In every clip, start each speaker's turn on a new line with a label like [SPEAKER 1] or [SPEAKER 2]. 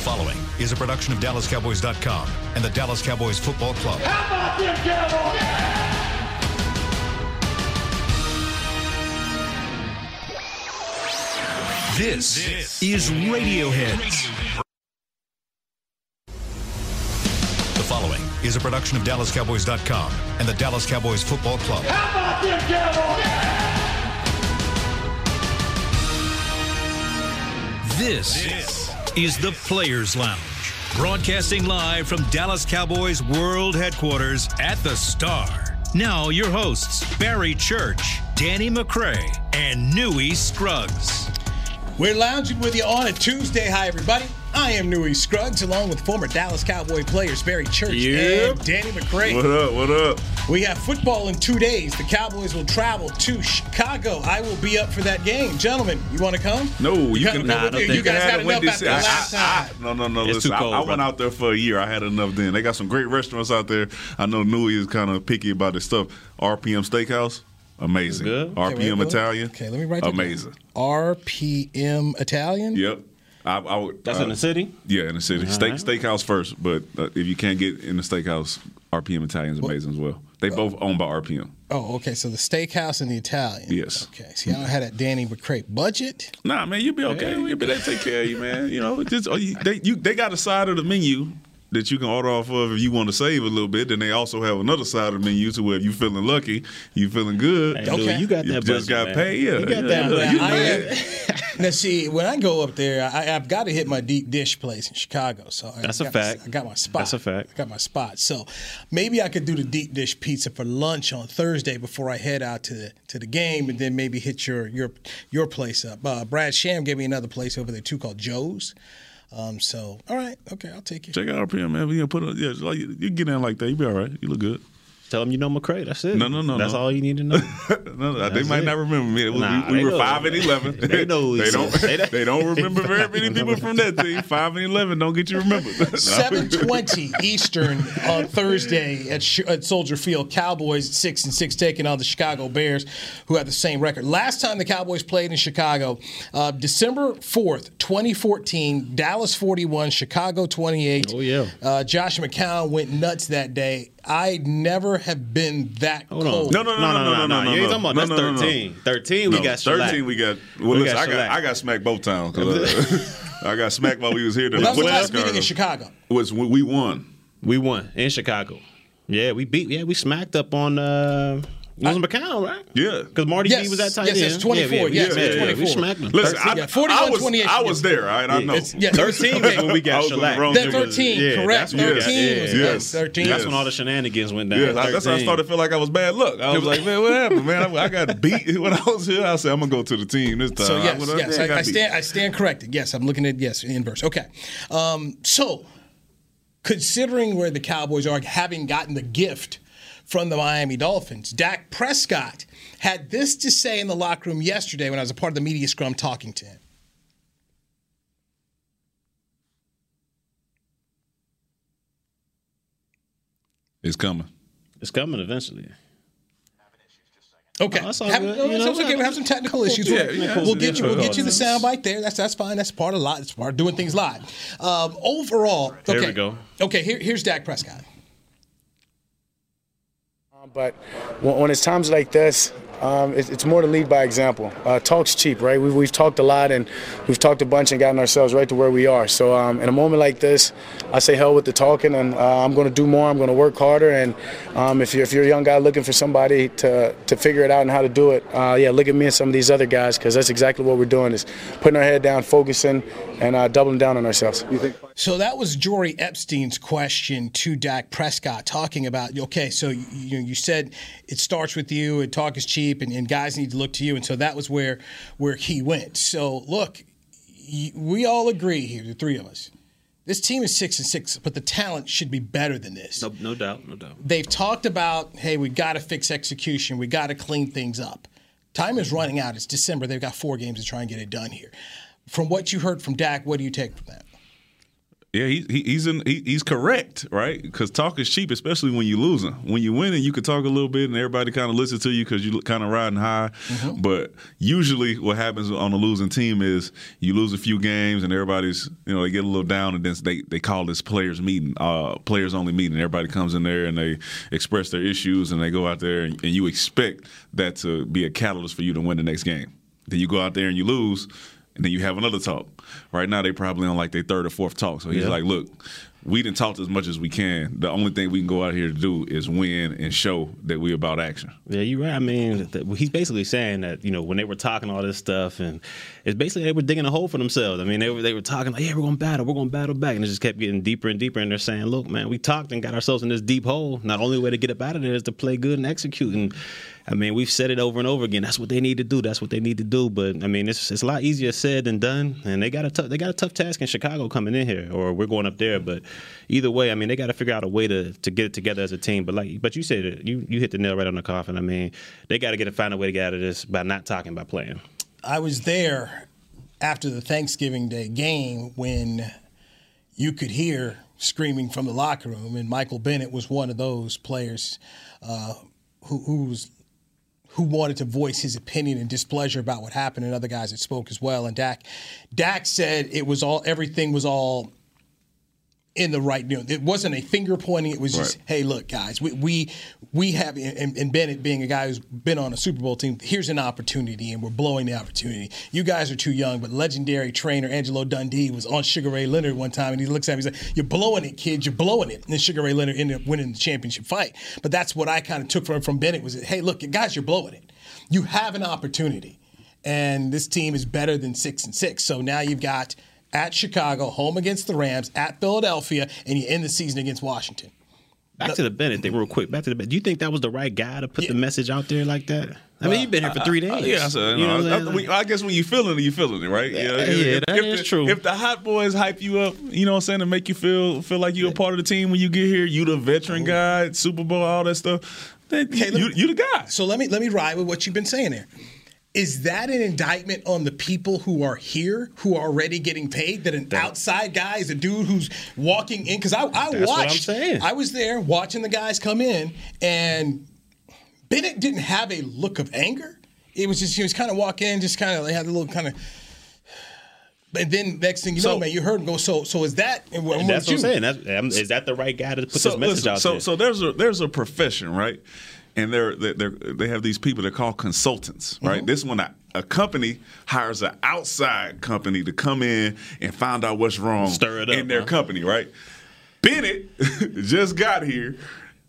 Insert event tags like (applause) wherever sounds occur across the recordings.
[SPEAKER 1] following is a production of DallasCowboys.com and the Dallas Cowboys Football Club.
[SPEAKER 2] How about them Cowboys?
[SPEAKER 3] This, is Radiohead.
[SPEAKER 1] The following is a production of DallasCowboys.com and the Dallas Cowboys Football Club.
[SPEAKER 2] How about them Cowboys?
[SPEAKER 3] This, is the Players Lounge, broadcasting live from Dallas Cowboys World Headquarters at the Star. Now, your hosts, Barry Church, Danny McCrae, and Newey Scruggs.
[SPEAKER 4] We're lounging with you on a Tuesday. Hi, everybody. I am Newey Scruggs, along with former Dallas Cowboy players Barry Church
[SPEAKER 5] Yep.
[SPEAKER 4] and Danny McCray.
[SPEAKER 5] What up? What up?
[SPEAKER 4] We have football in two days. The Cowboys will travel to Chicago. I will be up for that game, gentlemen. You want to come?
[SPEAKER 5] No, you,
[SPEAKER 4] gotta come
[SPEAKER 5] can.
[SPEAKER 4] with
[SPEAKER 5] nah, I don't
[SPEAKER 4] me.
[SPEAKER 5] think
[SPEAKER 4] You guys
[SPEAKER 5] can
[SPEAKER 4] got
[SPEAKER 5] have
[SPEAKER 4] enough
[SPEAKER 5] Wendy's.
[SPEAKER 4] after the
[SPEAKER 5] I-
[SPEAKER 4] last
[SPEAKER 5] I-
[SPEAKER 4] time.
[SPEAKER 5] I- No, no, no.
[SPEAKER 6] It's
[SPEAKER 5] listen,
[SPEAKER 6] too
[SPEAKER 5] I-
[SPEAKER 6] cold,
[SPEAKER 5] I, went
[SPEAKER 6] brother.
[SPEAKER 5] out there for a year. I had enough then. They got some great restaurants out there. I know Nui is kind of picky about this stuff. RPM Steakhouse, amazing.
[SPEAKER 6] Good.
[SPEAKER 4] Okay, wait,
[SPEAKER 5] RPM
[SPEAKER 4] wait.
[SPEAKER 5] Italian,
[SPEAKER 4] Okay, let me write that down.
[SPEAKER 5] Amazing.
[SPEAKER 4] RPM Italian?
[SPEAKER 5] Yep. I, I would.
[SPEAKER 6] That's
[SPEAKER 5] uh,
[SPEAKER 6] in the city.
[SPEAKER 5] Yeah, in the city. Steak steakhouse first, but uh, if you can't get in the steakhouse, RPM Italian's amazing as well. They
[SPEAKER 4] uh,
[SPEAKER 5] both owned by RPM.
[SPEAKER 4] Oh, okay. So the steakhouse and the Italian.
[SPEAKER 5] Yes.
[SPEAKER 4] Okay. See, I don't have that Danny McCray budget.
[SPEAKER 5] Nah, man, you'll be okay. You'll be, they take care of you, man. You know, just oh, you, they you, they got a side of the menu that you can order off of if you want to save a little bit. Then they also have another side of the menu to where if you feeling lucky, you feeling good.
[SPEAKER 6] Hey, Louis, you got
[SPEAKER 5] You
[SPEAKER 6] that
[SPEAKER 5] just
[SPEAKER 6] budget, man.
[SPEAKER 5] got paid. Yeah,
[SPEAKER 6] You got
[SPEAKER 5] yeah,
[SPEAKER 6] that
[SPEAKER 5] yeah,
[SPEAKER 6] budget.
[SPEAKER 5] you
[SPEAKER 4] I
[SPEAKER 5] good.
[SPEAKER 4] am- (laughs) now, see, when I go up there, I, I've got to hit my deep dish place in Chicago. So I
[SPEAKER 6] That's a
[SPEAKER 4] got-
[SPEAKER 6] fact.
[SPEAKER 4] I got my spot.
[SPEAKER 6] That's a fact.
[SPEAKER 4] I got my spot. So maybe I could do the deep dish pizza for lunch on Thursday before I head out to the to the game, and then maybe hit your your your place up. Uh, Brad Sham gave me another place over there too called Joe's. Um, so all right, okay, I'll take it.
[SPEAKER 5] Check out RPM, man. You put on, yeah, it's like, you, you get in like that, you be all right. You look good.
[SPEAKER 6] Tell them you know McCray. That's it.
[SPEAKER 5] No, no, no,
[SPEAKER 6] That's
[SPEAKER 5] no.
[SPEAKER 6] all you need to know.
[SPEAKER 5] (laughs) No, no, they
[SPEAKER 6] That's
[SPEAKER 5] might
[SPEAKER 6] it.
[SPEAKER 5] not remember me. It was-
[SPEAKER 6] Nah,
[SPEAKER 5] we
[SPEAKER 6] they
[SPEAKER 5] were
[SPEAKER 6] know.
[SPEAKER 5] five and (laughs) eleven.
[SPEAKER 6] They know who
[SPEAKER 5] they
[SPEAKER 6] it
[SPEAKER 5] don't.
[SPEAKER 6] is. They don't-
[SPEAKER 5] (laughs) They don't remember very many people from that team. Five and eleven don't get you remembered. No.
[SPEAKER 4] 7:20 Eastern on Thursday at, Sh- at Soldier Field. Cowboys at six and six taking on the Chicago Bears, who have the same record. Last time the Cowboys played in Chicago, uh, December 4th, 2014, Dallas 41, Chicago 28.
[SPEAKER 6] Oh, yeah.
[SPEAKER 4] Uh, Josh McCown went nuts that day. I never have been that
[SPEAKER 6] Hold
[SPEAKER 4] cold.
[SPEAKER 6] on.
[SPEAKER 5] (laughs) No, no, no, no, no, no, no,
[SPEAKER 6] You ain't
[SPEAKER 5] no.
[SPEAKER 6] talking about
[SPEAKER 5] No,
[SPEAKER 6] that's
[SPEAKER 5] no, no, no.
[SPEAKER 6] 13. 13, we
[SPEAKER 5] No,
[SPEAKER 6] got shellacked.
[SPEAKER 5] 13 we got well
[SPEAKER 6] We
[SPEAKER 5] listen
[SPEAKER 6] got
[SPEAKER 5] I got
[SPEAKER 6] shellacked.
[SPEAKER 5] I got smacked both times 'cause, uh, (laughs) I got smacked while we was here
[SPEAKER 4] That was the
[SPEAKER 6] Well,
[SPEAKER 4] last meeting in Chicago.
[SPEAKER 5] was when we won
[SPEAKER 6] We won in Chicago. Yeah, we beat. Yeah, we smacked up on. Uh, it was McCown, right?
[SPEAKER 5] Yeah.
[SPEAKER 6] Because Marty
[SPEAKER 4] Yes,
[SPEAKER 6] B was that tight
[SPEAKER 4] yes,
[SPEAKER 6] end.
[SPEAKER 4] yes, 24, yes,
[SPEAKER 5] yes,
[SPEAKER 6] We
[SPEAKER 4] 24.
[SPEAKER 6] smacked him.
[SPEAKER 5] listen I,
[SPEAKER 4] yeah,
[SPEAKER 5] I
[SPEAKER 4] 41,
[SPEAKER 5] was
[SPEAKER 4] 28.
[SPEAKER 5] I was there all right I know
[SPEAKER 4] It's-
[SPEAKER 6] (laughs)
[SPEAKER 4] yeah.
[SPEAKER 6] 13 was when we
[SPEAKER 5] (laughs) I
[SPEAKER 6] got
[SPEAKER 5] was on the
[SPEAKER 6] shellacked.
[SPEAKER 5] wrong
[SPEAKER 4] That
[SPEAKER 5] That
[SPEAKER 4] 13,
[SPEAKER 6] Yeah,
[SPEAKER 4] correct.
[SPEAKER 6] that's when we got-
[SPEAKER 4] 13 was
[SPEAKER 6] yeah.
[SPEAKER 4] yes, 13.
[SPEAKER 6] That's when all the shenanigans went down.
[SPEAKER 5] yeah, I- that's how
[SPEAKER 6] 13.
[SPEAKER 5] I started to feel like I was bad luck. I was like, man, what happened, man? I, I got beat (laughs) when I was here. I said, I'm gonna go to the team this time.
[SPEAKER 4] So
[SPEAKER 6] Uh,
[SPEAKER 5] I-
[SPEAKER 4] yes,
[SPEAKER 5] what I-
[SPEAKER 4] yes,
[SPEAKER 5] yeah,
[SPEAKER 4] I,
[SPEAKER 5] got
[SPEAKER 4] I
[SPEAKER 5] beat.
[SPEAKER 4] stand. I stand corrected. Yes, I'm looking at yes inverse. Okay, um, so considering where the Cowboys are, having gotten the gift from the Miami Dolphins, Dak Prescott had this to say in the locker room yesterday when I was a part of the media scrum talking to him.
[SPEAKER 5] It's coming.
[SPEAKER 6] It's coming eventually.
[SPEAKER 4] Okay,
[SPEAKER 6] Oh, that's all
[SPEAKER 4] have,
[SPEAKER 6] good.
[SPEAKER 4] no,
[SPEAKER 6] You
[SPEAKER 4] that's
[SPEAKER 6] know,
[SPEAKER 4] okay. We have some technical issues.
[SPEAKER 5] Yeah,
[SPEAKER 4] we'll,
[SPEAKER 5] yeah,
[SPEAKER 4] we'll
[SPEAKER 5] it's-
[SPEAKER 4] get
[SPEAKER 5] it's
[SPEAKER 4] you. We'll
[SPEAKER 5] okay.
[SPEAKER 4] get you the sound bite there. That's that's fine. That's part of lot. It's part of doing things live. Um, overall, okay.
[SPEAKER 6] There we go.
[SPEAKER 4] Okay, here, here's Dak Prescott.
[SPEAKER 7] Um, But when when it's times like this, um, it- it's more to lead by example. Uh, talk's cheap, right? We've, we've talked a lot and we've talked a bunch and gotten ourselves right to where we are. So um, in a moment like this, I say hell with the talking and uh, I'm going to do more. I'm going to work harder. And um, if, you're, if you're a young guy looking for somebody to, to figure it out and how to do it, uh, yeah, look at me and some of these other guys because that's exactly what we're doing is putting our head down, focusing, and uh, doubling down on ourselves.
[SPEAKER 4] So that was Jory Epstein's question to Dak Prescott, talking about okay, so you you, you said it starts with you, and talk is cheap, and, and guys need to look to you, and so that was where where he went. So look, y- we all agree here, the three of us. This team is six and six, but the talent should be better than this
[SPEAKER 6] No, no doubt, no doubt.
[SPEAKER 4] they've talked about hey we got to fix execution we got to clean things up time is running out it's december they've got four games to try and get it done here from what you heard from Dak what do you take from that
[SPEAKER 5] Yeah, he, he, he's in, he, he's correct, right? Because talk is cheap, especially when you losing. When you winning, you can talk a little bit, and everybody kind of listen to you because you kind of riding high. But usually, what happens on a losing team is you lose a few games, and everybody's you know they get a little down, and then they, they call this players meeting, uh, players only meeting. Everybody comes in there and they express their issues, and they go out there, and, and you expect that to be a catalyst for you to win the next game. Then you go out there and you lose and then you have another talk. Right now, they probably on like their third or fourth talk. So he's like, "Look, we didn't talk as much as we can. The only thing we can go out here to do is win and show that we about action."
[SPEAKER 6] Yeah, you're right. I mean, th- he's basically saying that you know when they were talking all this stuff, and it's basically they were digging a hole for themselves. I mean, they were they were talking like, yeah, we're gonna battle, we're gonna battle back, and it just kept getting deeper and deeper. And they're saying, look, man, we talked and got ourselves in this deep hole. Now, the only way to get up out of there is to play good and execute. And I mean, we've said it over and over again. That's what they need to do. That's what they need to do. But I mean, it's it's a lot easier said than done. And they got a tough they got a tough task in Chicago coming in here, or we're going up there. But either way, I mean, they got to figure out a way to to get it together as a team. But like, but you said it, you you hit the nail right on the coffin. I mean, they got to get a find a way to get out of this by not talking, by playing.
[SPEAKER 4] I was there after the Thanksgiving Day game when you could hear screaming from the locker room, and Michael Bennett was one of those players uh, who, who was who wanted to voice his opinion and displeasure about what happened, and other guys that spoke as well. And Dak, Dak said it was all everything was all in the right. You know, it wasn't a finger pointing. It was just,
[SPEAKER 5] Right.
[SPEAKER 4] hey, look, guys, we we, we have and, and Bennett being a guy who's been on a Super Bowl team. Here's an opportunity, and we're blowing the opportunity. You guys are too young, but legendary trainer Angelo Dundee was on Sugar Ray Leonard one time, and he looks at me, he's like, "You're blowing it, kid. You're blowing it." And then Sugar Ray Leonard ended up winning the championship fight. But that's what I kind of took from from Bennett was, hey, look, guys, you're blowing it. You have an opportunity and this team is better than six and six. So now you've got at Chicago, home against the Rams, at Philadelphia, and you end the season against Washington.
[SPEAKER 6] Back to the Bennett thing, real quick. Back to the Bennett. Do you think that was the right guy to put the message out there like that? I mean, you've been here for three days.
[SPEAKER 5] Uh, yeah, I said,
[SPEAKER 6] You
[SPEAKER 5] you
[SPEAKER 6] know what
[SPEAKER 5] know,
[SPEAKER 6] I'm
[SPEAKER 5] I,
[SPEAKER 6] saying?
[SPEAKER 5] I- we- I guess when you feeling it, you feeling it, right?
[SPEAKER 6] Yeah, yeah, that is
[SPEAKER 5] the,
[SPEAKER 6] true.
[SPEAKER 5] If the hot boys hype you up, you know what I'm saying, and make you feel feel like you're a part of the team when you get here, you the veteran guy, Super Bowl, all that stuff. Then
[SPEAKER 4] let
[SPEAKER 5] you,
[SPEAKER 4] me-
[SPEAKER 5] you the guy.
[SPEAKER 4] So let me let me ride with what you've been saying there. Is that an indictment on the people who are here, who are already getting paid? That an outside guy is a dude who's walking in? Because I, I
[SPEAKER 6] That's what I'm
[SPEAKER 4] watched,
[SPEAKER 6] saying.
[SPEAKER 4] I was there watching the guys come in, and Bennett didn't have a look of anger. It was just he was kind of walking in, just kind of like had a little kind of. And then next thing you know,
[SPEAKER 5] So-
[SPEAKER 4] man, you heard him go. So, so is that? And what,
[SPEAKER 6] And that's what
[SPEAKER 4] you-
[SPEAKER 6] I'm saying. That's, um, is that the right guy to put this message
[SPEAKER 5] listen,
[SPEAKER 6] out
[SPEAKER 5] so,
[SPEAKER 6] there?
[SPEAKER 5] So there's a there's a profession, right? And they're, they're, they're- they have these people that call consultants, right?
[SPEAKER 6] Mm-hmm.
[SPEAKER 5] This one, a, a company hires an outside company to come in and find out what's wrong
[SPEAKER 6] Stir it up,
[SPEAKER 5] in their
[SPEAKER 6] huh?
[SPEAKER 5] company, right? Bennett (laughs) just got here,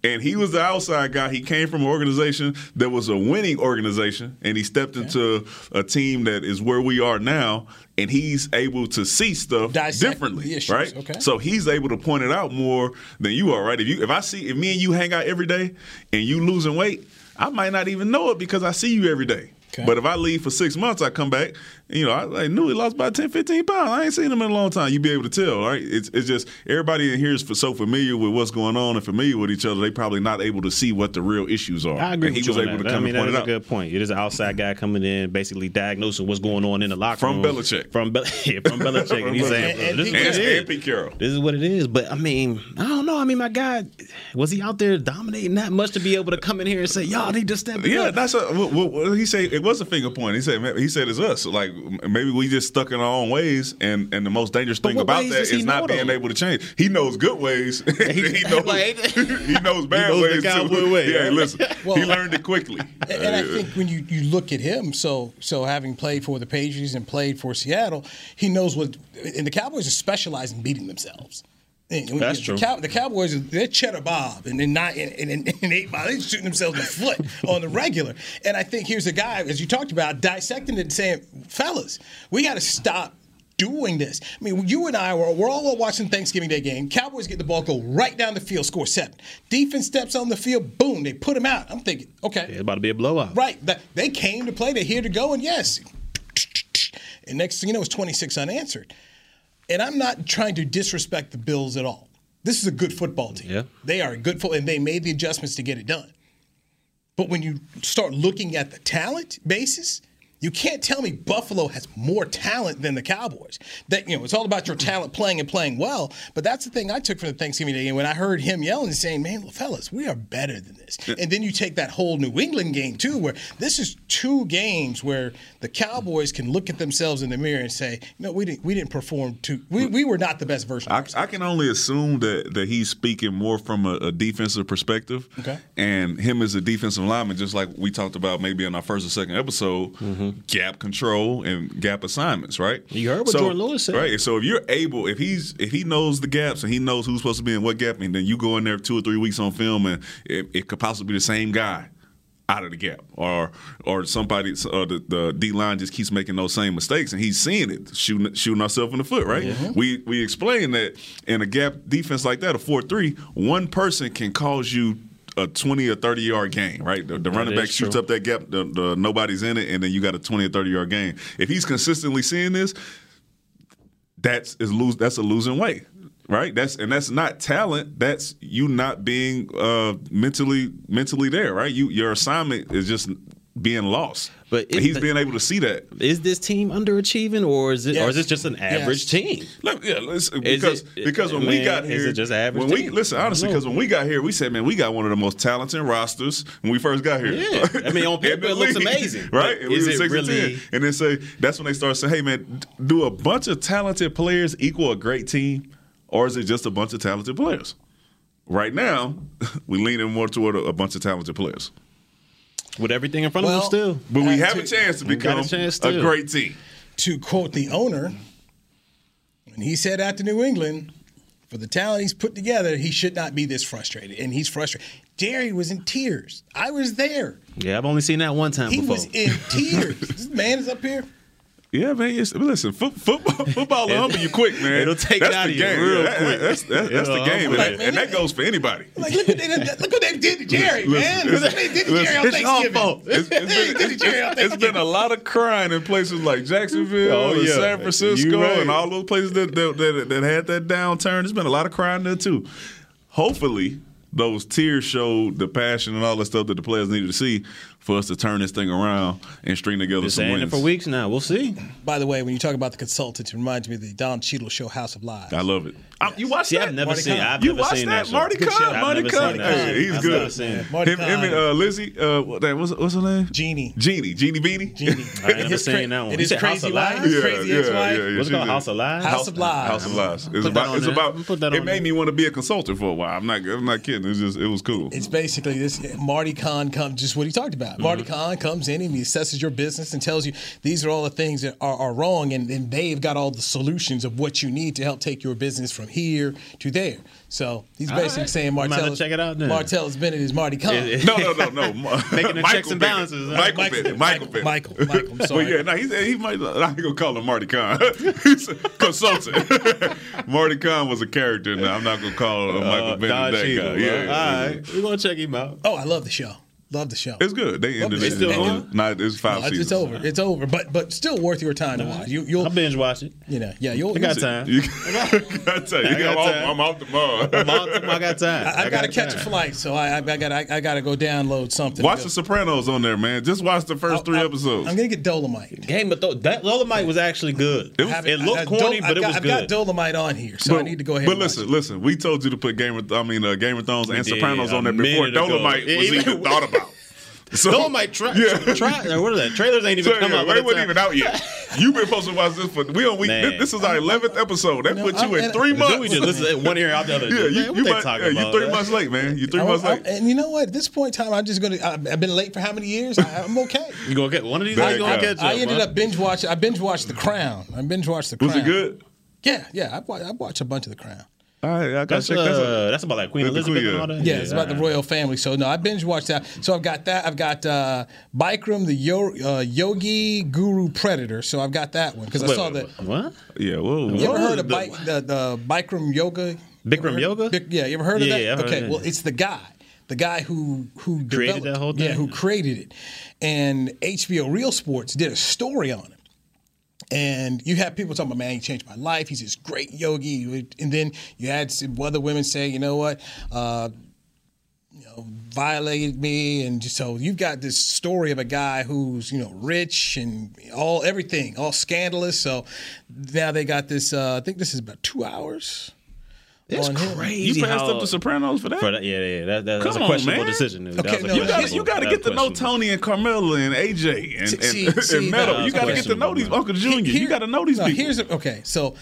[SPEAKER 5] and he was the outside guy. He came from an organization that was a winning organization, and he stepped into a team that is where we are now, and he's able to see stuff
[SPEAKER 4] Dissect
[SPEAKER 5] differently,
[SPEAKER 4] the issues,
[SPEAKER 5] right?
[SPEAKER 4] okay.
[SPEAKER 5] So so he's able to point it out more than you are, right? If you if I see if me and you hang out every day and you losing weight, I might not even know it because I see you every day.
[SPEAKER 4] Okay.
[SPEAKER 5] But if I leave for six months, I come back, you know, I, I knew he lost about 10, 15 pounds. I ain't seen him in a long time. You'd be able to tell, right? It's, it's just everybody in here is for, so familiar with what's going on and familiar with each other, they probably not able to see what the real issues are.
[SPEAKER 6] I agree.
[SPEAKER 5] And he
[SPEAKER 6] with
[SPEAKER 5] was
[SPEAKER 6] you on
[SPEAKER 5] able
[SPEAKER 6] that.
[SPEAKER 5] to come
[SPEAKER 6] I mean, that is
[SPEAKER 5] and point it
[SPEAKER 6] a
[SPEAKER 5] out.
[SPEAKER 6] good point. It is an outside guy coming in, basically diagnosing what's going on in the locker
[SPEAKER 5] From
[SPEAKER 6] room
[SPEAKER 5] Belichick.
[SPEAKER 6] From Be- (laughs) yeah, from Belichick. and he's saying,
[SPEAKER 4] And- and
[SPEAKER 6] "This is
[SPEAKER 4] he-
[SPEAKER 6] what
[SPEAKER 5] And,
[SPEAKER 6] it is."
[SPEAKER 5] and Pete Carroll.
[SPEAKER 6] This is what it is. But I mean, I don't know. I mean, my guy, was he out there dominating that much to be able to come in here and say, y'all need to step it
[SPEAKER 5] Yeah,
[SPEAKER 6] up?
[SPEAKER 5] that's a, what, what- what he said. It was a finger point. He said he said it's us. Like m- maybe we just stuck in our own ways, and and the most dangerous thing
[SPEAKER 6] what
[SPEAKER 5] about
[SPEAKER 6] ways
[SPEAKER 5] that
[SPEAKER 6] does he
[SPEAKER 5] is not
[SPEAKER 6] know,
[SPEAKER 5] being
[SPEAKER 6] though?
[SPEAKER 5] able to change. He knows good (laughs) ways. he, knows,
[SPEAKER 6] like-
[SPEAKER 5] (laughs) he knows bad
[SPEAKER 6] knows the
[SPEAKER 5] ways
[SPEAKER 6] cowboy
[SPEAKER 5] too.
[SPEAKER 6] way,
[SPEAKER 5] yeah,
[SPEAKER 6] right?
[SPEAKER 5] listen, (laughs) he
[SPEAKER 4] Well-
[SPEAKER 5] learned it (laughs) quickly. Uh,
[SPEAKER 4] And, and I think when you, you look at him, so so having played for the Patriots and played for Seattle, he knows what. And the Cowboys are specialized in beating themselves. And, and
[SPEAKER 6] That's
[SPEAKER 4] the
[SPEAKER 6] true.
[SPEAKER 4] Cow- the Cowboys they're cheddar bob and then not and, and, and, and eight bob. They're shooting themselves in the foot
[SPEAKER 6] (laughs)
[SPEAKER 4] on the regular. And I think here's a guy, as you talked about, dissecting it and saying, fellas, we got to stop. Doing this, I mean, you and I were we're all watching Thanksgiving Day game. Cowboys get the ball, go right down the field, score seven. Defense steps on the field, boom, they put him out. I'm thinking, okay,
[SPEAKER 6] It's about to be a blowout.
[SPEAKER 4] Right. That- They came to play. They're here to go. And yes. And next thing you know, it's 26 unanswered. And I'm not trying to disrespect the Bills at all. This is a good football team.
[SPEAKER 6] Yeah.
[SPEAKER 4] They are a good football, and they made the adjustments to get it done. But when you start looking at the talent basis, You can't tell me Buffalo has more talent than the Cowboys. That you know, it's all about your talent playing and playing well. But that's the thing I took from the Thanksgiving day. And when I heard him yelling and saying, "Man, fellas, we are better than this," and then you take that whole New England game too, where this is two games where the Cowboys can look at themselves in the mirror and say, "No, we didn't. We didn't perform to. We, we were not the best version." of
[SPEAKER 5] I, I
[SPEAKER 4] ourselves."
[SPEAKER 5] can only assume that that he's speaking more from a, a defensive perspective,
[SPEAKER 4] Okay.
[SPEAKER 5] and him as a defensive lineman, just like we talked about maybe in our first or second episode, gap control and gap assignments, right?
[SPEAKER 6] You heard what
[SPEAKER 5] so,
[SPEAKER 6] Jordan Lewis said.
[SPEAKER 5] right? So if you're able, if he's if he knows the gaps and he knows who's supposed to be in what gap, and then you go in there two or three weeks on film, and it, it could possibly be the same guy. Out of the gap, or or somebody, or the, the D line just keeps making those same mistakes, and he's seeing it, shooting shooting ourselves in the foot, right?
[SPEAKER 6] Mm-hmm.
[SPEAKER 5] We we explained that in a gap defense like that, a four three, one person can cause you a twenty or thirty yard gain, right? The, the running
[SPEAKER 6] is
[SPEAKER 5] back shoots
[SPEAKER 6] true.
[SPEAKER 5] up that gap, the, the nobody's in it, and then you got a twenty or thirty yard gain. If he's consistently seeing this, that's is lose that's a losing way right that's and that's not talent that's you not being uh mentally mentally there right you your assignment is just being lost
[SPEAKER 6] But
[SPEAKER 5] And
[SPEAKER 6] it-
[SPEAKER 5] he's being able to see that
[SPEAKER 6] Is this team underachieving, or is it, or
[SPEAKER 4] Yes.
[SPEAKER 6] is this just an average team?
[SPEAKER 5] Look, yeah, listen, because
[SPEAKER 6] it-
[SPEAKER 5] because when we
[SPEAKER 6] man,
[SPEAKER 5] got
[SPEAKER 6] is
[SPEAKER 5] here,
[SPEAKER 6] it just average
[SPEAKER 5] when we
[SPEAKER 6] team?
[SPEAKER 5] listen honestly,
[SPEAKER 6] No.
[SPEAKER 5] because when we got here, we said, man, we got one of the most talented rosters when we first got here.
[SPEAKER 6] Yeah. I mean, on
[SPEAKER 5] (laughs) In the
[SPEAKER 6] paper, it looks
[SPEAKER 5] league,
[SPEAKER 6] amazing,
[SPEAKER 5] right?
[SPEAKER 6] but
[SPEAKER 5] And we
[SPEAKER 6] is
[SPEAKER 5] were
[SPEAKER 6] it
[SPEAKER 5] 6 and 10.
[SPEAKER 6] really-
[SPEAKER 5] And then say that's when they start saying, hey, man, d- do a bunch of talented players equal a great team, or is it just a bunch of talented players? Right now, (laughs) we leaning more toward a, a bunch of talented players,
[SPEAKER 6] With everything in front of
[SPEAKER 4] Well,
[SPEAKER 6] them still.
[SPEAKER 5] but we
[SPEAKER 4] And
[SPEAKER 5] have
[SPEAKER 4] to-
[SPEAKER 5] a chance to
[SPEAKER 6] We got
[SPEAKER 5] become
[SPEAKER 6] a
[SPEAKER 5] a,
[SPEAKER 6] chance too.
[SPEAKER 5] great team.
[SPEAKER 4] to quote the owner, when he said after New England, for the talent he's put together, he should not be this frustrated. And he's frustrated. Jerry was in tears. I was there.
[SPEAKER 6] Yeah, I've only seen that one time
[SPEAKER 4] He
[SPEAKER 6] before.
[SPEAKER 4] was
[SPEAKER 5] (laughs)
[SPEAKER 4] in tears. this man is up here.
[SPEAKER 5] Yeah, man. It's, listen, foot, (laughs) football, football will humble you quick, man.
[SPEAKER 6] It'll take it
[SPEAKER 5] that's
[SPEAKER 6] out
[SPEAKER 5] the
[SPEAKER 6] of you
[SPEAKER 5] game.
[SPEAKER 6] real
[SPEAKER 5] That-
[SPEAKER 6] quick.
[SPEAKER 5] That's, that's, that's the
[SPEAKER 6] It'll
[SPEAKER 5] game,
[SPEAKER 6] humble
[SPEAKER 5] and,
[SPEAKER 4] you.
[SPEAKER 5] and that goes for anybody.
[SPEAKER 4] Like, look what they done, look what they did to Jerry, man. Look what they did to Jerry on
[SPEAKER 5] it's your
[SPEAKER 4] Thanksgiving.
[SPEAKER 5] fault. It's-
[SPEAKER 4] (laughs) They did to
[SPEAKER 5] it's been-
[SPEAKER 4] Jerry on
[SPEAKER 5] it's- it's been a
[SPEAKER 4] Thanksgiving.
[SPEAKER 5] lot of crying in places like Jacksonville
[SPEAKER 6] Oh,
[SPEAKER 5] and
[SPEAKER 6] yeah.
[SPEAKER 5] San Francisco
[SPEAKER 6] You right.
[SPEAKER 5] and all those places that that, that that had that downturn. There's been a lot of crying there too. Hopefully, those tears showed the passion and all that stuff that the players needed to see for us to turn this thing around and string together
[SPEAKER 6] Been
[SPEAKER 5] some
[SPEAKER 6] saying it
[SPEAKER 5] wins.
[SPEAKER 6] for weeks now. We'll see.
[SPEAKER 4] By the way, when you talk about the consultants, it reminds me of the Don Cheadle show House of Lies.
[SPEAKER 5] I love it. I- you watch
[SPEAKER 6] See,
[SPEAKER 5] that?
[SPEAKER 6] I've never
[SPEAKER 4] Marty
[SPEAKER 6] seen.
[SPEAKER 4] Kahn.
[SPEAKER 6] I've
[SPEAKER 5] You
[SPEAKER 6] never
[SPEAKER 5] watched
[SPEAKER 6] seen
[SPEAKER 5] that?
[SPEAKER 6] show.
[SPEAKER 5] Marty
[SPEAKER 6] Good
[SPEAKER 5] Kahn,
[SPEAKER 6] show. I've
[SPEAKER 5] Marty
[SPEAKER 6] never seen
[SPEAKER 5] Kahn.
[SPEAKER 6] that show.
[SPEAKER 5] Hey, he's
[SPEAKER 6] I've
[SPEAKER 5] good.
[SPEAKER 6] never seen it.
[SPEAKER 4] Marty
[SPEAKER 5] Him, him
[SPEAKER 4] Kahn.
[SPEAKER 5] and uh, Lizzie, uh, what, that- what's, what's her name? (laughs)
[SPEAKER 4] Jeannie.
[SPEAKER 5] Jeannie, Jeannie Beanie.
[SPEAKER 4] Jeannie.
[SPEAKER 5] (laughs)
[SPEAKER 6] I ain't never seen that one.
[SPEAKER 4] It
[SPEAKER 6] You
[SPEAKER 4] is
[SPEAKER 6] said House
[SPEAKER 4] crazy
[SPEAKER 6] of
[SPEAKER 4] wife.
[SPEAKER 6] Lies?
[SPEAKER 4] Crazy ex-wife.
[SPEAKER 6] What's it
[SPEAKER 5] she's
[SPEAKER 6] called?
[SPEAKER 5] in-
[SPEAKER 6] House of Lies?
[SPEAKER 4] House of Lies.
[SPEAKER 5] House of Lies. It's
[SPEAKER 6] that
[SPEAKER 5] about.
[SPEAKER 6] on
[SPEAKER 5] It's
[SPEAKER 6] there.
[SPEAKER 5] about.
[SPEAKER 6] Put that
[SPEAKER 5] it
[SPEAKER 6] on
[SPEAKER 5] made
[SPEAKER 6] there.
[SPEAKER 5] me want to be a consultant for a while. I'm not. I'm not kidding. It's just. It was cool.
[SPEAKER 4] It's basically this Marty Kahn comes, just what he talked about. Marty Kahn comes in and he assesses your business and tells you these are all the things that are, are wrong, and then they've got all the solutions of what you need to help take your business from here to there. So he's basically
[SPEAKER 6] right.
[SPEAKER 4] saying
[SPEAKER 6] I'm about to
[SPEAKER 4] Martellus,
[SPEAKER 6] check it out then.
[SPEAKER 4] Martellus Bennett is Marty Kahn.
[SPEAKER 6] It-
[SPEAKER 5] (laughs) No, no,
[SPEAKER 6] (laughs)
[SPEAKER 5] no, no. Ma-
[SPEAKER 6] Making the
[SPEAKER 5] Michael
[SPEAKER 6] checks and
[SPEAKER 5] Bennett.
[SPEAKER 6] balances.
[SPEAKER 5] Michael Bennett. Michael Bennett.
[SPEAKER 4] Michael, Michael, I'm sorry.
[SPEAKER 5] Well, yeah, no, he's, he might. I ain't gonna call him Marty Kahn. (laughs) he's a consultant. (laughs) Marty Kahn was a character. Now I'm not gonna call uh, (laughs) Michael
[SPEAKER 6] Uh,
[SPEAKER 5] Bennett
[SPEAKER 6] Don
[SPEAKER 5] that
[SPEAKER 6] Cheadle,
[SPEAKER 5] guy.
[SPEAKER 6] bro.
[SPEAKER 5] Yeah, yeah,
[SPEAKER 6] all
[SPEAKER 5] yeah.
[SPEAKER 6] right. We're going to check him
[SPEAKER 5] (laughs)
[SPEAKER 6] out.
[SPEAKER 4] Oh, I love the show. Love the show.
[SPEAKER 5] It's good. They ended
[SPEAKER 4] It's
[SPEAKER 5] it.
[SPEAKER 4] still
[SPEAKER 5] in-
[SPEAKER 4] on?
[SPEAKER 5] Nah, it's five
[SPEAKER 4] it's,
[SPEAKER 5] seasons.
[SPEAKER 4] it's over. It's over. But but still worth your time to watch. You you'll
[SPEAKER 6] I'll binge watch it.
[SPEAKER 4] you know yeah you'll.
[SPEAKER 6] I got time.
[SPEAKER 5] You, (laughs) I tell you,
[SPEAKER 6] I got
[SPEAKER 5] I'm, off,
[SPEAKER 6] time.
[SPEAKER 5] I'm off tomorrow.
[SPEAKER 6] I'm out tomorrow. I got time.
[SPEAKER 4] I, have got to catch a
[SPEAKER 6] time.
[SPEAKER 4] flight, so I I got I, I got to go download something.
[SPEAKER 5] (laughs) Watch
[SPEAKER 4] Go-
[SPEAKER 5] The Sopranos on there, man. Just watch the first three
[SPEAKER 4] I-
[SPEAKER 5] episodes.
[SPEAKER 4] I'm gonna get Dolomite.
[SPEAKER 6] Game of Thrones. That Dolomite was actually good. It,
[SPEAKER 5] was-
[SPEAKER 4] have-
[SPEAKER 6] looked
[SPEAKER 4] I- I-
[SPEAKER 6] corny,
[SPEAKER 4] Dol-
[SPEAKER 6] but
[SPEAKER 4] I've
[SPEAKER 6] it
[SPEAKER 4] got-
[SPEAKER 6] was
[SPEAKER 4] I've
[SPEAKER 6] good.
[SPEAKER 4] got Dolomite on here, so I need to go ahead.
[SPEAKER 5] But
[SPEAKER 4] and watch
[SPEAKER 5] listen,
[SPEAKER 4] it.
[SPEAKER 5] listen. We told you to put Game of I mean uh, Game of Thrones and
[SPEAKER 6] did,
[SPEAKER 5] Sopranos
[SPEAKER 6] a
[SPEAKER 5] on there before
[SPEAKER 6] minute ago.
[SPEAKER 5] Dolomite
[SPEAKER 6] Yeah,
[SPEAKER 5] was
[SPEAKER 6] even- (laughs)
[SPEAKER 5] even thought about. So,
[SPEAKER 6] Dolomite try,
[SPEAKER 5] Yeah.
[SPEAKER 6] try,
[SPEAKER 5] (laughs)
[SPEAKER 6] or what is that? Trailers ain't even
[SPEAKER 5] So,
[SPEAKER 6] come
[SPEAKER 5] yeah,
[SPEAKER 6] out. by
[SPEAKER 5] they
[SPEAKER 6] the
[SPEAKER 5] wasn't
[SPEAKER 6] time-
[SPEAKER 5] even out yet. You've been supposed to watch this for we on week.
[SPEAKER 6] Man.
[SPEAKER 5] This, this is our eleventh episode. That
[SPEAKER 4] No,
[SPEAKER 5] put you
[SPEAKER 4] I'm-
[SPEAKER 5] in
[SPEAKER 4] and-
[SPEAKER 5] three
[SPEAKER 4] Dude,
[SPEAKER 5] months.
[SPEAKER 6] Dude, we just listen to one ear out the other.
[SPEAKER 5] yeah, you,
[SPEAKER 6] Man,
[SPEAKER 5] you
[SPEAKER 6] what they
[SPEAKER 5] might-
[SPEAKER 6] talking
[SPEAKER 5] yeah, you
[SPEAKER 6] about?
[SPEAKER 5] three months late, man. You three
[SPEAKER 4] I'm-
[SPEAKER 5] months
[SPEAKER 4] I'm-
[SPEAKER 5] late.
[SPEAKER 4] and you know what? At this point in time, I'm just gonna. I- I've been late for how many years? I, I'm
[SPEAKER 6] (laughs)
[SPEAKER 4] okay.
[SPEAKER 6] You gonna get one of these?
[SPEAKER 5] There
[SPEAKER 6] days
[SPEAKER 5] you
[SPEAKER 6] You gonna
[SPEAKER 5] go.
[SPEAKER 6] catch
[SPEAKER 4] I ended
[SPEAKER 6] huh?
[SPEAKER 4] up binge watching. I binge watched The Crown. I binge watched The Crown.
[SPEAKER 5] Was it good?
[SPEAKER 4] Yeah, yeah. I watched, I watched a bunch of The Crown.
[SPEAKER 5] All right, I gotta
[SPEAKER 6] That's,
[SPEAKER 5] check that out.
[SPEAKER 6] uh, that's about like Queen
[SPEAKER 5] That's the
[SPEAKER 6] Elizabeth
[SPEAKER 5] Queen,
[SPEAKER 6] and all that.
[SPEAKER 4] Yeah, it's about the
[SPEAKER 6] all
[SPEAKER 4] royal family. So no, I binge watched that. So I've got that. I've got uh, Bikram, the Yo- uh, Yogi Guru Predator. So I've got that one because I
[SPEAKER 6] right.
[SPEAKER 4] saw
[SPEAKER 6] Wait,
[SPEAKER 4] that.
[SPEAKER 6] wait, What?
[SPEAKER 5] Yeah, whoa.
[SPEAKER 4] You ever
[SPEAKER 6] What?
[SPEAKER 4] heard of
[SPEAKER 6] The-
[SPEAKER 4] bike, the, the Bikram yoga? You ever
[SPEAKER 6] Bikram
[SPEAKER 4] heard-
[SPEAKER 6] yoga?
[SPEAKER 4] Bik- yeah, you ever heard of
[SPEAKER 6] Yeah,
[SPEAKER 4] that?
[SPEAKER 6] yeah, I've heard
[SPEAKER 4] okay,
[SPEAKER 6] of
[SPEAKER 4] well,
[SPEAKER 6] that.
[SPEAKER 4] it's the guy, the guy who who
[SPEAKER 6] Created
[SPEAKER 4] developed-
[SPEAKER 6] that whole
[SPEAKER 4] Yeah,
[SPEAKER 6] thing?
[SPEAKER 4] who created it, and HBO Real Sports did a story on him. And you have people talking about, man, he changed my life. He's this great yogi. And then you had some other women say, you know what? Uh, you know, violated me, and just- so you've got this story of a guy who's you know rich and all everything, all scandalous. So now they got this. Uh, I think this is about two hours.
[SPEAKER 6] It's
[SPEAKER 4] on him.
[SPEAKER 5] You
[SPEAKER 6] crazy.
[SPEAKER 5] passed
[SPEAKER 6] how-
[SPEAKER 5] up the Sopranos for that?
[SPEAKER 6] For that, yeah, yeah, that, that, that's
[SPEAKER 5] Come
[SPEAKER 6] a
[SPEAKER 5] on,
[SPEAKER 6] questionable
[SPEAKER 5] man.
[SPEAKER 6] decision. dude. That
[SPEAKER 4] Okay,
[SPEAKER 6] was a
[SPEAKER 4] no, you
[SPEAKER 5] You got,
[SPEAKER 6] questionable-
[SPEAKER 5] you got to
[SPEAKER 6] that
[SPEAKER 5] get to
[SPEAKER 6] was
[SPEAKER 5] know
[SPEAKER 6] questionable.
[SPEAKER 5] Tony and Carmela and AJ and,
[SPEAKER 4] See,
[SPEAKER 5] and,
[SPEAKER 4] see,
[SPEAKER 5] and
[SPEAKER 4] see,
[SPEAKER 5] Meadow.
[SPEAKER 4] that
[SPEAKER 5] You
[SPEAKER 6] was
[SPEAKER 5] got to get to know these
[SPEAKER 6] questionable.
[SPEAKER 5] Uncle Junior. you
[SPEAKER 4] Here-
[SPEAKER 5] got to know these
[SPEAKER 4] no,
[SPEAKER 5] people.
[SPEAKER 4] Here's a, okay, so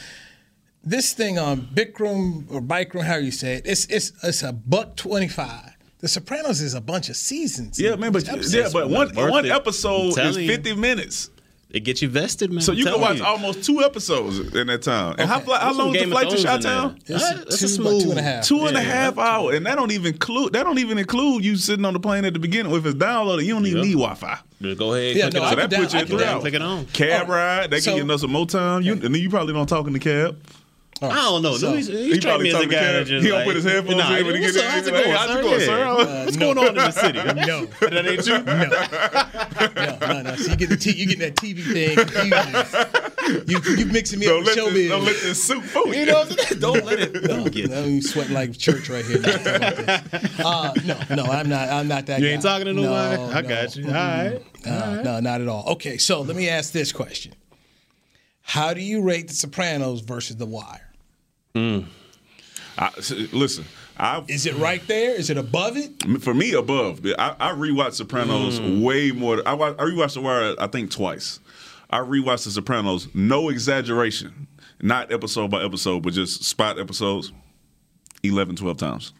[SPEAKER 4] this thing on Bikram or Bikram, how you say it, it's it's it's a buck twenty five. The Sopranos is a bunch of seasons.
[SPEAKER 5] yeah, man, but
[SPEAKER 4] Episodes.
[SPEAKER 5] yeah, but one
[SPEAKER 6] worth
[SPEAKER 5] one
[SPEAKER 6] it. I'm
[SPEAKER 5] episode is
[SPEAKER 6] telling you.
[SPEAKER 5] 50 minutes.
[SPEAKER 6] It gets you vested, man.
[SPEAKER 5] So
[SPEAKER 6] I'm
[SPEAKER 5] you can
[SPEAKER 6] telling
[SPEAKER 5] watch almost two episodes in that time. And how,
[SPEAKER 4] Okay.
[SPEAKER 5] fly- how
[SPEAKER 6] There's some
[SPEAKER 5] long is the
[SPEAKER 6] Game of
[SPEAKER 5] flight to
[SPEAKER 6] Thrones in
[SPEAKER 5] Chi
[SPEAKER 6] there.
[SPEAKER 5] Town?
[SPEAKER 4] It's
[SPEAKER 6] That- that's a
[SPEAKER 4] two- about two and a
[SPEAKER 6] smooth-
[SPEAKER 4] half.
[SPEAKER 5] Two and a
[SPEAKER 6] Yeah,
[SPEAKER 5] half hour, and that don't even include that don't even include you sitting on the plane at the beginning. If it's downloaded, you don't even
[SPEAKER 6] Yeah. Oh,
[SPEAKER 5] need Wi-Fi.
[SPEAKER 6] Just go ahead.
[SPEAKER 4] Yeah,
[SPEAKER 6] click
[SPEAKER 4] no,
[SPEAKER 6] it
[SPEAKER 4] I
[SPEAKER 6] on.
[SPEAKER 5] So
[SPEAKER 4] can
[SPEAKER 5] that
[SPEAKER 4] down-
[SPEAKER 5] puts you
[SPEAKER 4] I
[SPEAKER 5] at
[SPEAKER 4] can
[SPEAKER 5] three
[SPEAKER 4] down-
[SPEAKER 5] hours.
[SPEAKER 6] Click it on.
[SPEAKER 5] Cab ride, they
[SPEAKER 4] So-
[SPEAKER 5] give you another some more time. You and then you probably don't talk in the cab.
[SPEAKER 6] I don't know.
[SPEAKER 4] So-
[SPEAKER 6] he's,
[SPEAKER 5] He
[SPEAKER 6] he's
[SPEAKER 5] probably
[SPEAKER 6] me as a
[SPEAKER 5] talking to
[SPEAKER 6] guy
[SPEAKER 5] Kevin.
[SPEAKER 6] that just
[SPEAKER 5] He don't
[SPEAKER 6] like,
[SPEAKER 5] put his headphones
[SPEAKER 6] nah,
[SPEAKER 5] in when he
[SPEAKER 6] what's
[SPEAKER 5] get
[SPEAKER 6] up?
[SPEAKER 5] in.
[SPEAKER 6] How's it
[SPEAKER 5] He's like,
[SPEAKER 6] going,
[SPEAKER 5] "How's it
[SPEAKER 6] sir?"
[SPEAKER 5] going,
[SPEAKER 6] Yeah.
[SPEAKER 5] sir?
[SPEAKER 6] Uh, What's going on in the city?
[SPEAKER 4] No.
[SPEAKER 6] that ain't (laughs)
[SPEAKER 4] No.
[SPEAKER 6] you.
[SPEAKER 4] no, no, no. So you get the t- you get that TV thing. confused. You you mixing me
[SPEAKER 5] Don't
[SPEAKER 4] (laughs) up with
[SPEAKER 5] let, this,
[SPEAKER 4] showbiz.
[SPEAKER 5] don't let this soup fool you.
[SPEAKER 6] You know what I'm saying? Don't let it. Don't get.
[SPEAKER 4] No, you sweat like church right here. uh, no, no, I'm not. I'm not that.
[SPEAKER 6] You
[SPEAKER 4] guy.
[SPEAKER 6] ain't talking to nobody.
[SPEAKER 4] No,
[SPEAKER 6] I
[SPEAKER 4] no.
[SPEAKER 6] got you. All
[SPEAKER 4] Mm-mm.
[SPEAKER 6] right.
[SPEAKER 4] No, no, not at all. Okay, so let me ask this question: How do you rate The Sopranos versus The Wire?
[SPEAKER 5] I, s- listen, I
[SPEAKER 4] Is it right there? Is it above it?
[SPEAKER 5] for me above. I, I rewatched Sopranos way more. I, wa- I rewatched The Wire, I think, twice. I rewatched The Sopranos, no exaggeration, not episode by episode, but just spot episodes, 11, 12 times.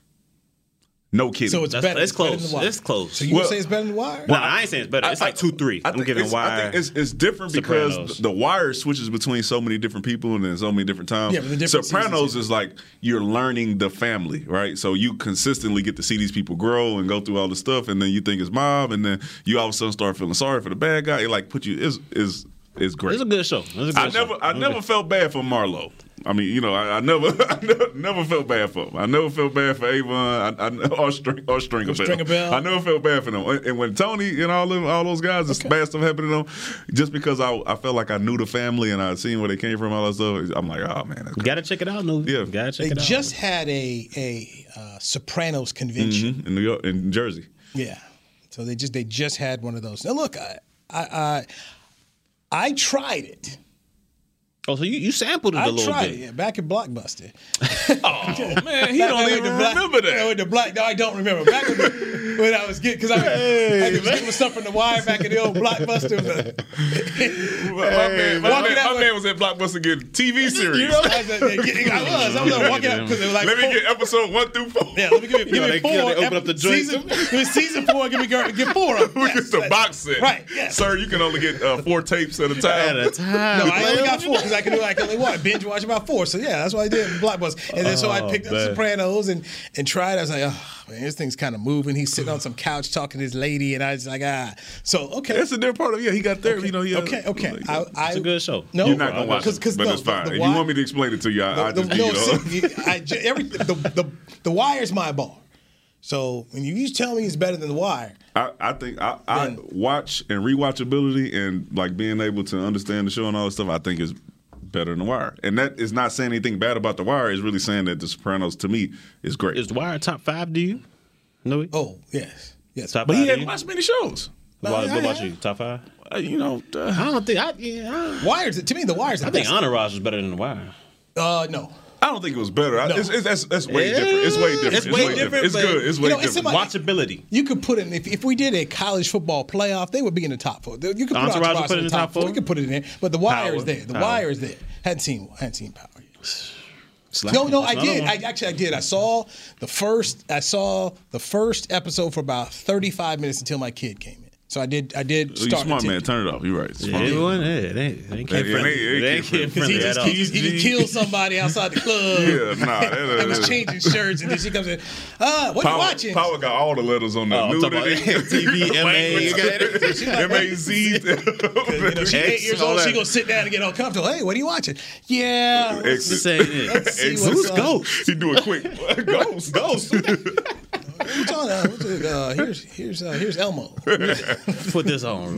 [SPEAKER 5] No kidding.
[SPEAKER 4] So it's
[SPEAKER 6] That's-
[SPEAKER 4] better.
[SPEAKER 6] it's
[SPEAKER 4] better than
[SPEAKER 6] close.
[SPEAKER 4] The Wire.
[SPEAKER 6] It's close.
[SPEAKER 4] So you
[SPEAKER 5] Well-
[SPEAKER 4] say it's better than The Wire?
[SPEAKER 6] Nah, I ain't saying it's better. It's
[SPEAKER 5] I-
[SPEAKER 6] like two, three.
[SPEAKER 5] I
[SPEAKER 6] I'm
[SPEAKER 5] think
[SPEAKER 6] giving
[SPEAKER 5] it's- I
[SPEAKER 6] wire.
[SPEAKER 5] think it's, it's different because
[SPEAKER 6] Sopranos.
[SPEAKER 5] the, the Wire switches between so many different people and in so many different times.
[SPEAKER 4] Yeah, but the different
[SPEAKER 5] Sopranos
[SPEAKER 4] seasons,
[SPEAKER 5] is like you're learning the family, right? So you consistently get to see these people grow and go through all this stuff, and then you think it's mob, and then you all of a sudden start feeling sorry for the bad guy. It like put you is is is great.
[SPEAKER 6] It's a good show. It's a good
[SPEAKER 5] I
[SPEAKER 6] show.
[SPEAKER 5] never I
[SPEAKER 6] Okay.
[SPEAKER 5] never felt bad for Marlo. I mean, you know, I, I never, (laughs) I never, never felt bad for him. I never felt bad for Avon I, I, or, String, or Stringer Bell.
[SPEAKER 4] Stringer Bell.
[SPEAKER 5] I never felt bad for them. And- And when Tony and all them, all those guys, this bad stuff happened to them, just because I, I felt like I knew the family and I seen where they came from, all that stuff. I'm like, oh man, that's
[SPEAKER 6] You gotta check it out, no.
[SPEAKER 5] Yeah.
[SPEAKER 6] gotta check
[SPEAKER 4] They
[SPEAKER 6] it out.
[SPEAKER 4] just had a a uh, Sopranos convention.
[SPEAKER 5] crazy. in New York, in Jersey.
[SPEAKER 4] Yeah. So they just they just had one of those. Now look, I I I, I tried it.
[SPEAKER 6] Oh, so you, you sampled it
[SPEAKER 4] I
[SPEAKER 6] a little
[SPEAKER 4] tried
[SPEAKER 6] bit.
[SPEAKER 4] it yeah, back at Blockbuster.
[SPEAKER 5] (laughs) Oh man,
[SPEAKER 4] (laughs)
[SPEAKER 5] he
[SPEAKER 4] Back
[SPEAKER 5] don't
[SPEAKER 4] when
[SPEAKER 5] even
[SPEAKER 4] the black-
[SPEAKER 5] remember
[SPEAKER 4] when I
[SPEAKER 5] that.
[SPEAKER 4] went to Black. No, I don't remember. Back when, the, when I was getting because I, I was getting stuff from the wire back at the old Blockbuster. It was
[SPEAKER 5] (laughs)
[SPEAKER 4] a-
[SPEAKER 5] My, man, my,
[SPEAKER 4] Walking out
[SPEAKER 5] man, my
[SPEAKER 4] with-
[SPEAKER 5] man was at Blockbuster getting TV series.
[SPEAKER 4] you know, I was, I was, I was
[SPEAKER 5] (laughs)
[SPEAKER 4] like, walking out because it was like
[SPEAKER 5] Let me
[SPEAKER 4] four-
[SPEAKER 5] get episode one through four.
[SPEAKER 4] (laughs) Yeah,
[SPEAKER 5] (laughs)
[SPEAKER 4] let me give you, give
[SPEAKER 6] You know,
[SPEAKER 4] me
[SPEAKER 6] they-
[SPEAKER 4] four.
[SPEAKER 6] you know, they open up the
[SPEAKER 4] epi-
[SPEAKER 6] joint.
[SPEAKER 4] Season, it was season four. Give me girl, give four of them.
[SPEAKER 5] (laughs) We
[SPEAKER 4] Yes,
[SPEAKER 5] get the
[SPEAKER 4] that's-
[SPEAKER 5] box set.
[SPEAKER 4] Right. Yes.
[SPEAKER 5] Sir, you can only get uh, four tapes at a
[SPEAKER 6] At
[SPEAKER 5] time.
[SPEAKER 6] a time.
[SPEAKER 4] No, I only got four because I could do like only one binge watch about four. So yeah, that's what I did. Blockbuster, and then so
[SPEAKER 5] Oh,
[SPEAKER 4] I picked up
[SPEAKER 6] man.
[SPEAKER 4] Sopranos and and tried. I was like, oh man, this thing's kind of moving. He's sitting on some couch talking to his lady, and I was like, ah. So okay,
[SPEAKER 5] That's a different part of yeah. He got there. You know. Yeah.
[SPEAKER 4] okay, okay.
[SPEAKER 5] Like,
[SPEAKER 4] I, I,
[SPEAKER 6] It's a good show.
[SPEAKER 4] No,
[SPEAKER 5] you're not gonna watch it, but
[SPEAKER 4] no,
[SPEAKER 5] it's fine.
[SPEAKER 4] the
[SPEAKER 5] if you
[SPEAKER 4] Wire-
[SPEAKER 5] want me to explain it to you, I,
[SPEAKER 4] (laughs)
[SPEAKER 5] I
[SPEAKER 4] the,
[SPEAKER 5] just give
[SPEAKER 4] no,
[SPEAKER 5] you the-
[SPEAKER 4] see, I ju- every, the, the, the wire's my bar. So when you, you tell me it's better than the wire,
[SPEAKER 5] I, I think I, I
[SPEAKER 4] Then-
[SPEAKER 5] watch and rewatchability and like being able to understand the show and all that stuff. I think is better than The Wire, and that is not saying anything bad about The Wire. It's really saying that The Sopranos to me is great.
[SPEAKER 6] Is Wire top five? Do you? No. it-
[SPEAKER 4] oh yes, yes.
[SPEAKER 6] Top
[SPEAKER 5] but
[SPEAKER 6] five.
[SPEAKER 5] he
[SPEAKER 6] do
[SPEAKER 5] hadn't
[SPEAKER 6] you?
[SPEAKER 5] watched many shows.
[SPEAKER 6] What,
[SPEAKER 4] No,
[SPEAKER 6] what
[SPEAKER 4] I-
[SPEAKER 6] about you? Top five?
[SPEAKER 5] Uh, you know, uh,
[SPEAKER 6] I don't think. I, yeah, I, don't-
[SPEAKER 4] Wire's to me the wire's the
[SPEAKER 6] I think
[SPEAKER 4] best.
[SPEAKER 6] Entourage was better than The Wire.
[SPEAKER 4] Uh, no.
[SPEAKER 5] I don't think it was better. I,
[SPEAKER 4] No.
[SPEAKER 5] it's, it's, that's, that's way
[SPEAKER 6] Yeah.
[SPEAKER 5] different. It's way different.
[SPEAKER 6] It's way different,
[SPEAKER 5] It's
[SPEAKER 6] but-
[SPEAKER 5] good. It's
[SPEAKER 6] You
[SPEAKER 5] way
[SPEAKER 4] know, it's
[SPEAKER 5] different.
[SPEAKER 4] somebody-
[SPEAKER 6] Watchability.
[SPEAKER 4] You could put in if, if we did a college football playoff, they would be in the top four. You could put
[SPEAKER 6] Entourage would
[SPEAKER 4] Entourage
[SPEAKER 6] put
[SPEAKER 4] in the top four. You could put it in there, but the wire
[SPEAKER 6] Power.
[SPEAKER 4] is there. The
[SPEAKER 6] Power.
[SPEAKER 4] wire is there. Hadn't seen hadn't seen power. Yet. No, no, I
[SPEAKER 6] That's another
[SPEAKER 4] did.
[SPEAKER 6] one.
[SPEAKER 4] I actually I did. I saw the first. I saw the first episode for about thirty five minutes until my kid came in. So I did. I did
[SPEAKER 5] You
[SPEAKER 4] start.
[SPEAKER 5] smart
[SPEAKER 4] to-
[SPEAKER 5] man. Turn it off. You're right. Smart.
[SPEAKER 6] Yeah, it wasn't- yeah, they, they ain't kid
[SPEAKER 5] Yeah,
[SPEAKER 6] friendly.
[SPEAKER 5] they- they
[SPEAKER 6] They
[SPEAKER 5] kid
[SPEAKER 6] ain't kid
[SPEAKER 4] He
[SPEAKER 5] friendly.
[SPEAKER 6] friendly at
[SPEAKER 4] just,
[SPEAKER 6] all.
[SPEAKER 4] he just, he just killed somebody outside the club.
[SPEAKER 5] Yeah, nah.
[SPEAKER 4] (laughs)
[SPEAKER 5] that-
[SPEAKER 4] I was changing shirts, and then she comes in. Uh, what
[SPEAKER 5] Power,
[SPEAKER 4] you watching?
[SPEAKER 5] Power got all the letters on there.
[SPEAKER 6] Oh, I'm talking about
[SPEAKER 5] (laughs)
[SPEAKER 6] MTV, MA, you got
[SPEAKER 4] You know,
[SPEAKER 5] MAZ.
[SPEAKER 4] she's eight
[SPEAKER 6] X,
[SPEAKER 4] years
[SPEAKER 6] all
[SPEAKER 4] old.
[SPEAKER 6] that.
[SPEAKER 4] She gonna sit down and get all comfortable. Hey, what are you watching? Yeah,
[SPEAKER 6] This
[SPEAKER 5] Exit.
[SPEAKER 4] (laughs)
[SPEAKER 6] ain't it.
[SPEAKER 4] see what's
[SPEAKER 6] Who's
[SPEAKER 4] up.
[SPEAKER 6] Ghost?
[SPEAKER 5] He do it quick. (laughs) Ghost. Ghost.
[SPEAKER 4] What's on? Uh, what's, it, uh, here's here's uh, here's Elmo.
[SPEAKER 6] Put this on.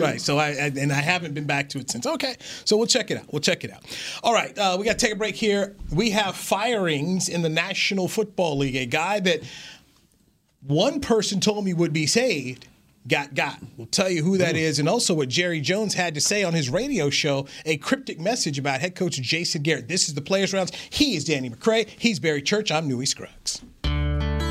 [SPEAKER 4] Right. So I, I and I haven't been back to it since. Okay. So we'll check it out. We'll check it out. All right. Uh, we got to take a break here. We have firings in the National Football League. A guy that one person told me would be saved got got. We'll tell you who that is, and also what Jerry Jones had to say on his radio show, a cryptic message about head coach Jason Garrett. This is the players' rounds. He is Danny McCray. He's Barry Church. I'm Newey Scruggs.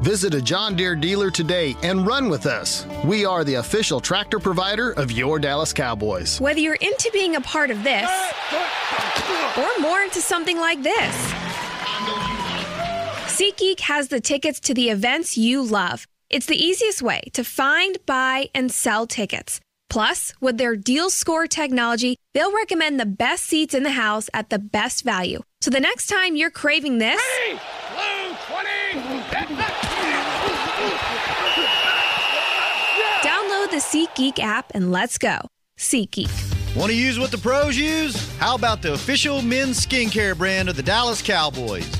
[SPEAKER 8] Visit a John Deere dealer today and run with us. We are the official tractor provider of your Dallas Cowboys.
[SPEAKER 9] Whether you're into being a part of this or more into something like this, SeatGeek has the tickets to the events you love. It's the easiest way to find, buy, and sell tickets. Plus, with their deal score technology, they'll recommend the best seats in the house at the best value. So the next time you're craving this, download the SeatGeek app and let's go. SeatGeek.
[SPEAKER 10] Want to use what the pros use? How about the official men's skincare brand of the Dallas Cowboys,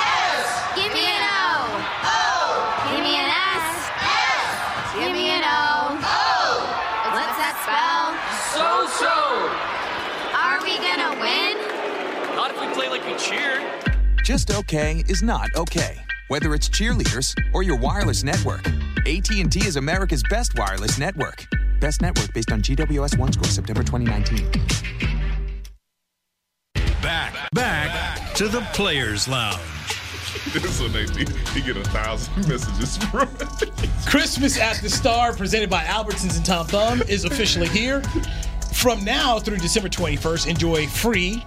[SPEAKER 11] S. Give me an O. O. Give me an S. S. Give me an O. O. What's that spell? So so. Are we gonna win?
[SPEAKER 12] Not if we play like we cheer.
[SPEAKER 13] Just okay is not okay. Whether it's cheerleaders or your wireless network, AT&T is America's best wireless network. Best network based on GWS one score September 2019.
[SPEAKER 1] Back.
[SPEAKER 3] Back to the Players Lounge.
[SPEAKER 5] this one, they, he get a thousand (laughs) messages from
[SPEAKER 4] Christmas at the Star, presented by Albertsons and Tom Thumb, is officially here. From now through December 21st, enjoy free,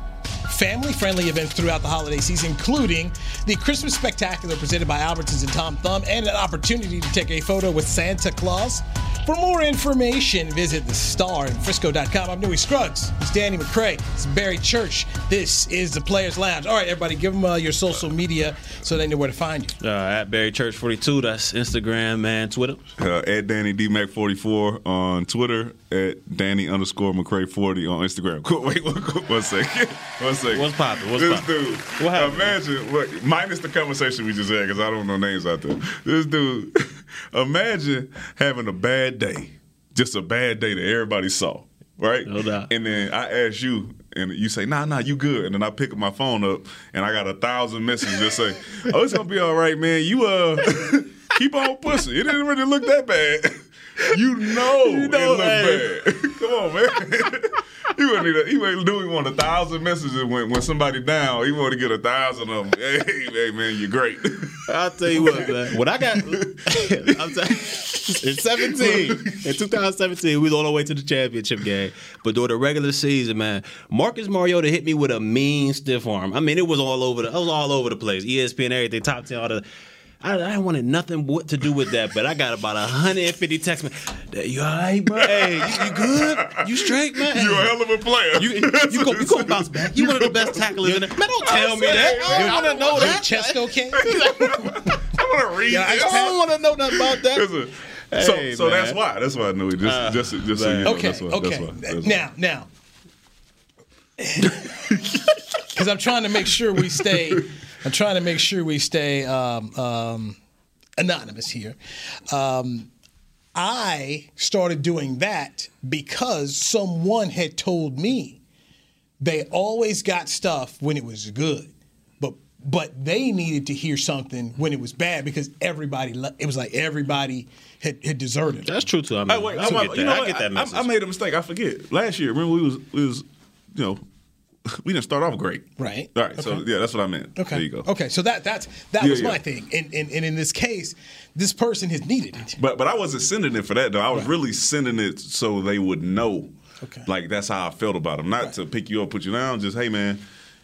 [SPEAKER 4] family friendly events throughout the holiday season, including the Christmas Spectacular presented by Albertsons and Tom Thumb, and an opportunity to take a photo with Santa Claus. For more information, visit the star in frisco.com. I'm Newey Scruggs. It's Danny McCray. It's Barry Church. This is the Players Lounge. All right, everybody, give them uh, your social media so they know where to find you.
[SPEAKER 6] Uh, at Barry Church 42, that's Instagram, man, Twitter.
[SPEAKER 5] uh, at Danny DMac44 on Twitter, at Danny underscore McCray40 on Instagram. (laughs) Cool, Wait, one, one second. One second.
[SPEAKER 6] What's poppin'? What's
[SPEAKER 5] this
[SPEAKER 6] poppin'?
[SPEAKER 5] dude.
[SPEAKER 6] What happened?
[SPEAKER 5] Imagine, what, minus the conversation we just had, because I don't know names out there. This dude, (laughs) imagine having a bad day, just a bad day that everybody saw, right?
[SPEAKER 6] No doubt.
[SPEAKER 5] And then I ask you, and you say, "Nah, nah, you good." And then I pick my phone up, and I got a thousand messages that say, "Oh, it's gonna be all right, man. You uh, (laughs) keep on pushing. It didn't really look that bad. (laughs) (laughs) You
[SPEAKER 6] Oh,
[SPEAKER 5] know,
[SPEAKER 6] know,
[SPEAKER 5] it looked bad. (laughs) Come on, man. (laughs) you would need a, you would do. You want a thousand messages when when somebody down. You want to get a thousand of them. Hey, hey, man, you're great. (laughs)
[SPEAKER 6] I'll tell you what, man. When I got, I'm sorry, (laughs) in 17, in 2017, we was on our way to the championship game. But during the regular season, man, Marcus Mariota hit me with a mean stiff arm. I mean, it was all over the, it was all over the place. E ESPN, everything, top ten, all the. I, I wanted nothing what to do with that, but I got about 150 texts. Man, you all right, bro? Hey, you, you good? You straight, man?
[SPEAKER 5] You're a hell of a player.
[SPEAKER 6] You, you, you, go, you
[SPEAKER 5] (laughs)
[SPEAKER 6] gonna bounce back. You one of the best tacklers in the. Man, don't tell me that. I don't wanna know that.
[SPEAKER 4] Chesco King?
[SPEAKER 5] I want to read.
[SPEAKER 6] I
[SPEAKER 5] this.
[SPEAKER 6] don't want to know nothing (laughs) about that.
[SPEAKER 5] Listen, so,
[SPEAKER 6] Hey,
[SPEAKER 5] so
[SPEAKER 6] man.
[SPEAKER 5] that's why. That's why I knew it. Just,
[SPEAKER 6] Uh,
[SPEAKER 5] just, just so
[SPEAKER 6] man.
[SPEAKER 5] you know,
[SPEAKER 4] Okay,
[SPEAKER 5] that's why.
[SPEAKER 4] okay.
[SPEAKER 5] That's why. That's why.
[SPEAKER 4] now, now. (laughs) Because I'm trying to make sure we stay. I'm trying to make sure we stay um, um, anonymous here. Um, I started doing that because someone had told me they always got stuff when it was good, but but they needed to hear something when it was bad because everybody le- it was like everybody had, had deserted.
[SPEAKER 6] That's true too. I mean,
[SPEAKER 5] Hey, wait,
[SPEAKER 6] I,
[SPEAKER 5] I'm-
[SPEAKER 6] do
[SPEAKER 5] I'm-
[SPEAKER 6] get
[SPEAKER 5] you
[SPEAKER 6] that.
[SPEAKER 5] know
[SPEAKER 6] I
[SPEAKER 5] what?
[SPEAKER 6] get that
[SPEAKER 5] I,
[SPEAKER 6] message.
[SPEAKER 5] I made a mistake. I forget. Last year, remember we was we was you know (laughs) we didn't start off great.
[SPEAKER 4] Right.
[SPEAKER 5] All right. So yeah, that's what I meant.
[SPEAKER 4] Okay.
[SPEAKER 5] There you go.
[SPEAKER 4] Okay, so that that's that
[SPEAKER 5] Yeah,
[SPEAKER 4] was my
[SPEAKER 5] yeah.
[SPEAKER 4] thing, and, and and in this case, this person has needed it.
[SPEAKER 5] But but I wasn't sending it for that though. I was really sending it so they would know.
[SPEAKER 4] Okay.
[SPEAKER 5] Like that's how I felt about them. Not to pick you up, put you down. Just hey man,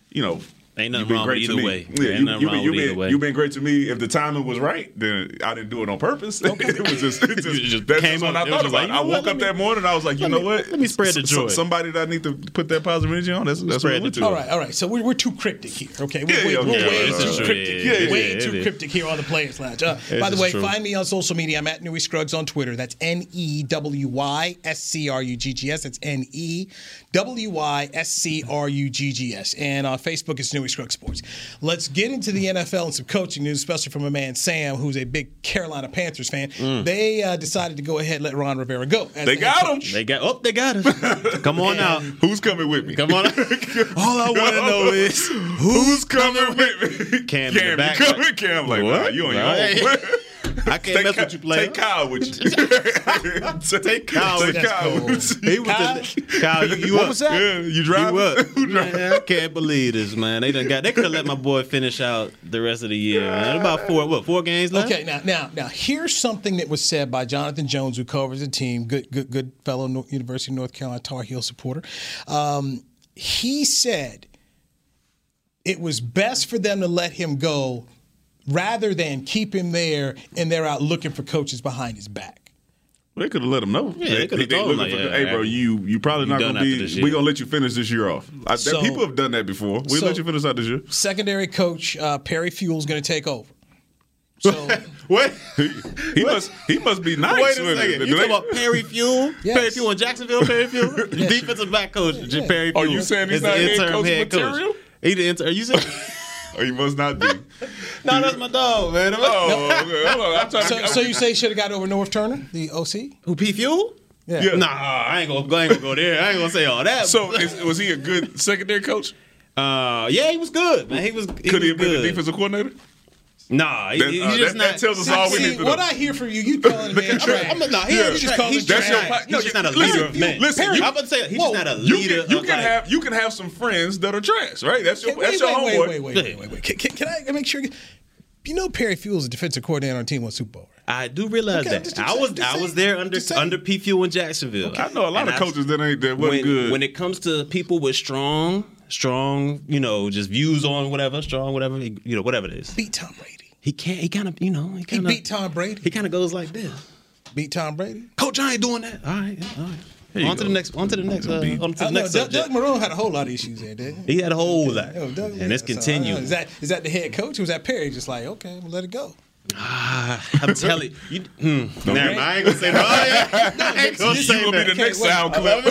[SPEAKER 5] you know.
[SPEAKER 6] Ain't nothing
[SPEAKER 5] You've been
[SPEAKER 6] wrong with
[SPEAKER 5] great to
[SPEAKER 6] either
[SPEAKER 5] me.
[SPEAKER 6] way.
[SPEAKER 5] Yeah,
[SPEAKER 6] Ain't nothing
[SPEAKER 5] you, you,
[SPEAKER 6] wrong
[SPEAKER 5] been, you,
[SPEAKER 6] with either
[SPEAKER 5] been,
[SPEAKER 6] way.
[SPEAKER 5] you been great to me. If the timing was right, then I didn't do it on purpose. (laughs) it was just,
[SPEAKER 6] (laughs)
[SPEAKER 5] it just, that's
[SPEAKER 6] came
[SPEAKER 5] just what
[SPEAKER 6] up-
[SPEAKER 5] I
[SPEAKER 6] it was
[SPEAKER 5] thought
[SPEAKER 6] just like,
[SPEAKER 5] about.
[SPEAKER 6] you
[SPEAKER 5] I
[SPEAKER 6] know what,
[SPEAKER 5] woke
[SPEAKER 6] let
[SPEAKER 5] up
[SPEAKER 6] me-
[SPEAKER 5] that morning. I was like, you
[SPEAKER 6] let
[SPEAKER 5] know
[SPEAKER 6] me-
[SPEAKER 5] what?
[SPEAKER 6] let me spread the
[SPEAKER 5] S- so-
[SPEAKER 6] joy.
[SPEAKER 5] Somebody that I need to put that positive energy on. That's, that's what
[SPEAKER 6] Spread
[SPEAKER 5] I
[SPEAKER 6] the
[SPEAKER 5] went to.
[SPEAKER 6] joy.
[SPEAKER 4] All right, all right. So we're, we're too cryptic here, okay? We're, way-
[SPEAKER 5] yeah,
[SPEAKER 4] we're
[SPEAKER 5] yeah,
[SPEAKER 4] way
[SPEAKER 5] yeah,
[SPEAKER 4] too
[SPEAKER 5] yeah,
[SPEAKER 4] cryptic.
[SPEAKER 5] yeah, yeah,
[SPEAKER 4] way
[SPEAKER 5] yeah,
[SPEAKER 4] too
[SPEAKER 5] it is.
[SPEAKER 4] cryptic here on the Players Lounge. Uh,
[SPEAKER 5] This
[SPEAKER 4] by the
[SPEAKER 5] is
[SPEAKER 4] way,
[SPEAKER 5] true.
[SPEAKER 4] find me on social media. I'm at Newy Scruggs on Twitter. That's N E W Y S C R U G G S. That's N E W Y S C R U G G S. And on Facebook, it's Newy Scruggs Sports. Let's get into the NFL and some coaching news, especially from a man, Sam, who's a big Carolina Panthers fan. They uh, decided to go ahead and let Ron Rivera go. as
[SPEAKER 5] Mm. They
[SPEAKER 4] the
[SPEAKER 5] got
[SPEAKER 4] head
[SPEAKER 5] him.
[SPEAKER 4] coach.
[SPEAKER 6] They got oh, they got (laughs) us. Come on out.
[SPEAKER 5] Who's coming with me? (laughs)
[SPEAKER 6] Come on. out. All I want to know is
[SPEAKER 5] Who's coming with me?
[SPEAKER 6] Cam, in the
[SPEAKER 5] Cam,
[SPEAKER 6] back.
[SPEAKER 5] you coming? Cam, like,
[SPEAKER 6] What?
[SPEAKER 5] nah, you on your
[SPEAKER 6] Nah,
[SPEAKER 5] own.
[SPEAKER 6] I can't
[SPEAKER 5] (laughs) Take
[SPEAKER 6] mess
[SPEAKER 5] Ky-
[SPEAKER 6] with you, player.
[SPEAKER 5] Take Kyle
[SPEAKER 6] (laughs)
[SPEAKER 5] with you. (laughs) take
[SPEAKER 6] Kyle with
[SPEAKER 5] Take
[SPEAKER 6] you.
[SPEAKER 5] Kyle with you.
[SPEAKER 6] He was the, Kyle, you, you
[SPEAKER 5] What
[SPEAKER 6] up?
[SPEAKER 5] was that? Yeah, you driving?
[SPEAKER 6] (laughs) You up?
[SPEAKER 5] Who driving?
[SPEAKER 6] Man, I can't believe this, man. They done got. They could have let my boy finish out the rest of the year. Man, about four. What four games left?
[SPEAKER 4] Okay, now, now, now, here's something that was said by Jonathan Jones, who covers the team, good, good, good fellow Nor- University of North Carolina Tar Heel supporter. Um, he said it was best for them to let him go rather than keep him there and they're out looking for coaches behind his back.
[SPEAKER 5] Well, they could have let him know.
[SPEAKER 6] Yeah, they could've
[SPEAKER 5] they
[SPEAKER 6] told him,
[SPEAKER 5] looking
[SPEAKER 6] like,
[SPEAKER 5] for-
[SPEAKER 6] yeah,
[SPEAKER 5] hey, bro,
[SPEAKER 6] I-
[SPEAKER 5] you you probably
[SPEAKER 6] you
[SPEAKER 5] not
[SPEAKER 6] done
[SPEAKER 5] gonna
[SPEAKER 6] after this
[SPEAKER 5] be.
[SPEAKER 6] year."
[SPEAKER 5] We gonna let you finish this year off. I, that-
[SPEAKER 4] So-
[SPEAKER 5] people have done that before. We
[SPEAKER 4] so-
[SPEAKER 5] let you finish out this year.
[SPEAKER 4] Secondary coach uh, Perry Fuel's going to take over. So,
[SPEAKER 5] (laughs) What? He, he must he must be nice.
[SPEAKER 6] Wait a
[SPEAKER 5] with it.
[SPEAKER 6] second.
[SPEAKER 5] Do
[SPEAKER 6] You
[SPEAKER 5] they-
[SPEAKER 6] talking about Perry
[SPEAKER 5] (laughs)
[SPEAKER 6] Fuel?
[SPEAKER 4] Yes.
[SPEAKER 6] Perry Fuel in Jacksonville. Perry Fuel, defensive back coach Perry
[SPEAKER 5] Are
[SPEAKER 6] Fuel.
[SPEAKER 5] you saying
[SPEAKER 6] is
[SPEAKER 5] he's not
[SPEAKER 6] the
[SPEAKER 5] head
[SPEAKER 6] interim
[SPEAKER 5] coach
[SPEAKER 6] head coach.
[SPEAKER 5] material?
[SPEAKER 6] He the inter- Are you
[SPEAKER 5] (laughs)
[SPEAKER 6] saying?
[SPEAKER 5] Oh, he
[SPEAKER 6] (laughs)
[SPEAKER 5] must not be.
[SPEAKER 6] no, that's my dog, (laughs) man.
[SPEAKER 5] Oh, okay. Hold on. I'm trying
[SPEAKER 4] so,
[SPEAKER 5] to.
[SPEAKER 4] so you say he should have got over North Turner, the OC?
[SPEAKER 6] Who P Fuel?
[SPEAKER 4] Yeah.
[SPEAKER 5] Yeah.
[SPEAKER 6] Nah, I ain't gonna, I ain't gonna go there. I ain't gonna say all that.
[SPEAKER 5] So is, was he a good secondary coach?
[SPEAKER 6] uh, yeah, he was good, man. He was. He
[SPEAKER 5] Could
[SPEAKER 6] was
[SPEAKER 5] he have been
[SPEAKER 6] good.
[SPEAKER 5] the defensive coordinator?
[SPEAKER 6] Nah, he,
[SPEAKER 5] That-
[SPEAKER 6] he-
[SPEAKER 5] uh,
[SPEAKER 6] he's just
[SPEAKER 5] that-
[SPEAKER 6] not.
[SPEAKER 5] that tells us
[SPEAKER 6] Nah,
[SPEAKER 5] all we
[SPEAKER 6] see,
[SPEAKER 5] need to know.
[SPEAKER 4] What I hear from you, you
[SPEAKER 5] (laughs)
[SPEAKER 4] calling
[SPEAKER 5] Look
[SPEAKER 4] man
[SPEAKER 5] at Trey.
[SPEAKER 4] trash.
[SPEAKER 6] I'm not, nah, he
[SPEAKER 5] Yeah.
[SPEAKER 6] yeah, just,
[SPEAKER 5] Just
[SPEAKER 4] call
[SPEAKER 6] he's
[SPEAKER 4] it
[SPEAKER 6] just not,
[SPEAKER 5] trash. That's your-
[SPEAKER 6] he's just not a
[SPEAKER 5] listen,
[SPEAKER 6] leader of
[SPEAKER 5] you-
[SPEAKER 6] men.
[SPEAKER 5] listen, you-
[SPEAKER 6] I'm about to say that he's
[SPEAKER 4] Whoa.
[SPEAKER 6] just not a
[SPEAKER 5] You
[SPEAKER 6] leader.
[SPEAKER 5] can, you
[SPEAKER 6] of
[SPEAKER 5] can
[SPEAKER 6] like,
[SPEAKER 5] have you can have some friends that are trash, right? That's your
[SPEAKER 4] Hey,
[SPEAKER 5] that's your
[SPEAKER 4] wait,
[SPEAKER 5] homeboy.
[SPEAKER 4] wait, wait, wait, wait, wait, wait. Can, can, can I make sure? You know Perry Fuel's a defensive coordinator on Team One Super Bowl. Right?
[SPEAKER 6] I do realize
[SPEAKER 4] Okay,
[SPEAKER 6] that.
[SPEAKER 4] just-
[SPEAKER 6] I
[SPEAKER 4] just
[SPEAKER 6] was
[SPEAKER 4] say-
[SPEAKER 6] I
[SPEAKER 4] just
[SPEAKER 6] was
[SPEAKER 4] say-
[SPEAKER 6] there under
[SPEAKER 4] just say.
[SPEAKER 6] under P Fuel in Jacksonville.
[SPEAKER 5] I know a lot
[SPEAKER 6] And
[SPEAKER 5] of
[SPEAKER 6] I-
[SPEAKER 5] coaches that ain't that
[SPEAKER 6] when,
[SPEAKER 5] wasn't good.
[SPEAKER 6] when it comes to people with strong strong you know just views on whatever strong whatever you know whatever it is.
[SPEAKER 4] Beat Tom Brady.
[SPEAKER 6] He can't. He kind of you know he kind of
[SPEAKER 4] beat Tom Brady.
[SPEAKER 6] He kind of goes like this.
[SPEAKER 4] Beat Tom Brady.
[SPEAKER 6] Coach, I ain't doing that. All right, all right.
[SPEAKER 5] you
[SPEAKER 6] on to
[SPEAKER 5] go.
[SPEAKER 6] the next. On to the next. Uh, on to
[SPEAKER 4] I
[SPEAKER 6] the
[SPEAKER 4] know,
[SPEAKER 6] next
[SPEAKER 4] Doug, Doug
[SPEAKER 6] subject.
[SPEAKER 4] Marone had a whole lot of issues there, didn't he?
[SPEAKER 6] He had a whole lot,
[SPEAKER 4] Oh, Doug-
[SPEAKER 6] and it's
[SPEAKER 4] so, I don't know.
[SPEAKER 6] continuing.
[SPEAKER 4] Is that is that the head coach? Or was that Perry just like okay, I'm gonna let it go?
[SPEAKER 6] (laughs) I'm telling you. you hmm, never mind. I ain't gonna say (laughs) no. I ain't gonna
[SPEAKER 5] you
[SPEAKER 6] say
[SPEAKER 5] will be
[SPEAKER 6] that.
[SPEAKER 5] the next
[SPEAKER 4] wait.
[SPEAKER 5] sound clip.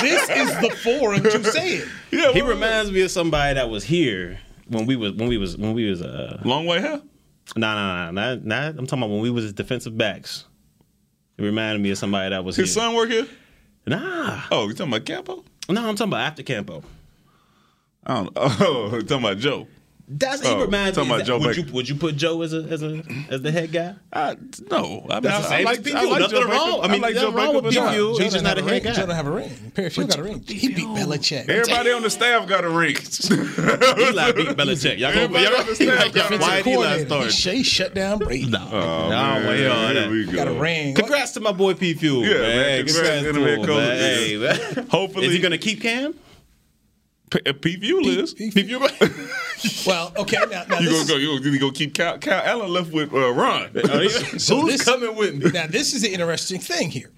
[SPEAKER 4] this is the forum to say it.
[SPEAKER 5] (laughs) yeah,
[SPEAKER 6] He
[SPEAKER 5] well,
[SPEAKER 6] reminds me of somebody that was here when we was when we was when we was uh
[SPEAKER 5] long way hair.
[SPEAKER 6] no no no not, not I'm talking about when we was defensive backs. It reminded me of somebody that was
[SPEAKER 5] His
[SPEAKER 6] here.
[SPEAKER 5] son work here.
[SPEAKER 6] Nah,
[SPEAKER 5] Oh, you talking about Campo?
[SPEAKER 6] no, I'm talking about after Campo.
[SPEAKER 5] I don't know. (laughs) Oh, you talking about Joe?
[SPEAKER 6] That's
[SPEAKER 5] Oh,
[SPEAKER 6] he reminds me.
[SPEAKER 5] talking
[SPEAKER 6] of
[SPEAKER 5] about
[SPEAKER 6] that.
[SPEAKER 5] Joe
[SPEAKER 6] would
[SPEAKER 5] Baker.
[SPEAKER 6] you would you put Joe as a as a as the head guy?
[SPEAKER 5] I, no, I
[SPEAKER 6] That's
[SPEAKER 5] mean,
[SPEAKER 6] the
[SPEAKER 5] I, I
[SPEAKER 6] same
[SPEAKER 5] like
[SPEAKER 6] as
[SPEAKER 5] I
[SPEAKER 6] P.Q.
[SPEAKER 5] like
[SPEAKER 6] Nothing
[SPEAKER 5] Joe
[SPEAKER 6] wrong.
[SPEAKER 5] Baker.
[SPEAKER 6] I mean,
[SPEAKER 5] like Joe
[SPEAKER 6] nothing wrong
[SPEAKER 5] Baker,
[SPEAKER 6] with (laughs)
[SPEAKER 5] but
[SPEAKER 6] P.Q.
[SPEAKER 5] nah.
[SPEAKER 6] He's just
[SPEAKER 4] don't
[SPEAKER 6] not
[SPEAKER 4] have
[SPEAKER 6] a head
[SPEAKER 4] ring.
[SPEAKER 6] guy.
[SPEAKER 4] Joe don't have a ring. Perry Fuel got a ring. He beat Belichick.
[SPEAKER 5] Everybody on the staff got
[SPEAKER 6] (laughs)
[SPEAKER 5] a ring.
[SPEAKER 6] Eli beat
[SPEAKER 5] (laughs)
[SPEAKER 6] Belichick. Y'all gonna
[SPEAKER 5] Everybody
[SPEAKER 6] y'all
[SPEAKER 5] understand
[SPEAKER 6] gonna-
[SPEAKER 5] that.
[SPEAKER 6] why
[SPEAKER 4] Defensive
[SPEAKER 6] did Eli
[SPEAKER 4] coordinator.
[SPEAKER 6] start?
[SPEAKER 4] He, sh- he shut down Brady.
[SPEAKER 6] No, I
[SPEAKER 5] Oh,
[SPEAKER 6] don't
[SPEAKER 5] man,
[SPEAKER 6] want to hear all
[SPEAKER 5] here
[SPEAKER 6] that.
[SPEAKER 5] we go.
[SPEAKER 4] Got a ring.
[SPEAKER 6] Congrats to my boy P Fuel.
[SPEAKER 5] Yeah, man. Congrats
[SPEAKER 6] Congrats,
[SPEAKER 5] to the
[SPEAKER 6] to
[SPEAKER 5] head
[SPEAKER 6] him,
[SPEAKER 5] coach.
[SPEAKER 6] man. Hey, man.
[SPEAKER 5] Hopefully-
[SPEAKER 6] is he gonna keep Cam?
[SPEAKER 5] P- uh, Pete View is.
[SPEAKER 4] Pete
[SPEAKER 5] Pete View.
[SPEAKER 6] (laughs)
[SPEAKER 4] Well, okay, now, now
[SPEAKER 5] (laughs) You
[SPEAKER 4] this
[SPEAKER 5] gonna
[SPEAKER 4] is-
[SPEAKER 5] go? You gonna, you gonna keep Cal, Cal Allen left with
[SPEAKER 6] (laughs)
[SPEAKER 5] uh, Ron?
[SPEAKER 6] Oh,
[SPEAKER 5] (laughs)
[SPEAKER 4] So
[SPEAKER 6] Who's
[SPEAKER 4] this-
[SPEAKER 6] coming with me?
[SPEAKER 4] Now, this is the interesting thing here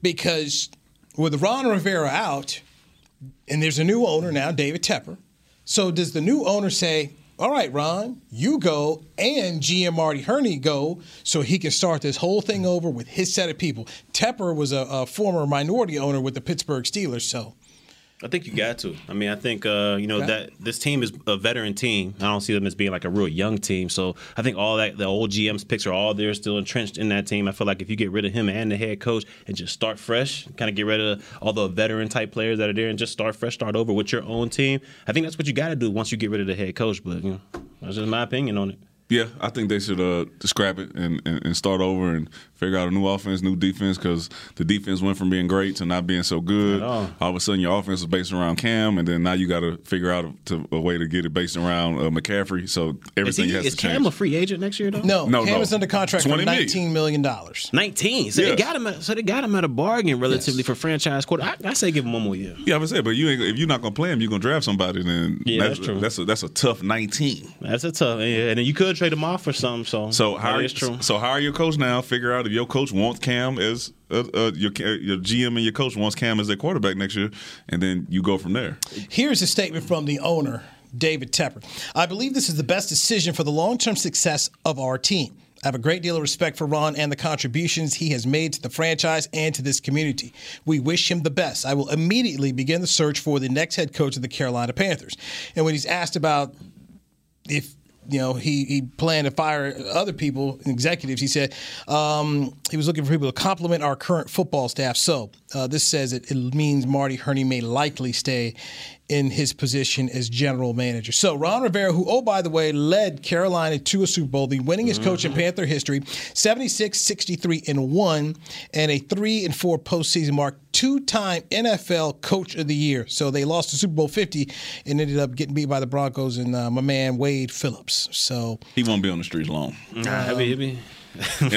[SPEAKER 4] because with Ron Rivera out, and there's a new owner now, David Tepper. So, does the new owner say, All right, Ron, you go and GM Marty Herney go so he can start this whole thing over with his set of people? Tepper was a, a former minority owner with the Pittsburgh Steelers, so.
[SPEAKER 6] I think you got to. I mean, I think uh, you know
[SPEAKER 4] Okay.
[SPEAKER 6] that this team is a veteran team. I don't see them as being like a real young team. So I think all that the old GM's picks are all there, still entrenched in that team. I feel like if you get rid of him and the head coach and just start fresh, kind of get rid of all the veteran type players that are there and just start fresh, start over with your own team. I think that's what you got to do once you get rid of the head coach. But you know, that's just my opinion on it.
[SPEAKER 5] Yeah, I think they should uh, scrap it and, and, and start over and figure out a new offense, new defense, because the defense went from being great to not being so good.
[SPEAKER 6] At all.
[SPEAKER 5] all of a sudden, your offense is based around Cam, and then now you got to figure out a, to, a way to get it based around uh, McCaffrey. So
[SPEAKER 6] Is,
[SPEAKER 5] everything
[SPEAKER 6] he,
[SPEAKER 5] has
[SPEAKER 6] is
[SPEAKER 5] to change.
[SPEAKER 6] Cam a free agent next year, though?
[SPEAKER 4] No,
[SPEAKER 5] No,
[SPEAKER 4] Cam
[SPEAKER 5] no.
[SPEAKER 4] is under contract for
[SPEAKER 5] 20 million.
[SPEAKER 4] nineteen million dollars.
[SPEAKER 6] 19. So
[SPEAKER 5] Yeah.
[SPEAKER 6] they got him. At, so they got him at a bargain relatively for franchise quarter. I, I say give him one more year.
[SPEAKER 5] Yeah, I would say, but you ain't, if you're not gonna play him, you're gonna draft somebody. Then
[SPEAKER 6] Yeah, that's true.
[SPEAKER 5] That's a, that's a tough 19.
[SPEAKER 6] That's a tough. Yeah, and then you could trade him off for some. So
[SPEAKER 5] So hire
[SPEAKER 6] that is true.
[SPEAKER 5] So hire your coach now. Figure out if your coach wants Cam as uh, uh, your ca- your GM and your coach wants Cam as their quarterback next year, and then you go from there.
[SPEAKER 4] Here's a statement from the owner, David Tepper. I believe this is the best decision for the long term success of our team. I have a great deal of respect for Ron and the contributions he has made to the franchise and to this community. We wish him the best. I will immediately begin the search for the next head coach of the Carolina Panthers. And when he's asked about if you know he he planned to fire other people executives he said um, he was looking for people to complement our current football staff so uh, this says it, it means marty herney may likely stay in his position as general manager so ron rivera who oh by the way led carolina to a super bowl the winningest coach
[SPEAKER 6] Mm-hmm.
[SPEAKER 4] in panther history 76 63 and 1 and a 3 and 4 postseason mark two-time NFL Coach of the Year. So they lost to Super Bowl 50 and ended up getting beat by the Broncos and uh, my man Wade Phillips. So
[SPEAKER 5] He won't be on the streets (laughs) long.
[SPEAKER 6] Nah, he'll be- he'll be-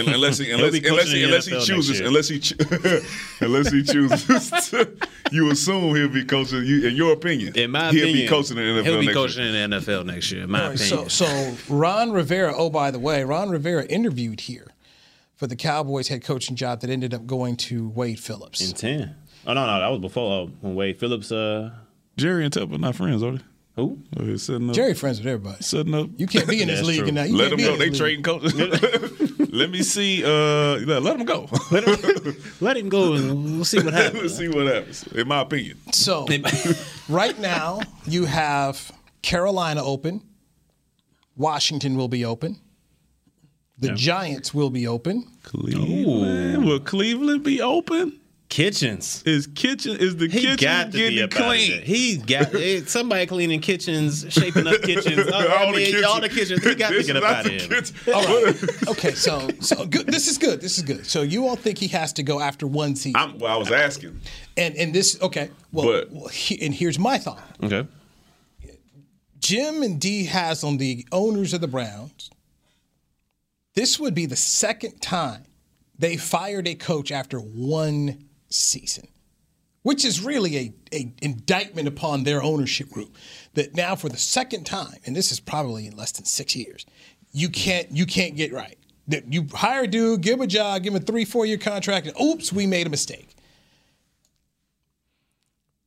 [SPEAKER 5] Un- unless he
[SPEAKER 6] He'll
[SPEAKER 5] unless,
[SPEAKER 6] be coaching
[SPEAKER 5] unless,
[SPEAKER 6] the NFL
[SPEAKER 5] he, unless he
[SPEAKER 6] next
[SPEAKER 5] chooses
[SPEAKER 6] year.
[SPEAKER 5] unless he cho- (laughs) unless he chooses (laughs) to, you assume he'll be coaching you in your opinion
[SPEAKER 6] in my
[SPEAKER 5] he'll
[SPEAKER 6] opinion,
[SPEAKER 5] be coaching in the NFL
[SPEAKER 6] He'll be
[SPEAKER 5] next
[SPEAKER 6] coaching
[SPEAKER 5] year.
[SPEAKER 6] in the NFL next year. in My
[SPEAKER 4] so
[SPEAKER 6] opinion.
[SPEAKER 4] so Ron Rivera, oh by the way, Ron Rivera interviewed here for the Cowboys head coaching job that ended up going to Wade Phillips.
[SPEAKER 6] in ten. Oh no, no, that was before uh, when Wade Phillips. Uh,
[SPEAKER 5] Jerry and Tepper not friends are they?
[SPEAKER 6] who?
[SPEAKER 5] Or he's setting up
[SPEAKER 4] Jerry friends with everybody.
[SPEAKER 5] setting up.
[SPEAKER 4] You can't be in this
[SPEAKER 6] That's
[SPEAKER 4] league
[SPEAKER 6] true.
[SPEAKER 4] and now you can't
[SPEAKER 5] let them
[SPEAKER 4] be
[SPEAKER 5] go.
[SPEAKER 4] in
[SPEAKER 5] They
[SPEAKER 4] this
[SPEAKER 5] trading coaches. (laughs) let me see. Uh, let, let them go.
[SPEAKER 6] Let him go. and We'll see what
[SPEAKER 5] Let's
[SPEAKER 6] happens.
[SPEAKER 5] see what happens. In my opinion,
[SPEAKER 4] league.
[SPEAKER 5] (laughs)
[SPEAKER 4] So right now you have Carolina open, Washington will be open, the Giants will be open.
[SPEAKER 5] Cleveland will Cleveland be open?
[SPEAKER 6] (laughs) Kitchens.
[SPEAKER 5] Is kitchen is the
[SPEAKER 6] He
[SPEAKER 5] kitchen
[SPEAKER 6] got to be
[SPEAKER 5] getting
[SPEAKER 6] up out of
[SPEAKER 5] clean?
[SPEAKER 6] there.
[SPEAKER 5] (laughs)
[SPEAKER 6] He got it, somebody cleaning kitchens, shaping up kitchens. All, I mean, all the kitchens. He got to
[SPEAKER 5] This
[SPEAKER 6] get
[SPEAKER 5] is
[SPEAKER 6] up
[SPEAKER 5] not
[SPEAKER 6] out
[SPEAKER 5] the
[SPEAKER 6] of here. Oh.
[SPEAKER 5] kitchen. (laughs)
[SPEAKER 4] Okay, so so good. This is good. This is good. So you all think he has to go after one season,
[SPEAKER 5] I'm, well, I was asking.
[SPEAKER 4] and and this okay. Well,
[SPEAKER 5] But-
[SPEAKER 4] well, he, and here's my thought:
[SPEAKER 6] Okay.
[SPEAKER 4] Jim and Dee Haslam, the owners of the Browns, this would be the second time they fired a coach after one season, which is really a, a indictment upon their ownership group. That now for the second time, and this is probably in less than six years, you can't you can't get right. That you hire a dude, give him a job, give him a three four year contract, and oops, we made a mistake.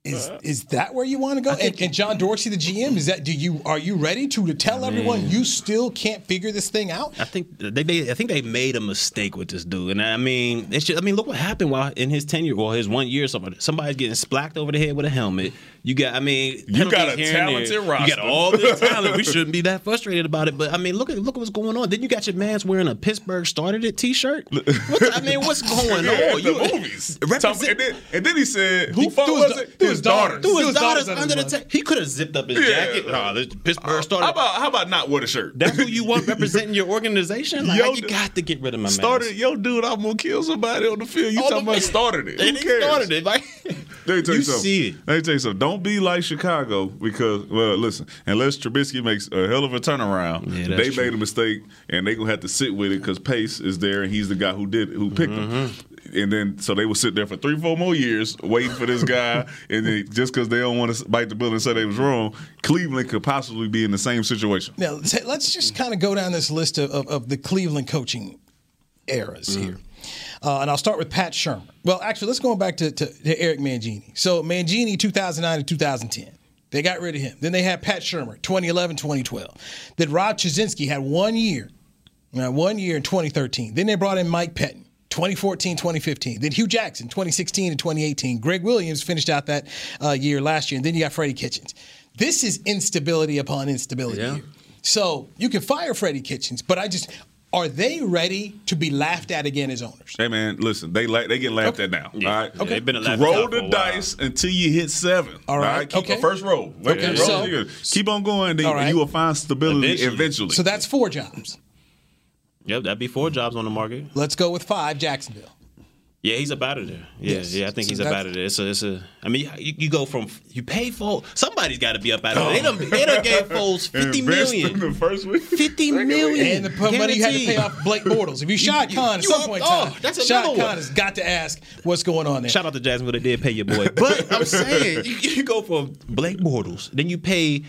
[SPEAKER 4] Is, is that where you want to go? And, and John Dorsey, the GM, is that do you are you ready to, to tell everyone you still can't figure this thing out?
[SPEAKER 6] I think they, they I think they made a mistake with this dude, and I mean, it's just, I mean, look what happened while in his tenure, well, his one year, somebody somebody's getting splacked over the head with a helmet. You got, I mean,
[SPEAKER 5] You got a
[SPEAKER 6] penalties here and there.
[SPEAKER 5] talented
[SPEAKER 6] You
[SPEAKER 5] roster.
[SPEAKER 6] got all
[SPEAKER 5] (laughs)
[SPEAKER 6] this talent. We shouldn't be that frustrated about it, but I mean, look at look what's going on. Then you got your man's wearing a Pittsburgh started it T-shirt. What's, I
[SPEAKER 5] (laughs)
[SPEAKER 6] mean, what's going
[SPEAKER 5] Yeah,
[SPEAKER 6] on?
[SPEAKER 5] the
[SPEAKER 6] You-
[SPEAKER 5] movies.
[SPEAKER 6] (laughs)
[SPEAKER 5] Tom-
[SPEAKER 6] Represent,
[SPEAKER 5] and, then, and then he said, "Who
[SPEAKER 4] He
[SPEAKER 5] fought
[SPEAKER 4] threw his
[SPEAKER 5] was
[SPEAKER 4] da-
[SPEAKER 5] it?
[SPEAKER 4] threw his daughter.
[SPEAKER 6] threw
[SPEAKER 4] Threw
[SPEAKER 6] his
[SPEAKER 4] his daughters under
[SPEAKER 6] daughters under the (laughs)
[SPEAKER 4] the
[SPEAKER 6] ta- He could have zipped up his
[SPEAKER 5] Yeah.
[SPEAKER 6] jacket. Nah, this Pittsburgh started.
[SPEAKER 5] How about how about not wear the shirt?
[SPEAKER 6] That's who you want representing your organization. Like,
[SPEAKER 5] Yo,
[SPEAKER 6] you got to get rid of my man.
[SPEAKER 5] started yo dude. I'm gonna kill somebody on the field. You
[SPEAKER 6] On
[SPEAKER 5] talking
[SPEAKER 6] the
[SPEAKER 5] about
[SPEAKER 6] field.
[SPEAKER 5] started it?
[SPEAKER 6] And
[SPEAKER 5] Who
[SPEAKER 6] he
[SPEAKER 5] cares?
[SPEAKER 6] started it. Like,
[SPEAKER 5] Let me tell you,
[SPEAKER 6] You
[SPEAKER 5] something.
[SPEAKER 6] see it.
[SPEAKER 5] Let me tell you something. Don't be like Chicago because, well, listen, unless Trubisky makes a hell of a turnaround,
[SPEAKER 6] Yeah, that's
[SPEAKER 5] they
[SPEAKER 6] true.
[SPEAKER 5] made a mistake and they gonna have to sit with it because Pace is there and he's the guy who did who picked him.
[SPEAKER 6] Mm-hmm.
[SPEAKER 5] And then so they will sit there for three, four more years waiting for this guy. and then just because they don't want to bite the bullet and say they was wrong, Cleveland could possibly be in the same situation.
[SPEAKER 4] Now, let's- let's just kind of go down this list of, of, of the Cleveland coaching eras here. Uh, and I'll start with Pat Shermer. Well, actually, let's go back to, to, to Eric Mangini. So, Mangini, 2009 to 2010. They got rid of him. Then they had Pat Shermer, 2011, 2012. Then Rob Chazinski had one year, uh, one year in 2013. Then they brought in Mike Pettin. 2014, 2015. Then Hugh Jackson, 2016 and 2018. Greg Williams finished out that uh, year last year. And then you got Freddie Kitchens. This is instability upon instability
[SPEAKER 6] Yeah.
[SPEAKER 4] here. So you can fire Freddie Kitchens, but I just are they ready to be laughed at again as owners?
[SPEAKER 5] Hey man, listen, they like they get laughed
[SPEAKER 4] Okay.
[SPEAKER 5] at now.
[SPEAKER 6] Yeah.
[SPEAKER 5] All right,
[SPEAKER 6] Yeah, they've been laughed
[SPEAKER 5] roll
[SPEAKER 6] at for a
[SPEAKER 5] the
[SPEAKER 6] while.
[SPEAKER 5] dice until you hit seven.
[SPEAKER 4] All right,
[SPEAKER 5] keep
[SPEAKER 4] okay.
[SPEAKER 5] the first roll.
[SPEAKER 4] Okay,
[SPEAKER 5] Keep
[SPEAKER 4] so-
[SPEAKER 5] rolling. keep on going, then
[SPEAKER 4] All right.
[SPEAKER 5] you will find stability
[SPEAKER 6] Eventually.
[SPEAKER 5] eventually.
[SPEAKER 4] So that's four jobs.
[SPEAKER 6] Yep, that'd be four jobs on the market.
[SPEAKER 4] Let's go with five, Jacksonville.
[SPEAKER 6] Yeah, he's about it there. Yeah,
[SPEAKER 4] Yes.
[SPEAKER 6] yeah, I think
[SPEAKER 4] So
[SPEAKER 6] he's
[SPEAKER 4] that's-
[SPEAKER 6] about it there. It's a, it's a. I mean, you, you go from you pay for somebody's got to be up out of there. They done, they done gave Foles fifty
[SPEAKER 5] Oh. (laughs) Invest
[SPEAKER 6] million.
[SPEAKER 5] in the
[SPEAKER 6] (laughs)
[SPEAKER 5] first week.
[SPEAKER 6] Fifty million.
[SPEAKER 4] And the p- money you had to pay off Blake Bortles. If you shot Khan at
[SPEAKER 6] (laughs) you
[SPEAKER 4] some
[SPEAKER 6] are-
[SPEAKER 4] point in
[SPEAKER 6] oh,
[SPEAKER 4] time,
[SPEAKER 6] that's
[SPEAKER 4] Shot
[SPEAKER 6] another
[SPEAKER 4] Khan
[SPEAKER 6] one.
[SPEAKER 4] has got to ask what's going on there.
[SPEAKER 6] Shout out to Jasmine, they did pay your boy.
[SPEAKER 5] (laughs)
[SPEAKER 6] But I'm saying you, you go from Blake Bortles, then you pay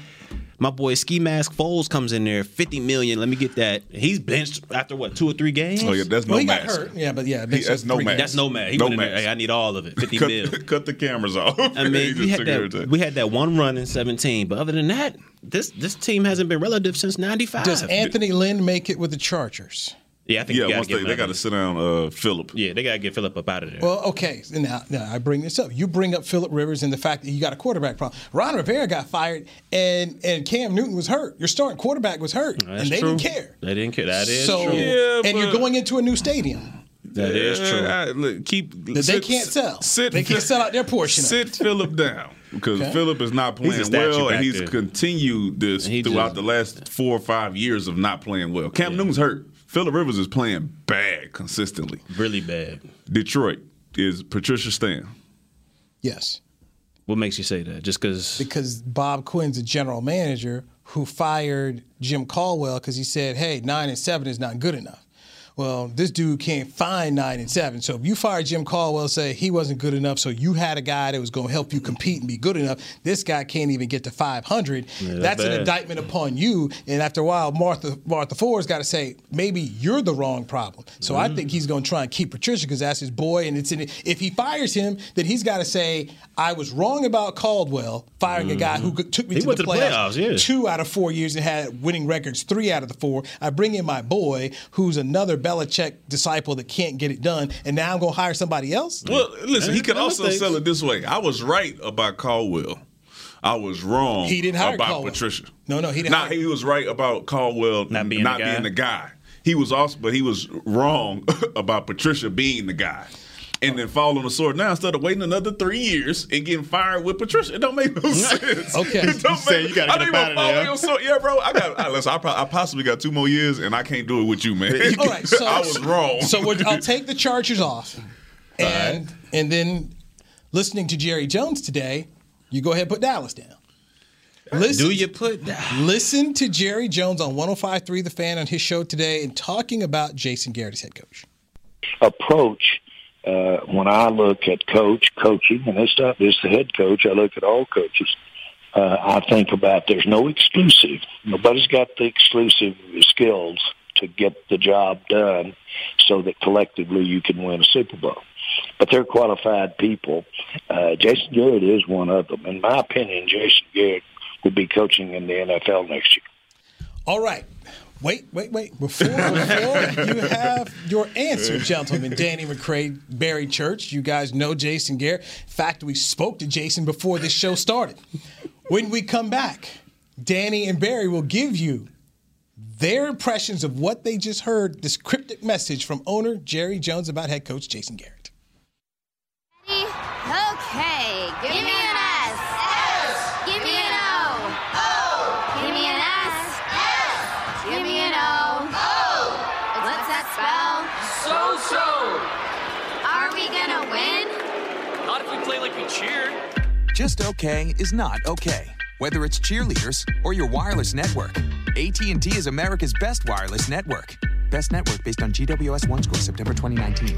[SPEAKER 6] my boy Ski Mask Foles comes in there, fifty million. Let me get that. He's benched after what two or three games.
[SPEAKER 5] Oh yeah, that's no
[SPEAKER 4] well, he
[SPEAKER 5] mask.
[SPEAKER 4] got hurt. Yeah, but yeah,
[SPEAKER 5] He- that's no mask.
[SPEAKER 6] That's no man. He
[SPEAKER 5] No
[SPEAKER 6] went in there,
[SPEAKER 5] mask.
[SPEAKER 6] hey, I need all of it.
[SPEAKER 5] (laughs)
[SPEAKER 6] Fifty mil.
[SPEAKER 5] Cut, cut the cameras off.
[SPEAKER 6] I mean,
[SPEAKER 5] (laughs) He
[SPEAKER 6] we
[SPEAKER 5] just
[SPEAKER 6] had,
[SPEAKER 5] took
[SPEAKER 6] that,
[SPEAKER 5] everything.
[SPEAKER 6] we had that one run in 17, but other than that, this this team hasn't been relative since 95.
[SPEAKER 4] Does Anthony Lynn make it with the Chargers?
[SPEAKER 6] yeah, I think
[SPEAKER 5] yeah,
[SPEAKER 6] you gotta
[SPEAKER 5] once
[SPEAKER 6] get
[SPEAKER 5] they, they got to sit down, uh, Philip.
[SPEAKER 6] Yeah, they got to get Philip up out of there.
[SPEAKER 4] Well, okay. so Now, now I bring this up. You bring up Philip Rivers and the fact that you got a quarterback problem. Ron Rivera got fired, and and Cam Newton was hurt. Your starting quarterback was hurt,
[SPEAKER 6] That's
[SPEAKER 4] and they
[SPEAKER 6] true.
[SPEAKER 4] didn't care.
[SPEAKER 6] They didn't care. That is
[SPEAKER 4] so,
[SPEAKER 6] true.
[SPEAKER 5] Yeah,
[SPEAKER 4] and you're
[SPEAKER 5] but-
[SPEAKER 4] going into a new stadium.
[SPEAKER 6] That is true.
[SPEAKER 5] Yeah, I- look, keep
[SPEAKER 4] That they can't sell.
[SPEAKER 5] Sit,
[SPEAKER 4] They can't sell out their portion of
[SPEAKER 5] Sit
[SPEAKER 4] (laughs)
[SPEAKER 5] Philip down because
[SPEAKER 4] Okay.
[SPEAKER 5] Philip is not
[SPEAKER 6] He's a
[SPEAKER 5] playing
[SPEAKER 6] statue
[SPEAKER 5] well,
[SPEAKER 6] back
[SPEAKER 5] and he's
[SPEAKER 6] there.
[SPEAKER 5] continued this
[SPEAKER 6] He
[SPEAKER 5] throughout
[SPEAKER 6] just-
[SPEAKER 5] the last four or five years of not playing well. Cam Newton's hurt. Philip Rivers is playing bad consistently.
[SPEAKER 6] really bad.
[SPEAKER 5] Detroit is Patricia Stan.
[SPEAKER 4] Yes,
[SPEAKER 6] What makes you say that? Just because
[SPEAKER 4] because Bob Quinn's a general manager who fired Jim Caldwell because he said, "Hey, nine and seven is not good enough." Well, this dude can't find nine and seven. So if you fire Jim Caldwell, say he wasn't good enough, so you had a guy that was going to help you compete and be good enough. This guy can't even get to 500. that's an
[SPEAKER 6] bad.
[SPEAKER 4] indictment upon you. And after a while, Martha Martha Ford's got to say maybe you're the wrong problem. So I think he's going to try and keep Patricia because that's his boy. And it's in, if he fires him, then he's got to say I was wrong about Caldwell firing a guy who took me
[SPEAKER 6] Mm-hmm. He
[SPEAKER 4] to,
[SPEAKER 6] went
[SPEAKER 4] the
[SPEAKER 6] to the
[SPEAKER 4] playoffs,
[SPEAKER 6] playoffs, yeah.
[SPEAKER 4] two out of four years and had winning records, three out of the four. I bring in my boy, who's another Belichick disciple that can't get it done, and now I'm going to hire somebody else.
[SPEAKER 5] Well, listen, he
[SPEAKER 6] And
[SPEAKER 5] could
[SPEAKER 6] no
[SPEAKER 5] also
[SPEAKER 6] mistakes.
[SPEAKER 5] sell it this way. I was right about Caldwell. I was wrong
[SPEAKER 4] He didn't hire
[SPEAKER 5] about
[SPEAKER 4] Caldwell.
[SPEAKER 5] Patricia.
[SPEAKER 4] No, no, he didn't
[SPEAKER 5] Nah,
[SPEAKER 4] hire-
[SPEAKER 5] he was right about Caldwell
[SPEAKER 6] Not being the guy.
[SPEAKER 5] being the guy. He was also, but he was wrong (laughs) about Patricia being the guy. And then fall on the sword now instead of waiting another three years and getting fired with Patricia. It don't make
[SPEAKER 4] (laughs)
[SPEAKER 5] no sense.
[SPEAKER 4] Okay.
[SPEAKER 5] It don't
[SPEAKER 6] You say
[SPEAKER 5] make-
[SPEAKER 6] you gotta get
[SPEAKER 5] I
[SPEAKER 6] up
[SPEAKER 5] don't even
[SPEAKER 6] out of there.
[SPEAKER 5] fall on the sword. Yeah, bro. I got. I, listen, I, prob- I possibly got two more years, and I can't do it with you, man.
[SPEAKER 4] (laughs) All right, so
[SPEAKER 5] (laughs) I was wrong.
[SPEAKER 4] So oh, we're,
[SPEAKER 5] (laughs)
[SPEAKER 4] I'll take the Chargers off, and and then listening to Jerry Jones today, you go ahead and put Dallas down. Listen,
[SPEAKER 6] do you put that?
[SPEAKER 4] listen to Jerry Jones on 105.3 The Fan on his show today and talking about Jason Garrett as head coach.
[SPEAKER 14] approach uh, when I look at coach coaching, and it's not just the head coach. I look at all coaches. Uh, I think about there's no exclusive. Nobody's got the exclusive skills to get the job done, so that collectively you can win a Super Bowl. But they're qualified people. Uh, Jason Garrett is one of them. In my opinion, Jason Garrett will be coaching in the NFL next year.
[SPEAKER 4] All right. Wait, wait, wait. Before, before you have your answer, gentlemen, Danny McCray, Barry Church, you guys know Jason Garrett. In fact, we spoke to Jason before this show started. When we come back, Danny and Barry will give you their impressions of what they just heard this cryptic message from owner Jerry Jones about head coach Jason Garrett.
[SPEAKER 11] Okay, give, me, an S. S. Give me an O. O. Give me an S. S. Give me an O. O. What's that spell?
[SPEAKER 12] So so.
[SPEAKER 11] Are we gonna win?
[SPEAKER 12] Not if we play like we cheer.
[SPEAKER 13] Just okay is not okay. Whether it's cheerleaders or your wireless network, AT&T is America's best wireless network. Best network based on GWS One score September 2019.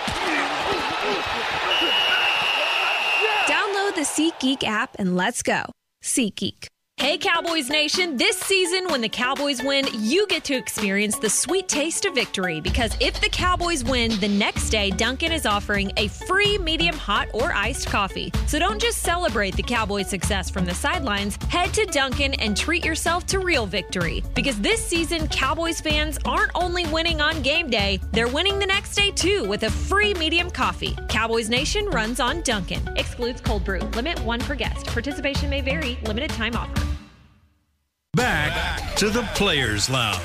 [SPEAKER 9] the SeatGeek app and let's go. SeatGeek.
[SPEAKER 15] Hey, Cowboys Nation, this season when the Cowboys win, you get to experience the sweet taste of victory because if the Cowboys win, the next day Duncan is offering a free medium hot or iced coffee. So don't just celebrate the Cowboys' success from the sidelines, head to Duncan and treat yourself to real victory because this season, Cowboys fans aren't only winning on game day, they're winning the next day too with a free medium coffee. Cowboys Nation runs on Duncan, excludes cold brew, limit one per guest. Participation may vary, limited time offer.
[SPEAKER 3] Back to the Players Lounge.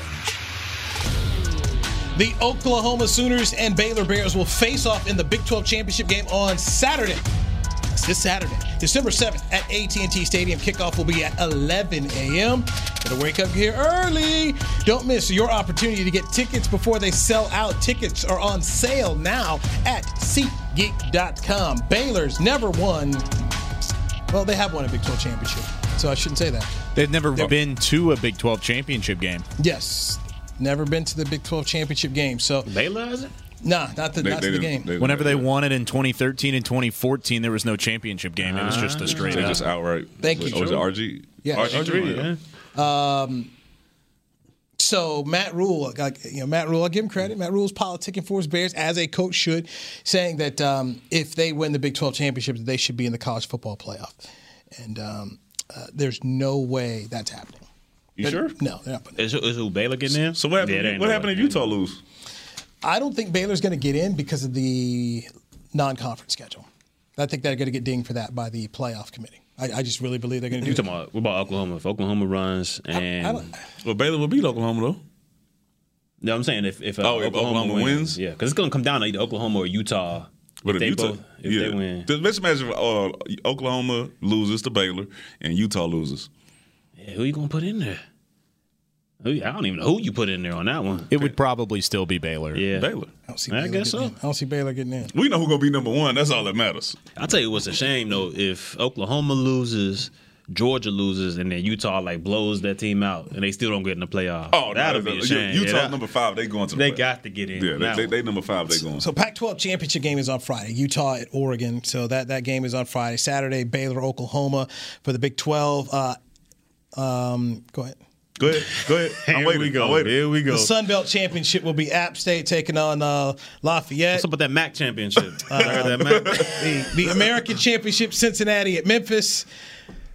[SPEAKER 4] The Oklahoma Sooners and Baylor Bears will face off in the Big 12 Championship game on Saturday. That's this Saturday, December 7th at AT&T Stadium. Kickoff will be at 11 a.m. Better wake up here early. Don't miss your opportunity to get tickets before they sell out. Tickets are on sale now at SeatGeek.com. Baylor's never won. Well, they have won a Big 12 Championship, so I shouldn't say that.
[SPEAKER 16] They've never
[SPEAKER 4] They're-
[SPEAKER 16] been to a Big 12 championship game.
[SPEAKER 4] Yes. Never been to the Big 12 championship game. So
[SPEAKER 6] Baylor has it?
[SPEAKER 4] Nah, not the not the game.
[SPEAKER 16] Whenever they won it in 2013 and 2014, there was no championship game.
[SPEAKER 5] Uh,
[SPEAKER 16] It was just a straight
[SPEAKER 5] They
[SPEAKER 16] up.
[SPEAKER 5] just outright.
[SPEAKER 4] Thank you,
[SPEAKER 5] Oh, was it
[SPEAKER 4] Drew.
[SPEAKER 5] RG?
[SPEAKER 4] Yeah,
[SPEAKER 5] RG3.
[SPEAKER 4] RG3, Um, so Matt Rule, like, you know, Matt Rule, I give him
[SPEAKER 6] Mm.
[SPEAKER 4] credit. Matt Rule's politicking for his Bears as a coach should, saying that um, if they win the Big 12 championship, that they should be in the college football playoff. And um, uh, there's no way that's happening.
[SPEAKER 6] You
[SPEAKER 4] But-
[SPEAKER 6] sure?
[SPEAKER 4] No, they're not.
[SPEAKER 6] Is, is who Baylor getting in? So
[SPEAKER 5] what happened- what happened if Utah lose?
[SPEAKER 4] I don't think Baylor's going to get in because of the non-conference schedule. I think they're going to get dinged for that by the playoff committee. I, I just really believe they're going to do
[SPEAKER 6] You
[SPEAKER 4] it.
[SPEAKER 6] talking about what about Oklahoma? If Oklahoma runs and
[SPEAKER 4] don't-
[SPEAKER 6] well, Baylor will beat Oklahoma though. No, I'm saying if if, uh,
[SPEAKER 5] Oh, if Oklahoma wins?
[SPEAKER 6] yeah, because it's gonna come down to either Oklahoma or Utah.
[SPEAKER 5] But if,
[SPEAKER 6] they
[SPEAKER 5] Utah,
[SPEAKER 6] both- if they
[SPEAKER 5] yeah.
[SPEAKER 6] win,
[SPEAKER 5] Just let's imagine if, uh, Oklahoma loses to Baylor and Utah loses.
[SPEAKER 6] Yeah, who you gonna put in there? Who, I don't even know who you put in there on that one.
[SPEAKER 16] It would probably still be Baylor.
[SPEAKER 6] Yeah,
[SPEAKER 5] Baylor.
[SPEAKER 4] I, don't see
[SPEAKER 6] I
[SPEAKER 4] Baylor
[SPEAKER 6] guess
[SPEAKER 4] getting
[SPEAKER 6] so.
[SPEAKER 4] in. I don't see Baylor getting in.
[SPEAKER 5] We know who's gonna be number one. That's all that matters.
[SPEAKER 6] I'll tell you what's a shame though. If Oklahoma loses, Georgia loses, and then Utah like blows that team out, and they still don't get in the playoff.
[SPEAKER 5] Oh,
[SPEAKER 6] that'll
[SPEAKER 5] no,
[SPEAKER 6] be a
[SPEAKER 5] no,
[SPEAKER 6] shame.
[SPEAKER 5] Utah
[SPEAKER 6] Yeah, that-
[SPEAKER 5] number five. They going to. The
[SPEAKER 6] They
[SPEAKER 5] playoff.
[SPEAKER 6] got to get in.
[SPEAKER 5] Yeah,
[SPEAKER 6] That
[SPEAKER 5] they, they,
[SPEAKER 6] one.
[SPEAKER 5] they number five. They going.
[SPEAKER 4] So Pac-12 championship game is on Friday. Utah at Oregon. So that that game is on Friday. Saturday, Baylor, Oklahoma for the Big 12. Uh, um, go ahead.
[SPEAKER 5] Go ahead.
[SPEAKER 6] (laughs)
[SPEAKER 5] Go ahead. I'm waiting. We go. I'm waiting. Here we
[SPEAKER 4] The Sun Belt Championship will be App State taking on uh, Lafayette. What's
[SPEAKER 6] up with that MAC
[SPEAKER 5] (laughs)
[SPEAKER 6] championship? I heard that
[SPEAKER 4] the, the American Championship, Cincinnati at Memphis.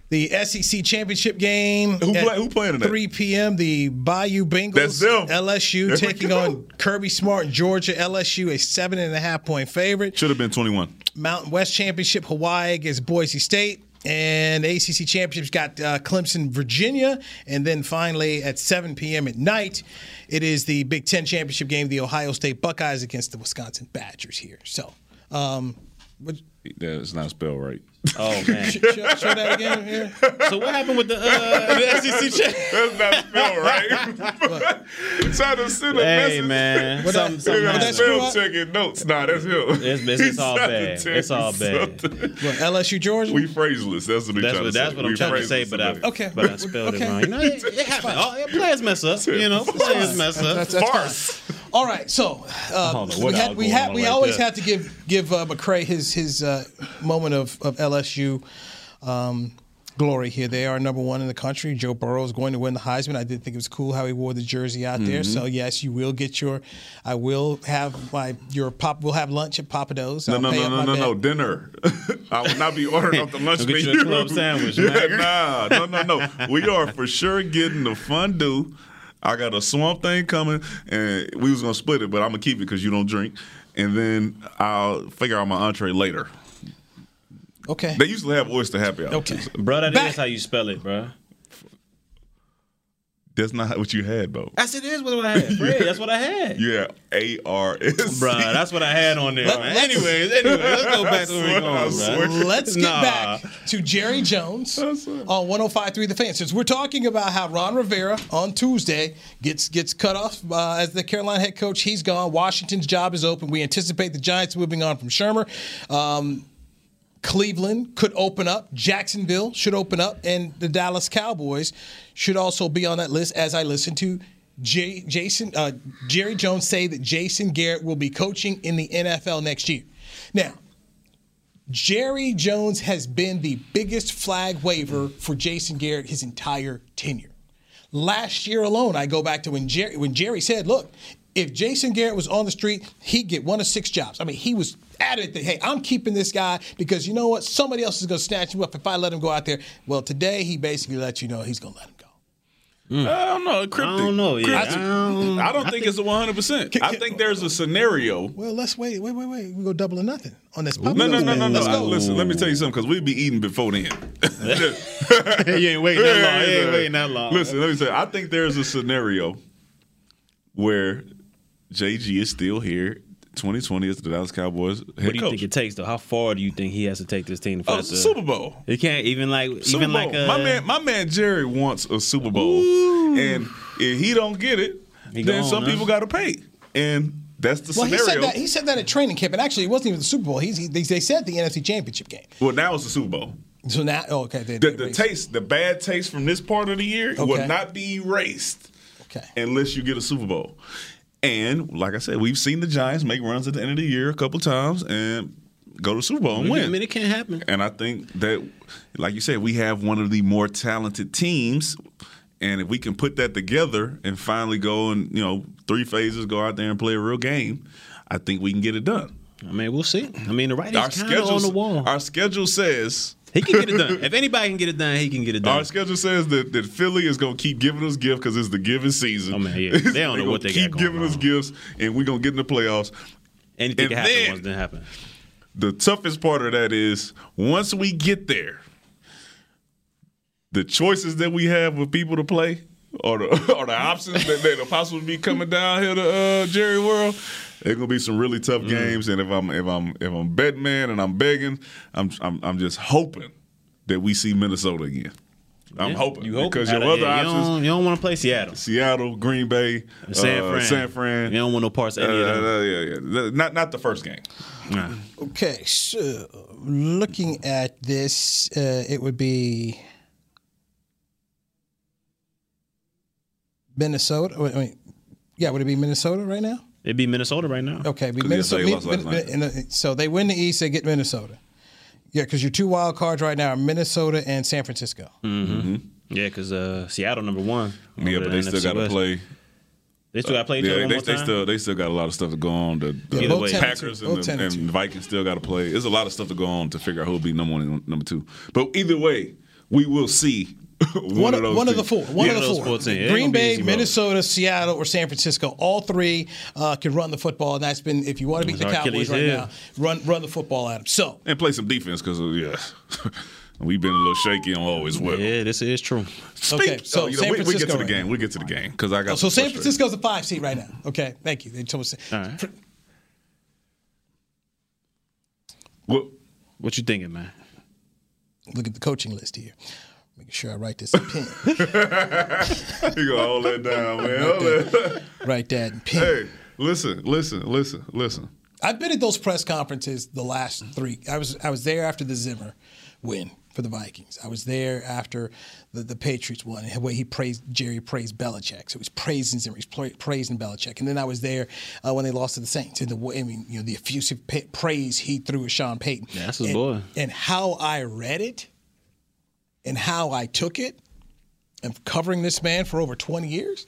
[SPEAKER 4] The SEC Championship game. Who,
[SPEAKER 5] play- who playing tonight?
[SPEAKER 4] 3 p.m. The Bayou Bengals.
[SPEAKER 5] That's them.
[SPEAKER 4] LSU
[SPEAKER 5] There we
[SPEAKER 4] taking
[SPEAKER 5] go.
[SPEAKER 4] on Kirby Smart and Georgia. LSU a seven and a half point favorite.
[SPEAKER 5] Should have been 21.
[SPEAKER 4] Mountain West Championship, Hawaii against Boise State. And the ACC Championship's got uh, Clemson, Virginia. And then finally at 7 p.m. at night, it is the Big Ten Championship game, the Ohio State Buckeyes against the Wisconsin Badgers here. So, um, what,
[SPEAKER 5] That's not spelled right.
[SPEAKER 6] Oh man.
[SPEAKER 4] show, show that again here.
[SPEAKER 6] So what happened with the, uh,
[SPEAKER 5] (laughs)
[SPEAKER 6] the SEC
[SPEAKER 5] That's not spelled right.
[SPEAKER 6] (laughs)
[SPEAKER 5] Trying to send a
[SPEAKER 6] Hey,
[SPEAKER 5] message. (laughs)
[SPEAKER 6] man. What Something- that- something
[SPEAKER 5] He got
[SPEAKER 6] happened.
[SPEAKER 5] spell checking notes. Nah, that's him.
[SPEAKER 6] It's- it's
[SPEAKER 5] He's
[SPEAKER 6] all
[SPEAKER 5] trying to
[SPEAKER 6] bad.
[SPEAKER 5] tell
[SPEAKER 6] It's
[SPEAKER 5] you
[SPEAKER 6] all bad.
[SPEAKER 5] something.
[SPEAKER 4] LSU Georgia.
[SPEAKER 5] We phraseless. That's what, he
[SPEAKER 6] That's what,
[SPEAKER 5] trying to
[SPEAKER 6] that's
[SPEAKER 5] say.
[SPEAKER 6] what I'm
[SPEAKER 5] We
[SPEAKER 6] trying to say,
[SPEAKER 5] phraseless
[SPEAKER 6] but I,
[SPEAKER 5] today.
[SPEAKER 4] Okay.
[SPEAKER 6] but I spelled it
[SPEAKER 4] Okay.
[SPEAKER 6] wrong. You know, it, it happens. Oh, yeah, players mess up. You know, players mess up.
[SPEAKER 4] That's- that's fine. All right, so uh,
[SPEAKER 6] don't know
[SPEAKER 4] we
[SPEAKER 6] what I
[SPEAKER 4] had
[SPEAKER 6] was
[SPEAKER 4] we
[SPEAKER 6] going
[SPEAKER 4] had
[SPEAKER 6] on
[SPEAKER 4] we
[SPEAKER 6] like
[SPEAKER 4] always
[SPEAKER 6] that.
[SPEAKER 4] have to give give uh, McCray his his uh, moment of of LSU. Um, Glory here. They are number one in the country. Joe Burrow is going to win the Heisman. I did think it was cool how he wore the jersey out there.
[SPEAKER 6] Mm-hmm.
[SPEAKER 5] Mhm.
[SPEAKER 4] So yes, you will get your. I will have my your pop. We'll have lunch at Papa Do's.
[SPEAKER 5] No,
[SPEAKER 4] I'll
[SPEAKER 5] no,
[SPEAKER 4] pay
[SPEAKER 5] no,
[SPEAKER 4] up
[SPEAKER 5] no,
[SPEAKER 4] my
[SPEAKER 5] no,
[SPEAKER 4] bet.
[SPEAKER 5] no, dinner. (laughs) I will not be ordering off the lunch
[SPEAKER 6] Go
[SPEAKER 5] menu.
[SPEAKER 6] get you a club
[SPEAKER 5] (laughs)
[SPEAKER 6] sandwich,
[SPEAKER 5] yeah,
[SPEAKER 6] man.
[SPEAKER 5] nah, no, no, no. We are for sure getting the fondue. I got a swamp thing coming, and we was gonna split it, but I'm gonna keep it because you don't drink, and then I'll figure out my entree later.
[SPEAKER 4] Okay.
[SPEAKER 5] They used to have oyster happy hour.
[SPEAKER 4] Okay,
[SPEAKER 6] bro, that is how you spell it, bro.
[SPEAKER 5] That's not what you had though.
[SPEAKER 6] That's it is what I had. Fred, that's what I had.
[SPEAKER 5] Yeah, A R (laughs) S.
[SPEAKER 6] Bruh, that's what I had on there, man. Anyways, anyways, let's go back to where we're
[SPEAKER 5] (laughs)
[SPEAKER 6] going, bro.
[SPEAKER 4] Let's get
[SPEAKER 6] Nah.
[SPEAKER 4] back to Jerry Jones on 105.3 The Fan. Since we're talking about how Ron Rivera on Tuesday gets gets cut off uh, as the Carolina head coach, he's gone. Washington's job is open. We anticipate the Giants moving on from Shermer. Um, Cleveland could open up. Jacksonville should open up, and the Dallas Cowboys should also be on that list. As I listen to J- Jason uh, Jerry Jones say that Jason Garrett will be coaching in the NFL next year. Now, Jerry Jones has been the biggest flag waiver for Jason Garrett his entire tenure. Last year alone, I go back to when Jerry when Jerry said, "Look, if Jason Garrett was on the street, he'd get one of six jobs." I mean, he was adamant that, "Hey, I'm keeping this guy because you know what? Somebody else is going to snatch him up if I let him go out there." Well, today he basically let you know he's going to let him go.
[SPEAKER 5] I don't know. Cryptic.
[SPEAKER 4] don't know, yeah.
[SPEAKER 5] Cryptic.
[SPEAKER 4] I
[SPEAKER 5] I
[SPEAKER 4] don't-
[SPEAKER 5] don't, think it's a 100%. I think there's a scenario
[SPEAKER 4] Well, let's wait, wait, wait, wait. We go double or nothing on this.
[SPEAKER 5] No,
[SPEAKER 4] puppy
[SPEAKER 5] no,
[SPEAKER 4] dog,
[SPEAKER 5] no,
[SPEAKER 4] man.
[SPEAKER 5] no, no.
[SPEAKER 4] Let's
[SPEAKER 5] I-
[SPEAKER 4] go.
[SPEAKER 5] Listen, let me tell you something because we'd be eating
[SPEAKER 4] (laughs)
[SPEAKER 5] before then.
[SPEAKER 6] you ain't waiting
[SPEAKER 5] (laughs)
[SPEAKER 6] that long. You ain't waiting that long.
[SPEAKER 5] Listen, let me say, I think there's a scenario where JG is still here. 2020 is the Dallas Cowboys head
[SPEAKER 6] What do you
[SPEAKER 5] coach.
[SPEAKER 6] think it takes though? How far do you think he has to take this team to
[SPEAKER 5] Oh,
[SPEAKER 6] finish the
[SPEAKER 5] Super Bowl.
[SPEAKER 6] It can't even like
[SPEAKER 5] Super
[SPEAKER 6] even
[SPEAKER 5] Bowl.
[SPEAKER 6] like uh, a,
[SPEAKER 5] my man, my man Jerry wants a Super Bowl, and if he don't get it, then
[SPEAKER 6] gone,
[SPEAKER 5] some
[SPEAKER 6] huh?
[SPEAKER 5] people got to pay, and that's the
[SPEAKER 4] Well, he
[SPEAKER 5] scenario.
[SPEAKER 4] said that he said that at training camp, and actually, it wasn't even the Super Bowl. He's, he, they, they said the NFC Championship game.
[SPEAKER 5] well, now it's the Super Bowl.
[SPEAKER 4] So now, oh, okay, they,
[SPEAKER 5] The, the taste, the bad taste from this part of the year
[SPEAKER 4] Okay.
[SPEAKER 5] will not be erased unless you get a Super Bowl. And like I said, we've seen the Giants make runs at the end of the year a couple times and go to the Super Bowl and
[SPEAKER 6] I
[SPEAKER 5] win.
[SPEAKER 6] mean, it can't happen.
[SPEAKER 5] And I think that, like you said, we have one of the more talented teams. And if we can put that together and finally go and, you know, three phases, go out there and play a real game, I think we can get it done.
[SPEAKER 6] I mean, we'll see. I mean, the right is kind of on
[SPEAKER 5] schedule's-
[SPEAKER 6] the wall.
[SPEAKER 5] Our schedule says
[SPEAKER 6] he can get it
[SPEAKER 5] (laughs)
[SPEAKER 6] done. If anybody can get it done, he can get it done.
[SPEAKER 5] Our schedule says that, that Philly is going to keep giving us gifts because it's the giving season. Oh man,
[SPEAKER 6] yeah. They don't know what they got
[SPEAKER 5] keep
[SPEAKER 6] going
[SPEAKER 5] giving us gifts, and we're going to get in the playoffs.
[SPEAKER 6] Anything
[SPEAKER 5] and
[SPEAKER 6] can happen
[SPEAKER 5] then-
[SPEAKER 6] once it happen.
[SPEAKER 5] The toughest part of that is once we get there, the choices that we have with people to play. Or the, (laughs) or the options that that are possibly be coming down here to uh, Jerry World, they're gonna be some really tough
[SPEAKER 6] Mm.
[SPEAKER 5] games. And if I'm if I'm if I'm betting man and I'm begging, I'm I'm, I'm just hoping that we see Minnesota again. I'm
[SPEAKER 6] Yeah,
[SPEAKER 5] hoping
[SPEAKER 6] you hope
[SPEAKER 5] because
[SPEAKER 6] Outta
[SPEAKER 5] your other
[SPEAKER 6] here. You
[SPEAKER 5] options
[SPEAKER 6] don't- You don't, want to play Seattle,
[SPEAKER 5] Seattle, Green Bay,
[SPEAKER 6] San
[SPEAKER 5] uh,
[SPEAKER 6] Fran.
[SPEAKER 5] San Fran.
[SPEAKER 6] You don't want no parts of any of
[SPEAKER 5] Uh,
[SPEAKER 6] them.
[SPEAKER 5] uh, yeah, yeah. Not not the first game.
[SPEAKER 4] Okay, so looking at this, uh, it would be Minnesota. Wait, wait. yeah, would it be Minnesota right now?
[SPEAKER 6] It'd be Minnesota right now.
[SPEAKER 4] Okay, it'd be
[SPEAKER 6] 'Cause yes, they
[SPEAKER 4] Minnesota.
[SPEAKER 6] lost last night.
[SPEAKER 4] and the- so they win the East, they get Minnesota. Yeah, because your two wild cards right now are Minnesota and San Francisco.
[SPEAKER 6] Mm-hmm. Yeah, because uh, Seattle number one.
[SPEAKER 5] Yeah, but they still got to play.
[SPEAKER 6] They still got to play each
[SPEAKER 5] yeah,
[SPEAKER 6] other one
[SPEAKER 5] they,
[SPEAKER 6] more
[SPEAKER 5] they
[SPEAKER 6] time?
[SPEAKER 5] still they still got a lot of stuff to go on. The, the
[SPEAKER 6] Yeah, both way. 10 and
[SPEAKER 5] Packers
[SPEAKER 6] two.
[SPEAKER 5] and,
[SPEAKER 6] Both
[SPEAKER 5] the,
[SPEAKER 6] 10 and
[SPEAKER 5] and Vikings still got to play. There's a lot of stuff to go on to figure out who'll be number one and number two. But either way, we will see (laughs) one,
[SPEAKER 4] One,
[SPEAKER 5] of those.
[SPEAKER 4] one of the
[SPEAKER 5] teams.
[SPEAKER 4] four. One of the four. Green Bay, Minnesota, Seattle, or San Francisco. All three uh, can run the football, and that's been if you want to beat
[SPEAKER 5] Those
[SPEAKER 4] the
[SPEAKER 5] are
[SPEAKER 4] Cowboys
[SPEAKER 5] Achilles
[SPEAKER 4] right
[SPEAKER 5] heel.
[SPEAKER 4] now, run run the football at them. So
[SPEAKER 5] and play some defense because yeah, (laughs) we've been a little shaky on always well.
[SPEAKER 6] Yeah, this is true.
[SPEAKER 4] Okay, so San
[SPEAKER 5] Oh, we, we get
[SPEAKER 4] Francisco
[SPEAKER 5] to the
[SPEAKER 4] right
[SPEAKER 5] game. We get to the game because I got
[SPEAKER 4] so
[SPEAKER 5] some
[SPEAKER 4] San
[SPEAKER 5] frustration.
[SPEAKER 4] Francisco's a five seed right now. Okay, thank you. They told us. Fr-
[SPEAKER 5] What
[SPEAKER 6] what you thinking, man?
[SPEAKER 4] Look at the coaching list here. Making sure I write this in
[SPEAKER 5] (laughs)
[SPEAKER 4] pen.
[SPEAKER 5] (laughs) you gonna hold that down, man.
[SPEAKER 4] Write
[SPEAKER 5] Hold that.
[SPEAKER 4] Write that in pen.
[SPEAKER 5] Hey, listen, listen, listen, listen.
[SPEAKER 4] I've been at those press conferences the last three. I was I was there after the Zimmer win for the Vikings. I was there after the, the Patriots won, and where he praised Jerry praised Belichick. So he was praising Zimmer, he was pra- praising Belichick, and then I was there uh, when they lost to the Saints. And the wa- I mean, you know, the effusive pa- praise he threw at Sean Payton.
[SPEAKER 6] Yeah, that's his
[SPEAKER 4] and,
[SPEAKER 6] boy.
[SPEAKER 4] And how I read it, and how I took it, and covering this man for over twenty years,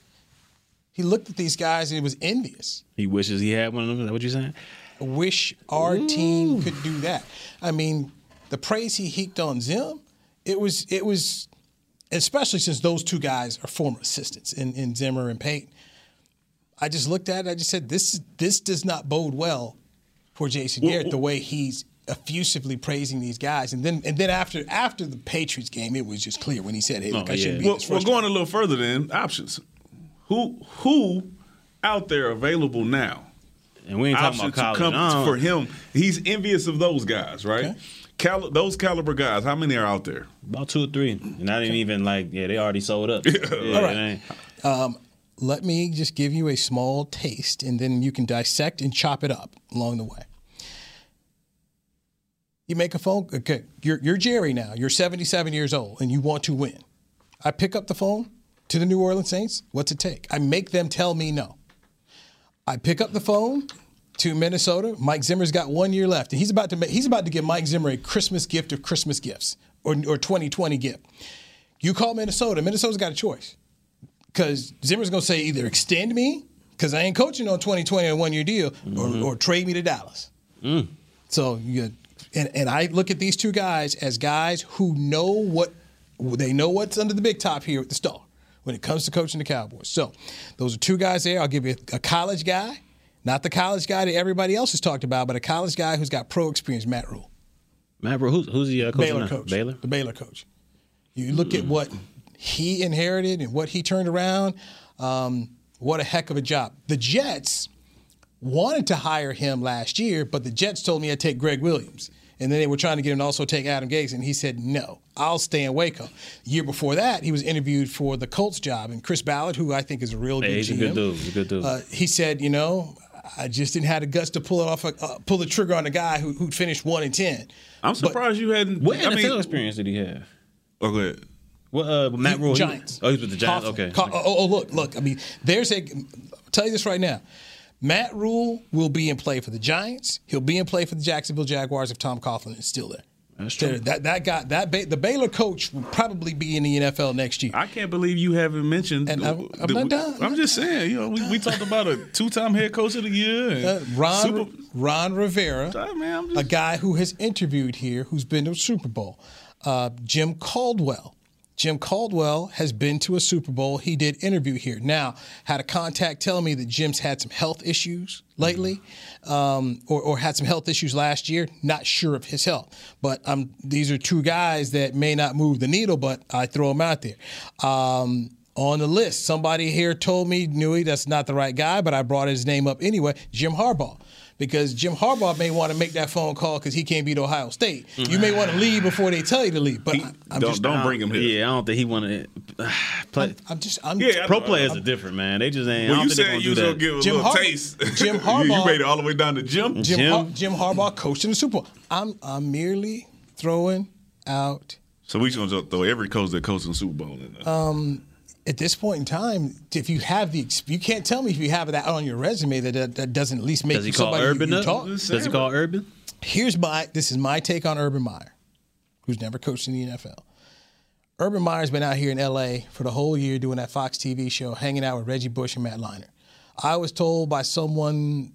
[SPEAKER 4] he looked at these guys and he was envious
[SPEAKER 6] He wishes he had one of them. Is that what you're saying?
[SPEAKER 4] wish our team could do that. I mean, the praise he heaped on Zim, it was it was especially since those two guys are former assistants in, in Zimmer and Payton. I just looked at it, I just said this this does not bode well for Jason Garrett the way he's effusively praising these guys. And then and then after after the Patriots game, it was just clear when he said, Hey, look, I shouldn't be
[SPEAKER 5] Well,
[SPEAKER 4] this
[SPEAKER 5] Oh, well,
[SPEAKER 4] frustrated."
[SPEAKER 5] going a little further then options. Who who out there available now?
[SPEAKER 6] And we ain't talking about college. No.
[SPEAKER 5] for him. He's envious of those guys, right? Cali- those caliber guys. How many are out there?
[SPEAKER 6] About two or three, and I didn't even like. Yeah, they already sold
[SPEAKER 5] (laughs)
[SPEAKER 6] up. Yeah,
[SPEAKER 4] All right.
[SPEAKER 6] it ain't-
[SPEAKER 4] Um, let me just give you a small taste, and then you can dissect and chop it up along the way. You make a phone. Okay, you're, you're Jerry now. You're 77 years old, and you want to win. I pick up the phone to the New Orleans Saints. What's it take? I make them tell me no. I pick up the phone to Minnesota. Mike Zimmer's got one year left, and he's about to make, he's about to give Mike Zimmer a Christmas gift of Christmas gifts or, or 2020 gift. You call Minnesota. Minnesota's got a choice because Zimmer's going to say either extend me because I ain't coaching on 2020 on one year deal, or, or trade me to Dallas. So you and, and I look at these two guys as guys who know what they know what's under the big top here at the star when it comes to coaching the Cowboys. So those are two guys there. I'll give you a, college guy, not the college guy that everybody else has talked about, but a college guy who's got pro experience, Matt Rule,
[SPEAKER 6] Man, bro, who's who's the uh, coach
[SPEAKER 4] Baylor
[SPEAKER 6] now?
[SPEAKER 4] coach,
[SPEAKER 6] Baylor.
[SPEAKER 4] the Baylor coach. You look at what he inherited and what he turned around. Um, what a heck of a job. The Jets wanted to hire him last year, but the Jets told me I'd take Greg Williams. And then they were trying to get him to also take Adam Gase, and he said, no, I'll stay in Waco. Year before that, he was interviewed for the Colts job, and Chris Ballard, who I think is a real good
[SPEAKER 6] Hey, he's a
[SPEAKER 4] GM,
[SPEAKER 6] good dude. He's a good dude.
[SPEAKER 4] uh, he said, you know, I just didn't have the guts to pull it off, uh, pull the trigger on a guy who, who'd finished one and ten.
[SPEAKER 5] I'm surprised you hadn't. oh,
[SPEAKER 6] what NFL experience did he have?
[SPEAKER 5] Okay.
[SPEAKER 6] What uh, Matt Rule? he-
[SPEAKER 4] Giants.
[SPEAKER 6] Oh, he's with the Giants.
[SPEAKER 4] Coughlin.
[SPEAKER 6] Okay.
[SPEAKER 4] Co- oh, oh, look, look. I mean, there's a. I'll tell you this right now. Matt Rule will be in play for the Giants. He'll be in play for the Jacksonville Jaguars if Tom Coughlin is still there. That's true. That that guy that ba- the Baylor coach will probably be in the NFL next year.
[SPEAKER 5] I can't believe you haven't mentioned.
[SPEAKER 4] And I'm- I'm
[SPEAKER 5] the-
[SPEAKER 4] not done.
[SPEAKER 5] I'm just saying, you know, we, we talked about a two-time head coach of the year. And
[SPEAKER 4] Uh, Ron
[SPEAKER 5] Super-
[SPEAKER 4] Ron Rivera,
[SPEAKER 5] man,
[SPEAKER 4] a guy who has interviewed here, who's been to a Super Bowl. Uh, Jim Caldwell. Jim Caldwell has been to a Super Bowl. He did interview here. Now, had a contact tell me that Jim's had some health issues lately, um, or, or had some health issues last year. Not sure of his health, but um, these are two guys that may not move the needle, but I throw them out there. Um, on the list, somebody here told me, Nui, that's not the right guy, but I brought his name up anyway. Jim Harbaugh because Jim Harbaugh may want to make that phone call because he can't beat Ohio State. You may want to leave before they tell you to leave. But I, I'm
[SPEAKER 6] don't
[SPEAKER 4] just
[SPEAKER 6] don't bring him here. Yeah, I don't think he wanted to (sighs) play.
[SPEAKER 4] I'm just I'm
[SPEAKER 6] pro players are different, man. They just ain't. I
[SPEAKER 5] Well,
[SPEAKER 6] don't
[SPEAKER 5] you
[SPEAKER 6] think they're gonna
[SPEAKER 5] said you
[SPEAKER 6] do
[SPEAKER 5] was
[SPEAKER 6] that.
[SPEAKER 5] gonna give a
[SPEAKER 4] Jim
[SPEAKER 5] little
[SPEAKER 4] Har-
[SPEAKER 5] taste.
[SPEAKER 4] Jim
[SPEAKER 5] (laughs) You-
[SPEAKER 4] Harbaugh-
[SPEAKER 5] you made it all the way down to Jim.
[SPEAKER 4] Jim Har- Jim Harbaugh coached in the Super Bowl. I'm I'm merely throwing out.
[SPEAKER 5] So we just gonna throw every coach that coaches in the Super Bowl in there.
[SPEAKER 6] Uh,
[SPEAKER 4] Um, at this point in time, if you have the, ex- you can't tell me if you have that on your resume that that, that doesn't at least make
[SPEAKER 6] Does he
[SPEAKER 4] you
[SPEAKER 6] call
[SPEAKER 4] somebody you-
[SPEAKER 6] Urban
[SPEAKER 4] you
[SPEAKER 6] up?
[SPEAKER 4] talk.
[SPEAKER 6] Does he call Urban?
[SPEAKER 4] Here's my this is my take on Urban Meyer, who's never coached in the NFL. Urban Meyer's been out here in LA for the whole year doing that Fox TV show, hanging out with Reggie Bush and Matt Liner. I was told by someone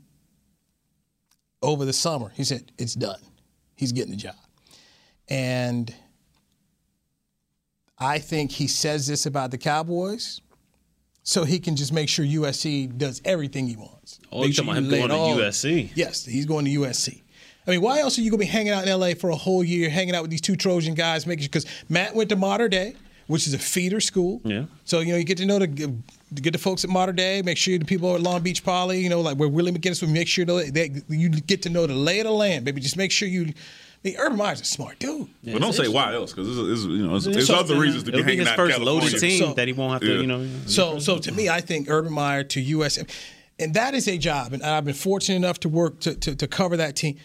[SPEAKER 4] over the summer, he said, it's done. He's getting the job. And I think he says this about the Cowboys so he can just make sure USC does everything he wants.
[SPEAKER 6] Oh,
[SPEAKER 4] Make
[SPEAKER 6] you
[SPEAKER 4] sure
[SPEAKER 6] talking about him
[SPEAKER 4] lay it
[SPEAKER 6] going to
[SPEAKER 4] all-
[SPEAKER 6] USC?
[SPEAKER 4] Yes, he's going to USC. I mean, why else are you going to be hanging out in LA for a whole year, hanging out with these two Trojan guys, making because Matt went to Modern Day, which is a feeder school.
[SPEAKER 6] Yeah.
[SPEAKER 4] So you know you get to know the get the folks at Modern Day. Make sure the people at Long Beach Poly, you know, like where Willie McGinnis would make sure that that you get to know the lay of the land, baby. Just make sure you. The Urban Meyer's a smart dude.
[SPEAKER 5] but don't say why else, because it's, it's, you know, it's, it's
[SPEAKER 4] So-
[SPEAKER 5] other reasons to be
[SPEAKER 6] It'll be
[SPEAKER 5] hanging
[SPEAKER 6] his
[SPEAKER 5] out. in
[SPEAKER 6] first loaded
[SPEAKER 5] California.
[SPEAKER 6] team that he won't have to,
[SPEAKER 5] Yeah.
[SPEAKER 6] you know.
[SPEAKER 4] So, so to me, I think Urban Meyer to USM, and that is a job. And I've been fortunate enough to work to, to, to cover that team.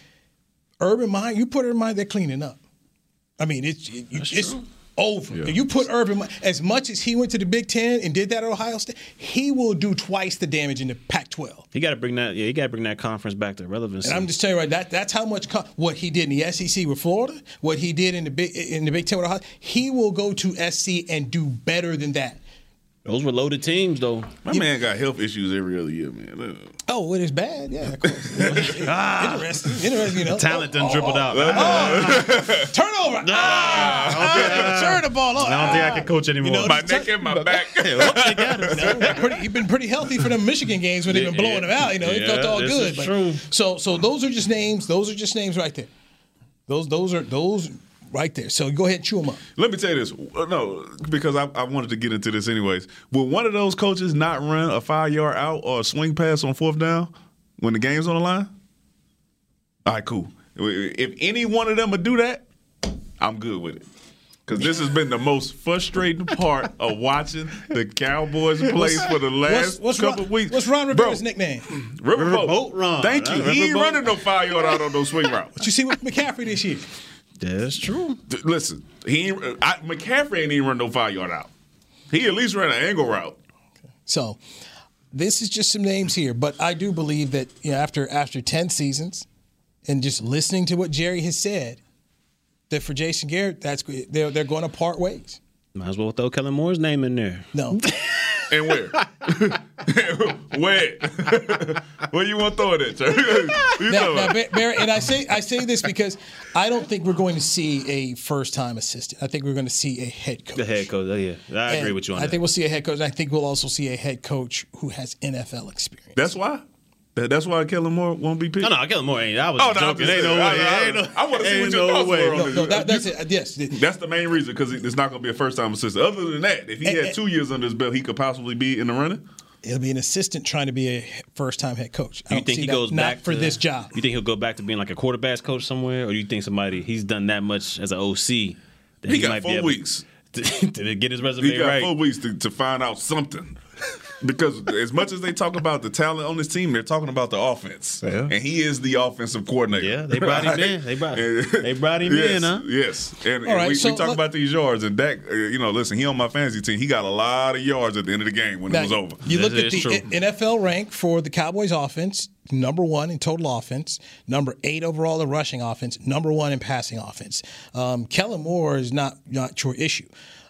[SPEAKER 4] Urban Meyer, you put Urban Meyer, they're cleaning up. I mean, it's it- it's over. If You put Urban Meyer as much as he went to the Big Ten and did that at Ohio State, he will do twice the damage in the Pac-12.
[SPEAKER 6] He got to bring that. Yeah, he got to bring that conference back to relevancy.
[SPEAKER 4] And I'm just telling you right that that's how much co- what he did in the SEC with Florida, what he did in the big in the Big Ten with Ohio. He will go to SC and do better than that.
[SPEAKER 6] Those were loaded teams, though.
[SPEAKER 5] My man got health issues every other year, man. Look.
[SPEAKER 4] Oh, it is bad. Yeah, of course. (laughs)
[SPEAKER 5] Ah.
[SPEAKER 4] interesting. Interesting. You know,
[SPEAKER 6] (laughs) Talent done dribbled out.
[SPEAKER 4] turnover. Ah, turn the ball over.
[SPEAKER 6] I don't think I can coach anymore.
[SPEAKER 5] my neck and my back.
[SPEAKER 4] Ah! pretty, he's been pretty healthy for the Michigan games when they've been blowing him out. You know, it felt
[SPEAKER 6] Yeah,
[SPEAKER 4] all
[SPEAKER 6] this
[SPEAKER 4] good.
[SPEAKER 6] is
[SPEAKER 4] but-
[SPEAKER 6] true.
[SPEAKER 4] So, so those are just names. Those are just names right there. Those, those are those right there. So go ahead, and chew them up.
[SPEAKER 5] Let me tell you this. Uh, No, because I, I wanted to get into this anyways. Will one of those coaches not run a five yard out or a swing pass on fourth down when the game's on the line? All right, cool. If any one of them would do that, I'm good with it. Because this has been the most frustrating part of watching the Cowboys play for the last couple
[SPEAKER 4] Ron,
[SPEAKER 5] weeks.
[SPEAKER 4] What's Ron Rivera's nickname?
[SPEAKER 5] Riverboat.
[SPEAKER 6] Riverboat Ron.
[SPEAKER 5] Thank you. He ain't
[SPEAKER 6] Riverboat.
[SPEAKER 5] running no five yard out on those swing routes.
[SPEAKER 4] What you see with McCaffrey this year?
[SPEAKER 6] (laughs) That's true.
[SPEAKER 5] D- Listen, he ain't, uh, I, McCaffrey ain't even run no five yard out. He at least ran an angle route.
[SPEAKER 4] So this is just some names here, but I do believe that you know after after ten seasons, and just listening to what Jerry has said, that for Jason Garrett, that's they're they're going to part ways.
[SPEAKER 6] Might as well throw Kellen Moore's name in there.
[SPEAKER 4] No.
[SPEAKER 6] (laughs)
[SPEAKER 5] And where? (laughs) where? (laughs) where you want to throw it at, sir? (laughs) you
[SPEAKER 4] Now-
[SPEAKER 5] know.
[SPEAKER 4] now, Bar- Barry, and I say I say this because I don't think we're going to see a first time assistant. I think we're going to see a head coach.
[SPEAKER 6] The head coach. oh, Yeah, I agree
[SPEAKER 4] And
[SPEAKER 6] with you on
[SPEAKER 4] I
[SPEAKER 6] that.
[SPEAKER 4] think we'll see a head coach. And I think we'll also see a head coach who has NFL experience.
[SPEAKER 5] That's why. That- That's why Kellen Moore won't be
[SPEAKER 6] No,
[SPEAKER 5] picked.
[SPEAKER 6] no, Kellen Moore ain't. I
[SPEAKER 4] was joking. Ain't no way. Ain't no-
[SPEAKER 5] I want to see what
[SPEAKER 4] ain't
[SPEAKER 5] your
[SPEAKER 4] no
[SPEAKER 5] thoughts
[SPEAKER 4] way.
[SPEAKER 5] were on
[SPEAKER 4] No,
[SPEAKER 5] this.
[SPEAKER 4] no, that- that's it. Yes,
[SPEAKER 5] that's the main reason because it's not going to be a first-time assistant. Other than that, if he
[SPEAKER 4] And-
[SPEAKER 5] had
[SPEAKER 4] and-
[SPEAKER 5] two years under his belt, he could possibly be in the running.
[SPEAKER 4] It'll be an assistant trying to be a first time head coach. I
[SPEAKER 6] You
[SPEAKER 4] don't
[SPEAKER 6] think
[SPEAKER 4] see
[SPEAKER 6] he
[SPEAKER 4] that.
[SPEAKER 6] goes
[SPEAKER 4] not
[SPEAKER 6] back
[SPEAKER 4] for
[SPEAKER 6] to-
[SPEAKER 4] this job.
[SPEAKER 6] You think he'll go back to being like a quarterbacks coach somewhere, or you think somebody he's done that much as an OC that
[SPEAKER 5] He got
[SPEAKER 6] might be
[SPEAKER 5] four
[SPEAKER 6] able
[SPEAKER 5] weeks
[SPEAKER 6] to, (laughs) to get his resume
[SPEAKER 5] He got
[SPEAKER 6] right?
[SPEAKER 5] four weeks to, to find out something. (laughs) Because as much as they talk about the talent on this team, they're talking about the offense, and he is the offensive coordinator. Yeah,
[SPEAKER 6] they brought him in. They
[SPEAKER 5] (laughs)
[SPEAKER 6] brought, they brought him
[SPEAKER 5] yes,
[SPEAKER 6] in, huh?
[SPEAKER 5] Yes, and,
[SPEAKER 6] All
[SPEAKER 5] and
[SPEAKER 6] right,
[SPEAKER 5] we,
[SPEAKER 6] so
[SPEAKER 5] we talk
[SPEAKER 6] let-
[SPEAKER 5] about these yards. And Dak, uh, you know, listen, he on my fantasy team. He got a lot of yards at the end of the game when
[SPEAKER 4] Now,
[SPEAKER 5] it was over.
[SPEAKER 4] You look at the I- NFL rank for the Cowboys offense, number one in total offense, number eight overall in rushing offense, number one in passing offense. Um, Kellen Moore is not not your issue.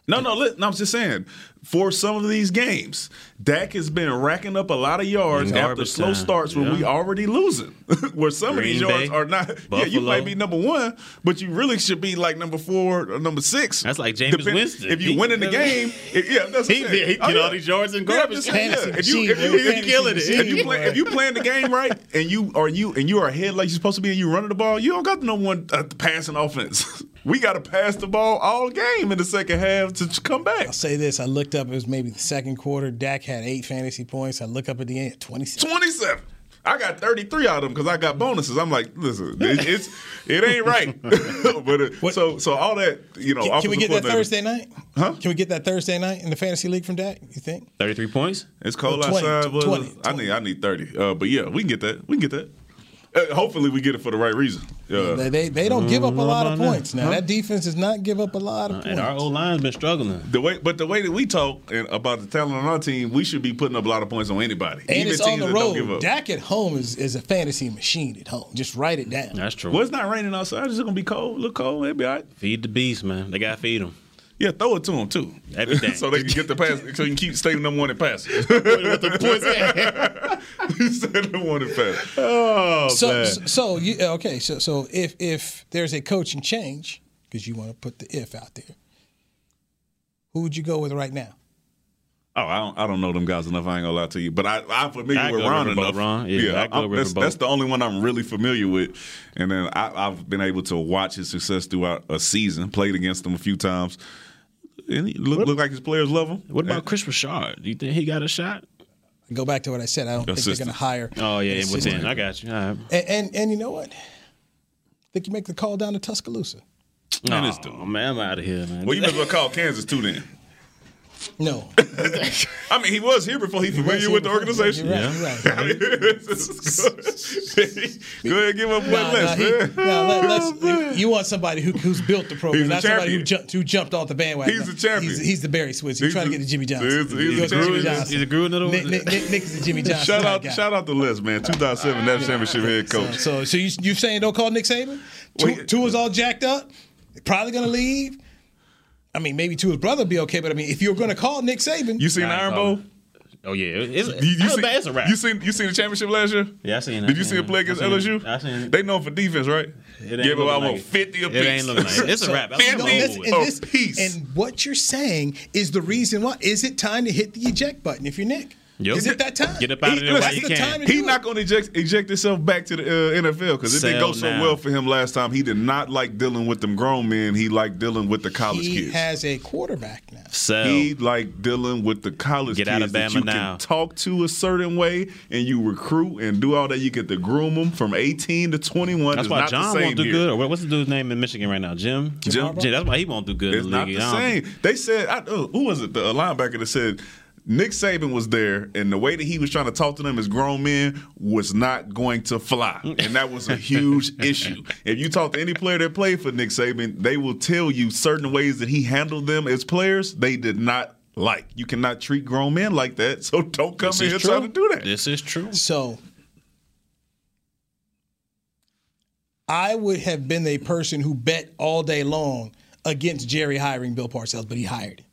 [SPEAKER 5] No, no, listen, I'm just saying. For some of these games, Dak has been racking up a lot of yards
[SPEAKER 6] In
[SPEAKER 5] after
[SPEAKER 6] Mm-hmm. garbage
[SPEAKER 5] slow
[SPEAKER 6] time,
[SPEAKER 5] starts when
[SPEAKER 6] yeah.
[SPEAKER 5] we already losing. (laughs) Where some of these
[SPEAKER 6] Green
[SPEAKER 5] yards
[SPEAKER 6] Bay,
[SPEAKER 5] are not. Yeah, you
[SPEAKER 6] Buffalo.
[SPEAKER 5] might be number one, but you really should be like number four or number six. That's
[SPEAKER 6] like Jameis Winston.
[SPEAKER 5] If you
[SPEAKER 6] He- (laughs)
[SPEAKER 5] winning the game, if, yeah, that's
[SPEAKER 6] He did- Oh, he
[SPEAKER 5] get
[SPEAKER 6] get all these yards in garbage time.
[SPEAKER 5] If you if
[SPEAKER 6] Fantasy
[SPEAKER 5] you
[SPEAKER 6] machine,
[SPEAKER 5] if you killing it,
[SPEAKER 6] fantasy
[SPEAKER 5] if you
[SPEAKER 6] machine,
[SPEAKER 5] play
[SPEAKER 6] boy.
[SPEAKER 5] if you playing the game right and you are you and you are ahead like you're supposed to be and you running the ball, you don't got no one uh, passing offense. (laughs) We got to pass the ball all game in the second half to come back.
[SPEAKER 4] I'll say this: I looked up; it was maybe the second quarter. Dak had eight fantasy points. I look up at the end, twenty seven.
[SPEAKER 5] 27. I got 33 out of them because I got bonuses. I'm like, listen, it, it's it ain't right. (laughs) but uh, so so all that you know.
[SPEAKER 4] Can, can we
[SPEAKER 5] offensive
[SPEAKER 4] get that
[SPEAKER 5] coordinator-
[SPEAKER 4] Thursday night? Huh? Can we get that Thursday night in the fantasy league from Dak? You think?
[SPEAKER 6] 33 points.
[SPEAKER 5] It's cold
[SPEAKER 4] Well, 20,
[SPEAKER 5] outside. but
[SPEAKER 4] 20,
[SPEAKER 5] I need I need 30. Uh, but yeah, we can get that. We can get that. Uh, hopefully, we get it for the right reason. Uh,
[SPEAKER 4] They they, they don't give up a lot of points now.
[SPEAKER 5] Huh?
[SPEAKER 4] That defense does not give up a lot
[SPEAKER 6] Uh,
[SPEAKER 4] of points.
[SPEAKER 5] old
[SPEAKER 6] line's been struggling.
[SPEAKER 5] The way, but the way that we talk and about the talent on our team, we should be putting up a lot of points on anybody,
[SPEAKER 4] And
[SPEAKER 5] even
[SPEAKER 4] it's on
[SPEAKER 5] teams
[SPEAKER 4] the
[SPEAKER 5] that don't give
[SPEAKER 4] road.
[SPEAKER 5] up.
[SPEAKER 4] Dak at home is, is a fantasy machine at home. Just write it down.
[SPEAKER 6] That's true.
[SPEAKER 5] Well, it's not raining outside. It's gonna be cold. Look cold. It'll be all right.
[SPEAKER 6] Feed the beast, man. They gotta feed him.
[SPEAKER 5] Yeah, throw it to him too. (laughs)
[SPEAKER 6] Everything.
[SPEAKER 5] so they can get the pass. So you can keep staying number one in
[SPEAKER 4] (laughs)
[SPEAKER 5] passes. (laughs) Stay number one in passes.
[SPEAKER 6] Oh,
[SPEAKER 4] so, so so you uh, okay? So so if if there's a coaching change because you want to put the if out there, who would you go with right now?
[SPEAKER 5] Oh, I don't, I don't know them guys enough. I ain't gonna lie to you, but I, I'm familiar
[SPEAKER 6] I
[SPEAKER 5] with
[SPEAKER 6] go
[SPEAKER 5] Ron
[SPEAKER 6] Riverboat,
[SPEAKER 5] enough.
[SPEAKER 6] Ron. Yeah, I go
[SPEAKER 5] I'm- that's,
[SPEAKER 6] Riverboat.
[SPEAKER 5] that's the only one I'm really familiar with. And then I, I've been able to watch his success throughout a season. Played against him a few times, and he look, look like his players love him.
[SPEAKER 6] What about Chris Richard? Do you think he got a shot?
[SPEAKER 4] Go back to what I said. I don't think they're
[SPEAKER 6] Assistant.
[SPEAKER 4] going to hire.
[SPEAKER 6] Oh yeah,
[SPEAKER 4] an
[SPEAKER 6] within.
[SPEAKER 4] assistant.
[SPEAKER 6] I got you. All right.
[SPEAKER 4] And, and and you know what? I think you make the call down to Tuscaloosa.
[SPEAKER 6] Man, Oh, man, I'm out of here, man.
[SPEAKER 5] Well, you might as well call Kansas too then. (laughs)
[SPEAKER 4] No,
[SPEAKER 5] I mean, he was here before he familiar with the organization.
[SPEAKER 4] You're right, you're right.
[SPEAKER 5] I mean, this is good. (laughs) Go ahead, give up one
[SPEAKER 4] Nah, nah,
[SPEAKER 5] less,
[SPEAKER 4] he-
[SPEAKER 5] man.
[SPEAKER 4] nah, let-
[SPEAKER 5] (laughs)
[SPEAKER 4] let's- you want somebody who, who's built the program,
[SPEAKER 5] He's a
[SPEAKER 4] not somebody who
[SPEAKER 5] champion.
[SPEAKER 4] jumped who jumped off the bandwagon.
[SPEAKER 5] He's a
[SPEAKER 4] champion. He's, he's the Barry Switz. He's,
[SPEAKER 5] He's
[SPEAKER 4] trying to
[SPEAKER 5] a-
[SPEAKER 4] get to Jimmy
[SPEAKER 5] he's a-
[SPEAKER 4] Johnson.
[SPEAKER 5] he's a
[SPEAKER 4] He's Jimmy
[SPEAKER 5] Gruden-
[SPEAKER 4] Johnson.
[SPEAKER 5] he's a Gruden of the-
[SPEAKER 4] Nick, Nick, Nick, Nick is the Jimmy Johnson.
[SPEAKER 5] (laughs) Shout
[SPEAKER 4] type
[SPEAKER 5] out,
[SPEAKER 4] guy.
[SPEAKER 5] shout out the list, man. 2007 national championship head coach.
[SPEAKER 4] So, so you you saying don't call Nick Saban? Two, two is all jacked up. Probably gonna leave. I mean, maybe Tua's brother be okay, but I mean, if you're gonna call Nick Saban,
[SPEAKER 5] You seen Iron Bowl?
[SPEAKER 6] Oh yeah, it's,
[SPEAKER 5] You,
[SPEAKER 6] I
[SPEAKER 5] you,
[SPEAKER 6] was
[SPEAKER 5] seen,
[SPEAKER 6] bad, it's a wrap.
[SPEAKER 5] you seen you seen the championship last year?
[SPEAKER 6] Yeah, I seen it.
[SPEAKER 5] Did you
[SPEAKER 6] I
[SPEAKER 5] see him
[SPEAKER 6] seen
[SPEAKER 5] play
[SPEAKER 6] it.
[SPEAKER 5] against
[SPEAKER 6] I seen
[SPEAKER 5] LSU?
[SPEAKER 6] it. I seen it.
[SPEAKER 5] They known for defense, right?
[SPEAKER 6] ain't
[SPEAKER 5] Give
[SPEAKER 6] looking
[SPEAKER 5] him
[SPEAKER 6] like
[SPEAKER 5] almost
[SPEAKER 6] it.
[SPEAKER 5] 50
[SPEAKER 6] It
[SPEAKER 5] apiece.
[SPEAKER 6] ain't looking like it. It's a
[SPEAKER 5] (laughs)
[SPEAKER 6] wrap. That's
[SPEAKER 4] No,
[SPEAKER 5] 50
[SPEAKER 4] this- and, this-
[SPEAKER 5] apiece.
[SPEAKER 4] and what you're saying is the reason why. Is it time to hit the eject button if you're Nick?
[SPEAKER 6] Yep.
[SPEAKER 4] Is it that time?
[SPEAKER 6] Get up out of there while
[SPEAKER 5] Listen,
[SPEAKER 6] you
[SPEAKER 5] it's the
[SPEAKER 6] can.
[SPEAKER 5] He not going to eject, eject himself back to the uh, NFL because it didn't
[SPEAKER 6] Sell
[SPEAKER 5] go so
[SPEAKER 6] now.
[SPEAKER 5] well for him last time. He did not like dealing with them grown men. He liked dealing with the college
[SPEAKER 4] He
[SPEAKER 5] kids.
[SPEAKER 4] has a quarterback now.
[SPEAKER 5] He like dealing with the college
[SPEAKER 6] Get
[SPEAKER 5] kids
[SPEAKER 6] out of
[SPEAKER 5] that
[SPEAKER 6] Bama
[SPEAKER 5] you
[SPEAKER 6] now.
[SPEAKER 5] can talk to a certain way, and you recruit and do all that. You get to groom them from eighteen to twenty one.
[SPEAKER 6] That's
[SPEAKER 5] It's
[SPEAKER 6] why
[SPEAKER 5] not
[SPEAKER 6] John
[SPEAKER 5] the same
[SPEAKER 6] won't do
[SPEAKER 5] here.
[SPEAKER 6] good. Or what- what's the dude's name in Michigan right now? Jim.
[SPEAKER 5] Jim Harbaugh?
[SPEAKER 6] That's why he won't do good.
[SPEAKER 5] It's
[SPEAKER 6] in the
[SPEAKER 5] not
[SPEAKER 6] league.
[SPEAKER 5] the
[SPEAKER 6] I don't think-
[SPEAKER 5] same. They said, I, uh, who was it? The linebacker that said Nick Saban was there, and the way that he was trying to talk to them as grown men was not going
[SPEAKER 6] (laughs)
[SPEAKER 5] to fly, and that was a huge issue. If you talk to any player that played for Nick Saban, they will tell you certain ways that he handled them as players. They did not like. You cannot treat grown men like that. So don't come
[SPEAKER 16] This
[SPEAKER 5] in
[SPEAKER 16] is
[SPEAKER 5] here
[SPEAKER 16] true.
[SPEAKER 5] trying to do that.
[SPEAKER 16] This is true.
[SPEAKER 4] So I would have been the person who bet all day long against Jerry hiring Bill Parcells, but he hired him.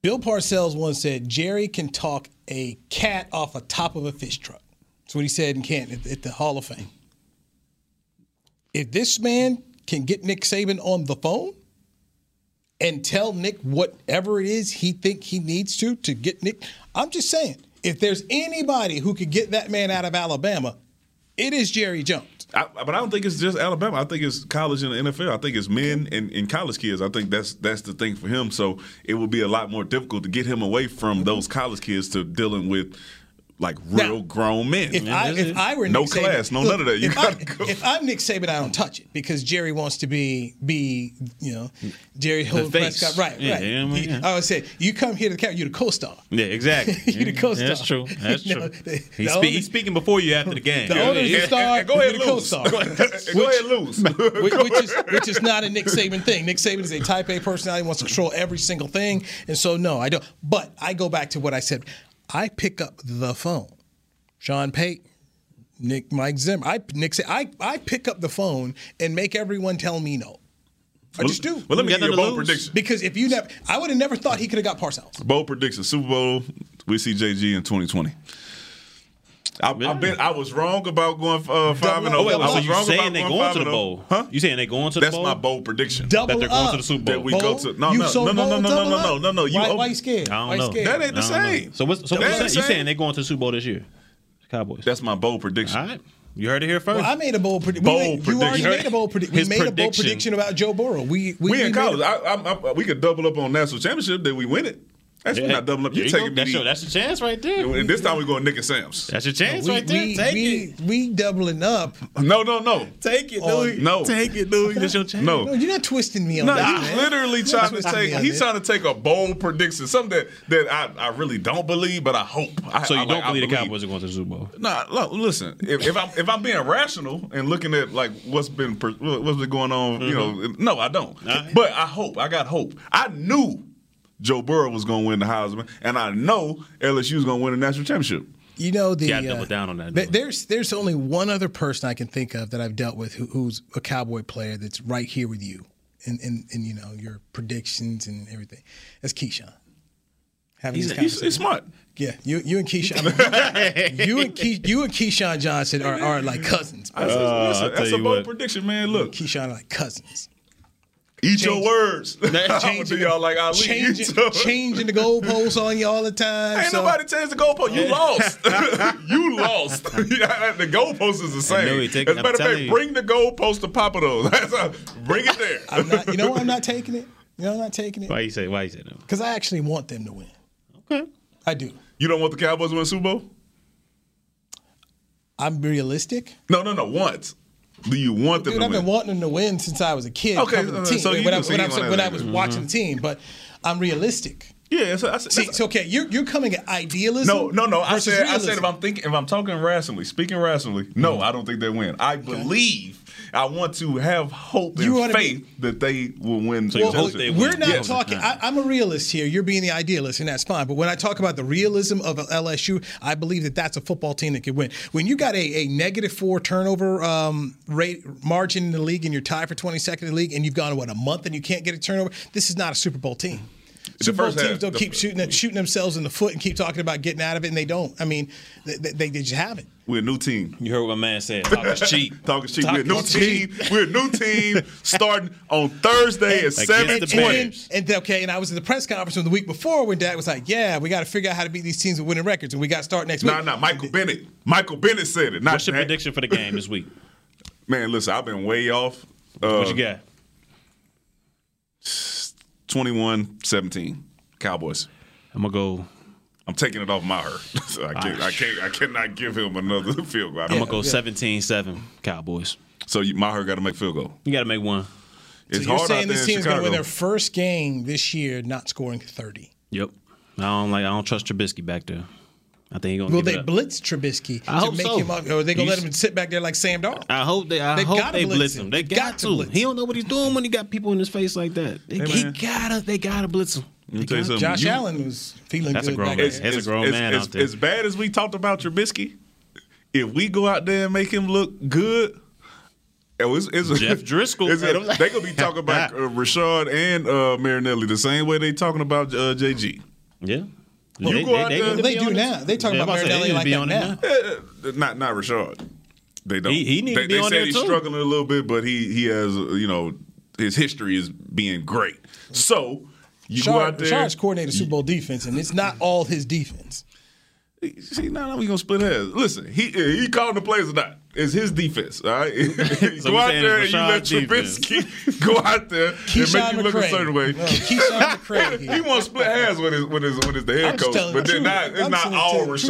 [SPEAKER 4] Bill Parcells once said, Jerry can talk a cat off a top of a fish truck. That's what he said in Canton at, at the Hall of Fame. If this man can get Nick Saban on the phone and tell Nick whatever it is he think he needs to to get Nick, I'm just saying, if there's anybody who could get that man out of Alabama, it is Jerry Jones.
[SPEAKER 5] I, but I don't think it's just Alabama. I think it's college and the NFL. I think it's men and, and college kids. I think that's that's the thing for him. So it would be a lot more difficult to get him away from those college kids to dealing with like real grown men.
[SPEAKER 4] If I, if I were
[SPEAKER 5] no
[SPEAKER 4] Nick Saban-
[SPEAKER 5] class, no
[SPEAKER 4] look,
[SPEAKER 5] none of that. You
[SPEAKER 4] if,
[SPEAKER 5] got
[SPEAKER 4] I, if I'm Nick Saban, I don't touch it because Jerry wants to be be you know Jerry Hill
[SPEAKER 6] face.
[SPEAKER 4] Prescott. Right,
[SPEAKER 6] Yeah,
[SPEAKER 4] right.
[SPEAKER 6] you know what I mean?
[SPEAKER 4] He- I would say you come here to the camp, you're the co-star.
[SPEAKER 6] Yeah, exactly.
[SPEAKER 4] You're the co-star.
[SPEAKER 6] That's true. That's
[SPEAKER 4] You
[SPEAKER 6] true.
[SPEAKER 4] know, the- the
[SPEAKER 6] he's, spe-
[SPEAKER 4] owner-
[SPEAKER 6] he's speaking before you after the game.
[SPEAKER 4] The owner's the star.
[SPEAKER 5] go ahead,
[SPEAKER 4] you're the
[SPEAKER 5] lose.
[SPEAKER 4] co-star.
[SPEAKER 5] (laughs) Go ahead-
[SPEAKER 4] (laughs)
[SPEAKER 5] go
[SPEAKER 6] (laughs)
[SPEAKER 5] ahead, lose.
[SPEAKER 4] which, which is which is not a Nick Saban thing. Nick Saban is a Type A personality, wants to control every single thing, and so no, I don't. But I go back to what I said. I pick up the phone, Sean Payton, Nick, Mike Zimmer. I Nick, Sa- I I pick up the phone and make everyone tell me no. I
[SPEAKER 5] Well,
[SPEAKER 4] just do.
[SPEAKER 5] well, let me You got give you a nothing to bold lose. prediction.
[SPEAKER 4] Because if you never, I would have never thought he could have got Parcells.
[SPEAKER 5] Bold prediction: Super Bowl. We see JG in 2020. I, I bet I was wrong about going uh, five and
[SPEAKER 6] Oh,
[SPEAKER 5] zero.
[SPEAKER 6] wait,
[SPEAKER 5] I
[SPEAKER 6] so
[SPEAKER 5] was
[SPEAKER 6] you
[SPEAKER 5] wrong
[SPEAKER 6] saying
[SPEAKER 5] about
[SPEAKER 6] they
[SPEAKER 5] going
[SPEAKER 6] going
[SPEAKER 5] five
[SPEAKER 6] to the
[SPEAKER 5] and oh.
[SPEAKER 6] bowl? Huh? You saying they going to the
[SPEAKER 5] That's
[SPEAKER 6] bowl?
[SPEAKER 5] my bold prediction.
[SPEAKER 6] Double That they're going up. to the Super Bowl.
[SPEAKER 5] That we
[SPEAKER 6] Bowl?
[SPEAKER 5] go to no
[SPEAKER 6] You
[SPEAKER 5] no
[SPEAKER 6] so
[SPEAKER 5] no, no no
[SPEAKER 6] bold,
[SPEAKER 5] no no
[SPEAKER 6] double
[SPEAKER 5] no no
[SPEAKER 6] up?
[SPEAKER 5] no no. You
[SPEAKER 6] Why-
[SPEAKER 5] over-
[SPEAKER 6] why you scared? I don't Why you know. scared?
[SPEAKER 5] That ain't the
[SPEAKER 6] I don't know.
[SPEAKER 5] same.
[SPEAKER 6] So what's- so what
[SPEAKER 5] That
[SPEAKER 6] you
[SPEAKER 5] ain't
[SPEAKER 6] saying?
[SPEAKER 5] the
[SPEAKER 6] You
[SPEAKER 5] same.
[SPEAKER 6] saying they going to the Super Bowl this year? Cowboys.
[SPEAKER 5] That's my bold prediction.
[SPEAKER 6] All right. You heard it here first.
[SPEAKER 4] Well, I made a bold prediction.
[SPEAKER 6] Bold
[SPEAKER 4] You already
[SPEAKER 6] prediction.
[SPEAKER 4] made a bold prediction. We
[SPEAKER 6] His
[SPEAKER 4] made a bold
[SPEAKER 6] prediction.
[SPEAKER 4] prediction about Joe Burrow. We we,
[SPEAKER 5] We,
[SPEAKER 4] we
[SPEAKER 5] in
[SPEAKER 4] made
[SPEAKER 5] college.
[SPEAKER 4] a-
[SPEAKER 5] I, I, I, we could double up on national championship. Then we win it. That's
[SPEAKER 6] Yeah.
[SPEAKER 5] not doubling up.
[SPEAKER 6] There
[SPEAKER 5] You
[SPEAKER 6] you go.
[SPEAKER 5] taking me?
[SPEAKER 6] That's
[SPEAKER 5] to-
[SPEAKER 6] your- that's your chance right there.
[SPEAKER 5] And this time we going Nick and Sam's.
[SPEAKER 6] That's your chance
[SPEAKER 4] we,
[SPEAKER 6] right there.
[SPEAKER 4] we,
[SPEAKER 6] Take
[SPEAKER 4] we,
[SPEAKER 6] it.
[SPEAKER 4] we doubling up.
[SPEAKER 5] No no no.
[SPEAKER 6] Take it,
[SPEAKER 4] On-
[SPEAKER 6] dude.
[SPEAKER 5] No.
[SPEAKER 6] Take it, dude. Oh, That's your chance.
[SPEAKER 5] No.
[SPEAKER 4] You're not twisting me on
[SPEAKER 5] No,
[SPEAKER 4] that.
[SPEAKER 5] he's
[SPEAKER 4] man.
[SPEAKER 5] literally trying to
[SPEAKER 4] That's what I
[SPEAKER 5] take.
[SPEAKER 4] mean.
[SPEAKER 5] He's trying to take a bold prediction, something that, that I, I really don't believe, but I hope. I,
[SPEAKER 6] So you
[SPEAKER 5] I,
[SPEAKER 6] don't
[SPEAKER 5] like, I
[SPEAKER 6] believe the Cowboys are going to the Super Bowl?
[SPEAKER 5] Nah, look, listen. If, if I'm if I'm being rational and looking at like what's been per- what's been going on, you know,
[SPEAKER 6] Mm-hmm.
[SPEAKER 5] no, I don't. But I hope. I got hope. I knew Joe Burrow was going to win the Heisman, and I know LSU was going to win the national championship.
[SPEAKER 4] You know the. uh,
[SPEAKER 5] Gotta double down on that,
[SPEAKER 4] th-
[SPEAKER 5] though.
[SPEAKER 4] there's there's only one other person I can think of that I've dealt with who, who's a cowboy player that's right here with you, and and, and you know your predictions and everything. That's Keyshawn. Having
[SPEAKER 5] He's,
[SPEAKER 4] these
[SPEAKER 5] he's, he's
[SPEAKER 4] conversations.
[SPEAKER 5] smart.
[SPEAKER 4] Yeah, you you and
[SPEAKER 5] (laughs)
[SPEAKER 4] Keyshawn, you and Key, you and Keyshawn Johnson are, are like cousins.
[SPEAKER 5] I
[SPEAKER 4] bro.
[SPEAKER 5] said,
[SPEAKER 6] Uh,
[SPEAKER 5] listen,
[SPEAKER 6] I'll tell
[SPEAKER 5] that's a
[SPEAKER 6] you
[SPEAKER 5] bold
[SPEAKER 6] what.
[SPEAKER 5] prediction, man. Look,
[SPEAKER 4] Keyshawn are like
[SPEAKER 5] (laughs)
[SPEAKER 4] cousins.
[SPEAKER 5] eat your
[SPEAKER 4] Change-
[SPEAKER 5] words. (laughs) I'm gonna do
[SPEAKER 4] Changing-
[SPEAKER 5] y'all like Ali. Eat (laughs)
[SPEAKER 4] changing,
[SPEAKER 5] your-
[SPEAKER 4] changing the goalposts on you all the time.
[SPEAKER 5] Ain't
[SPEAKER 4] so-
[SPEAKER 5] nobody changed the goalpost. You lost. (laughs) you (laughs) lost. the goalpost is the
[SPEAKER 6] I
[SPEAKER 5] same.
[SPEAKER 6] know he take-
[SPEAKER 5] As a
[SPEAKER 6] I'm
[SPEAKER 5] matter of
[SPEAKER 6] telling
[SPEAKER 5] fact,
[SPEAKER 6] you.
[SPEAKER 5] bring the goalpost to Papados. (laughs) That's a- bring it there.
[SPEAKER 4] I'm not, you know what? I'm not taking it. You know, I'm not taking it
[SPEAKER 6] Why you say? Why you say no?
[SPEAKER 4] because I actually want them to win.
[SPEAKER 6] Okay.
[SPEAKER 4] I do.
[SPEAKER 5] (laughs) You don't want the Cowboys to win the Super Bowl?
[SPEAKER 4] I'm realistic.
[SPEAKER 5] No, no, no. Once. Do you want them
[SPEAKER 4] Dude,
[SPEAKER 5] to
[SPEAKER 4] I've
[SPEAKER 5] win?
[SPEAKER 4] been wanting them to win since I was a kid.
[SPEAKER 5] Okay,
[SPEAKER 4] covering the
[SPEAKER 5] uh,
[SPEAKER 4] team,
[SPEAKER 5] so you
[SPEAKER 4] when, I,
[SPEAKER 5] can see
[SPEAKER 4] when, I,
[SPEAKER 5] one
[SPEAKER 4] was-
[SPEAKER 5] of
[SPEAKER 4] when I
[SPEAKER 5] them.
[SPEAKER 4] was watching the team, but I'm realistic.
[SPEAKER 5] yeah, so I, said-
[SPEAKER 4] See, it's okay. You're, you're coming at idealism.
[SPEAKER 5] no, no, no. I
[SPEAKER 4] versus
[SPEAKER 5] said, I said, if
[SPEAKER 4] realism. Mm-hmm.
[SPEAKER 5] I'm thinking, if I'm talking rationally, speaking rationally, no, I don't think they win. I believe, I want to have hope
[SPEAKER 4] You
[SPEAKER 5] and
[SPEAKER 4] wanna be-
[SPEAKER 5] faith that they will win. the
[SPEAKER 4] Well,
[SPEAKER 5] championship.
[SPEAKER 4] we're not
[SPEAKER 5] Yes.
[SPEAKER 4] talking. I, I'm a realist here. You're being the idealist, and that's fine. But when I talk about the realism of LSU, I believe that that's a football team that can win. When you got a, a negative four turnover um, rate margin in the league, and you're tied for 22nd in the league, and you've gone what a month and you can't get a turnover, this is not a Super Bowl team. Super Bowl
[SPEAKER 5] first
[SPEAKER 4] teams
[SPEAKER 5] half,
[SPEAKER 4] don't
[SPEAKER 5] the-
[SPEAKER 4] keep shooting at- shooting themselves in the foot and keep talking about getting out of it, and they don't. I mean, they, they, they just haven't.
[SPEAKER 5] We're a new team.
[SPEAKER 6] You heard what my man said. Talk is (laughs) cheap.
[SPEAKER 5] Talk is cheap.
[SPEAKER 6] Talk
[SPEAKER 5] We're a new
[SPEAKER 6] is cheap.
[SPEAKER 5] team. We're a new team starting on Thursday at
[SPEAKER 6] Against
[SPEAKER 5] seven
[SPEAKER 4] and,
[SPEAKER 5] twenty.
[SPEAKER 4] And, then- and okay, and I was at the press conference from the week before when Dad was like, "Yeah, we got to figure out how to beat these teams with winning records, and we got to start next
[SPEAKER 5] No,
[SPEAKER 4] week."
[SPEAKER 5] no, Michael Bennett. Michael Bennett said it. Not
[SPEAKER 6] What's your
[SPEAKER 5] that.
[SPEAKER 6] prediction for the game this (laughs) week?
[SPEAKER 5] Man, listen, I've been way off. uh,
[SPEAKER 6] What you got?
[SPEAKER 5] 21-17. Cowboys.
[SPEAKER 6] I'm gonna go.
[SPEAKER 5] I'm taking it off my her. (laughs) So I can't, I can't, I cannot give him another (laughs) field goal.
[SPEAKER 6] I'm gonna go 17-7 Cowboys.
[SPEAKER 5] So you, my her got to make field goal.
[SPEAKER 6] You got to make one.
[SPEAKER 5] It's
[SPEAKER 4] so you're
[SPEAKER 5] hard out
[SPEAKER 4] saying
[SPEAKER 5] there
[SPEAKER 4] this
[SPEAKER 5] in
[SPEAKER 4] team's going to
[SPEAKER 5] Chicago.
[SPEAKER 4] win their first game this year, not scoring thirty?
[SPEAKER 6] Yep. I don't like. I don't trust Trubisky back there. I think he's gonna.
[SPEAKER 4] Will
[SPEAKER 6] give it
[SPEAKER 4] they
[SPEAKER 6] up.
[SPEAKER 4] blitz Trubisky
[SPEAKER 6] I
[SPEAKER 4] to
[SPEAKER 6] hope
[SPEAKER 4] make
[SPEAKER 6] so.
[SPEAKER 4] him up, or are they going
[SPEAKER 6] You
[SPEAKER 4] to let
[SPEAKER 6] s- Um,
[SPEAKER 4] him sit back there like Sam Darnold?
[SPEAKER 6] I hope they. I
[SPEAKER 4] They
[SPEAKER 6] hope
[SPEAKER 4] gotta
[SPEAKER 6] they
[SPEAKER 4] blitz
[SPEAKER 6] blitz
[SPEAKER 4] him.
[SPEAKER 6] him. They
[SPEAKER 4] They
[SPEAKER 6] got,
[SPEAKER 4] got to
[SPEAKER 6] to.
[SPEAKER 4] blitz
[SPEAKER 6] He don't know what he's doing when he got people in his face like that. They,
[SPEAKER 5] Hey,
[SPEAKER 6] he
[SPEAKER 5] man.
[SPEAKER 6] gotta. They gotta blitz him.
[SPEAKER 5] Let me tell you something.
[SPEAKER 4] Josh
[SPEAKER 5] You-
[SPEAKER 4] Allen was feeling
[SPEAKER 6] That's a
[SPEAKER 4] good.
[SPEAKER 6] grown
[SPEAKER 4] back
[SPEAKER 6] man.
[SPEAKER 4] there.
[SPEAKER 6] It's- He's a grown man
[SPEAKER 5] as,
[SPEAKER 6] out there.
[SPEAKER 5] As bad as we talked about Trubisky, if we go out there and make him look good, it was, it's a,
[SPEAKER 6] Jeff Driscoll.
[SPEAKER 5] (laughs) it's a- they gonna be
[SPEAKER 6] (laughs)
[SPEAKER 5] talking about uh, Rashad and uh, Marinelli the same way they talking about uh, JG.
[SPEAKER 6] Yeah,
[SPEAKER 5] You
[SPEAKER 6] They-
[SPEAKER 5] go
[SPEAKER 6] they-
[SPEAKER 5] out
[SPEAKER 6] they
[SPEAKER 5] there-
[SPEAKER 6] need to
[SPEAKER 4] They
[SPEAKER 6] be
[SPEAKER 4] do
[SPEAKER 6] on it.
[SPEAKER 4] now. They talking
[SPEAKER 6] Yeah,
[SPEAKER 4] about
[SPEAKER 6] I'm say, they
[SPEAKER 4] Marinelli
[SPEAKER 6] need to
[SPEAKER 4] like
[SPEAKER 6] be
[SPEAKER 4] that
[SPEAKER 6] on it
[SPEAKER 4] now.
[SPEAKER 5] Uh, not not Rashad. They don't.
[SPEAKER 6] He- he need to
[SPEAKER 5] they
[SPEAKER 6] be
[SPEAKER 5] they
[SPEAKER 6] on
[SPEAKER 5] said
[SPEAKER 6] there,
[SPEAKER 5] he's
[SPEAKER 6] too.
[SPEAKER 5] struggling a little bit, but he he has uh, you know his history is being great. So you go out
[SPEAKER 4] Rashard,
[SPEAKER 5] there.
[SPEAKER 4] Rashard's coordinated Super Bowl defense, and it's not all his defense.
[SPEAKER 5] See, now nah, we gonna split hairs. Listen, he he calling the plays or not? It's his defense, all right. (laughs) go
[SPEAKER 6] we
[SPEAKER 5] out
[SPEAKER 6] saying
[SPEAKER 5] there and
[SPEAKER 6] it's
[SPEAKER 5] you let
[SPEAKER 6] Rashad's
[SPEAKER 5] Trubisky (laughs) go out there and
[SPEAKER 4] Keyshawn
[SPEAKER 5] make you look
[SPEAKER 4] McCray.
[SPEAKER 5] a certain way.
[SPEAKER 4] No, Keyshawn McCray here.
[SPEAKER 5] (laughs) he won't split hairs with his with his with his the head
[SPEAKER 4] I'm just
[SPEAKER 5] coach,
[SPEAKER 4] telling
[SPEAKER 5] but
[SPEAKER 4] the
[SPEAKER 5] then
[SPEAKER 4] truth.
[SPEAKER 5] not it's
[SPEAKER 4] I'm
[SPEAKER 5] not
[SPEAKER 4] telling
[SPEAKER 5] all
[SPEAKER 4] the truth.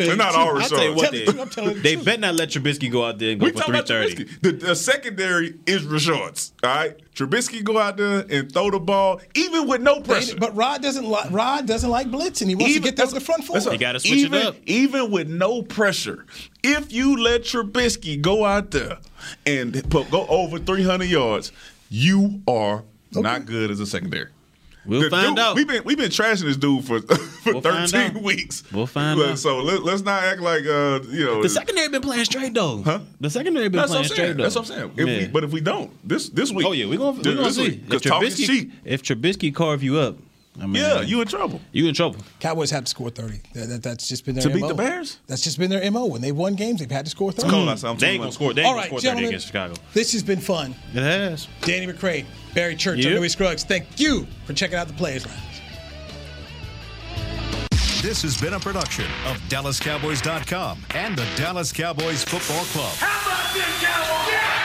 [SPEAKER 4] It's
[SPEAKER 6] It's not all Rashad.
[SPEAKER 5] defense. It's not all
[SPEAKER 6] I tell you what,
[SPEAKER 5] Rashad's.
[SPEAKER 4] Telling the truth, I'm telling
[SPEAKER 6] they,
[SPEAKER 4] the
[SPEAKER 6] they
[SPEAKER 4] truth.
[SPEAKER 6] bet not let Trubisky go out there and go
[SPEAKER 5] We
[SPEAKER 6] for
[SPEAKER 5] talking
[SPEAKER 6] three
[SPEAKER 5] about
[SPEAKER 6] thirty.
[SPEAKER 5] Trubisky. The, the secondary is Rashad's. All right, Trubisky go out there and throw the ball, even with no pressure.
[SPEAKER 4] They- but Rod doesn't like Rod doesn't like blitzing. He wants to get there with the front four.
[SPEAKER 6] They gotta switch it
[SPEAKER 5] even,
[SPEAKER 6] up.
[SPEAKER 5] Even with no pressure, if you let Trubisky go out there and put, go over 300 yards, you are not good as a secondary.
[SPEAKER 6] We'll
[SPEAKER 5] The
[SPEAKER 6] find
[SPEAKER 5] dude-
[SPEAKER 6] out.
[SPEAKER 5] We've been we've been trashing this dude for (laughs) for
[SPEAKER 6] We'll find
[SPEAKER 5] 13
[SPEAKER 6] out.
[SPEAKER 5] weeks.
[SPEAKER 6] We'll find
[SPEAKER 5] Look,
[SPEAKER 6] out.
[SPEAKER 5] So let, let's not act like uh you know
[SPEAKER 6] the secondary been playing straight though.
[SPEAKER 5] Huh?
[SPEAKER 6] The secondary been
[SPEAKER 5] That's
[SPEAKER 6] playing
[SPEAKER 5] what I'm
[SPEAKER 6] straight
[SPEAKER 5] saying.
[SPEAKER 6] though.
[SPEAKER 5] That's what I'm saying. If we,
[SPEAKER 6] Yeah.
[SPEAKER 5] but if we don't this this week,
[SPEAKER 6] oh yeah, we're gonna,
[SPEAKER 5] This-
[SPEAKER 6] we're gonna
[SPEAKER 5] this
[SPEAKER 6] see.
[SPEAKER 5] week,
[SPEAKER 6] If
[SPEAKER 5] 'cause talk is
[SPEAKER 6] Trubisky,
[SPEAKER 5] cheap.
[SPEAKER 6] if Trubisky carve you up, I mean,
[SPEAKER 5] yeah, you in trouble.
[SPEAKER 6] you in trouble.
[SPEAKER 4] Cowboys have to score thirty. That, that- that's just been their
[SPEAKER 5] To
[SPEAKER 4] MO.
[SPEAKER 5] beat the Bears?
[SPEAKER 4] That's just been their mo. When they've won games, they've had to score thirty.
[SPEAKER 5] cold outside. I'm
[SPEAKER 6] They ain't
[SPEAKER 5] 21.
[SPEAKER 6] gonna score. They ain't
[SPEAKER 4] All
[SPEAKER 6] gonna
[SPEAKER 4] right,
[SPEAKER 6] score thirty
[SPEAKER 4] gentlemen.
[SPEAKER 6] against Chicago.
[SPEAKER 4] This has been fun.
[SPEAKER 6] It has.
[SPEAKER 4] Danny McCray, Barry Church,
[SPEAKER 6] Yep.
[SPEAKER 4] I'm Louis Scruggs. Thank you for checking out the Players Lounge.
[SPEAKER 1] This has been a production of DallasCowboys.com and the Dallas Cowboys Football Club.
[SPEAKER 2] How about them Cowboys? Yeah!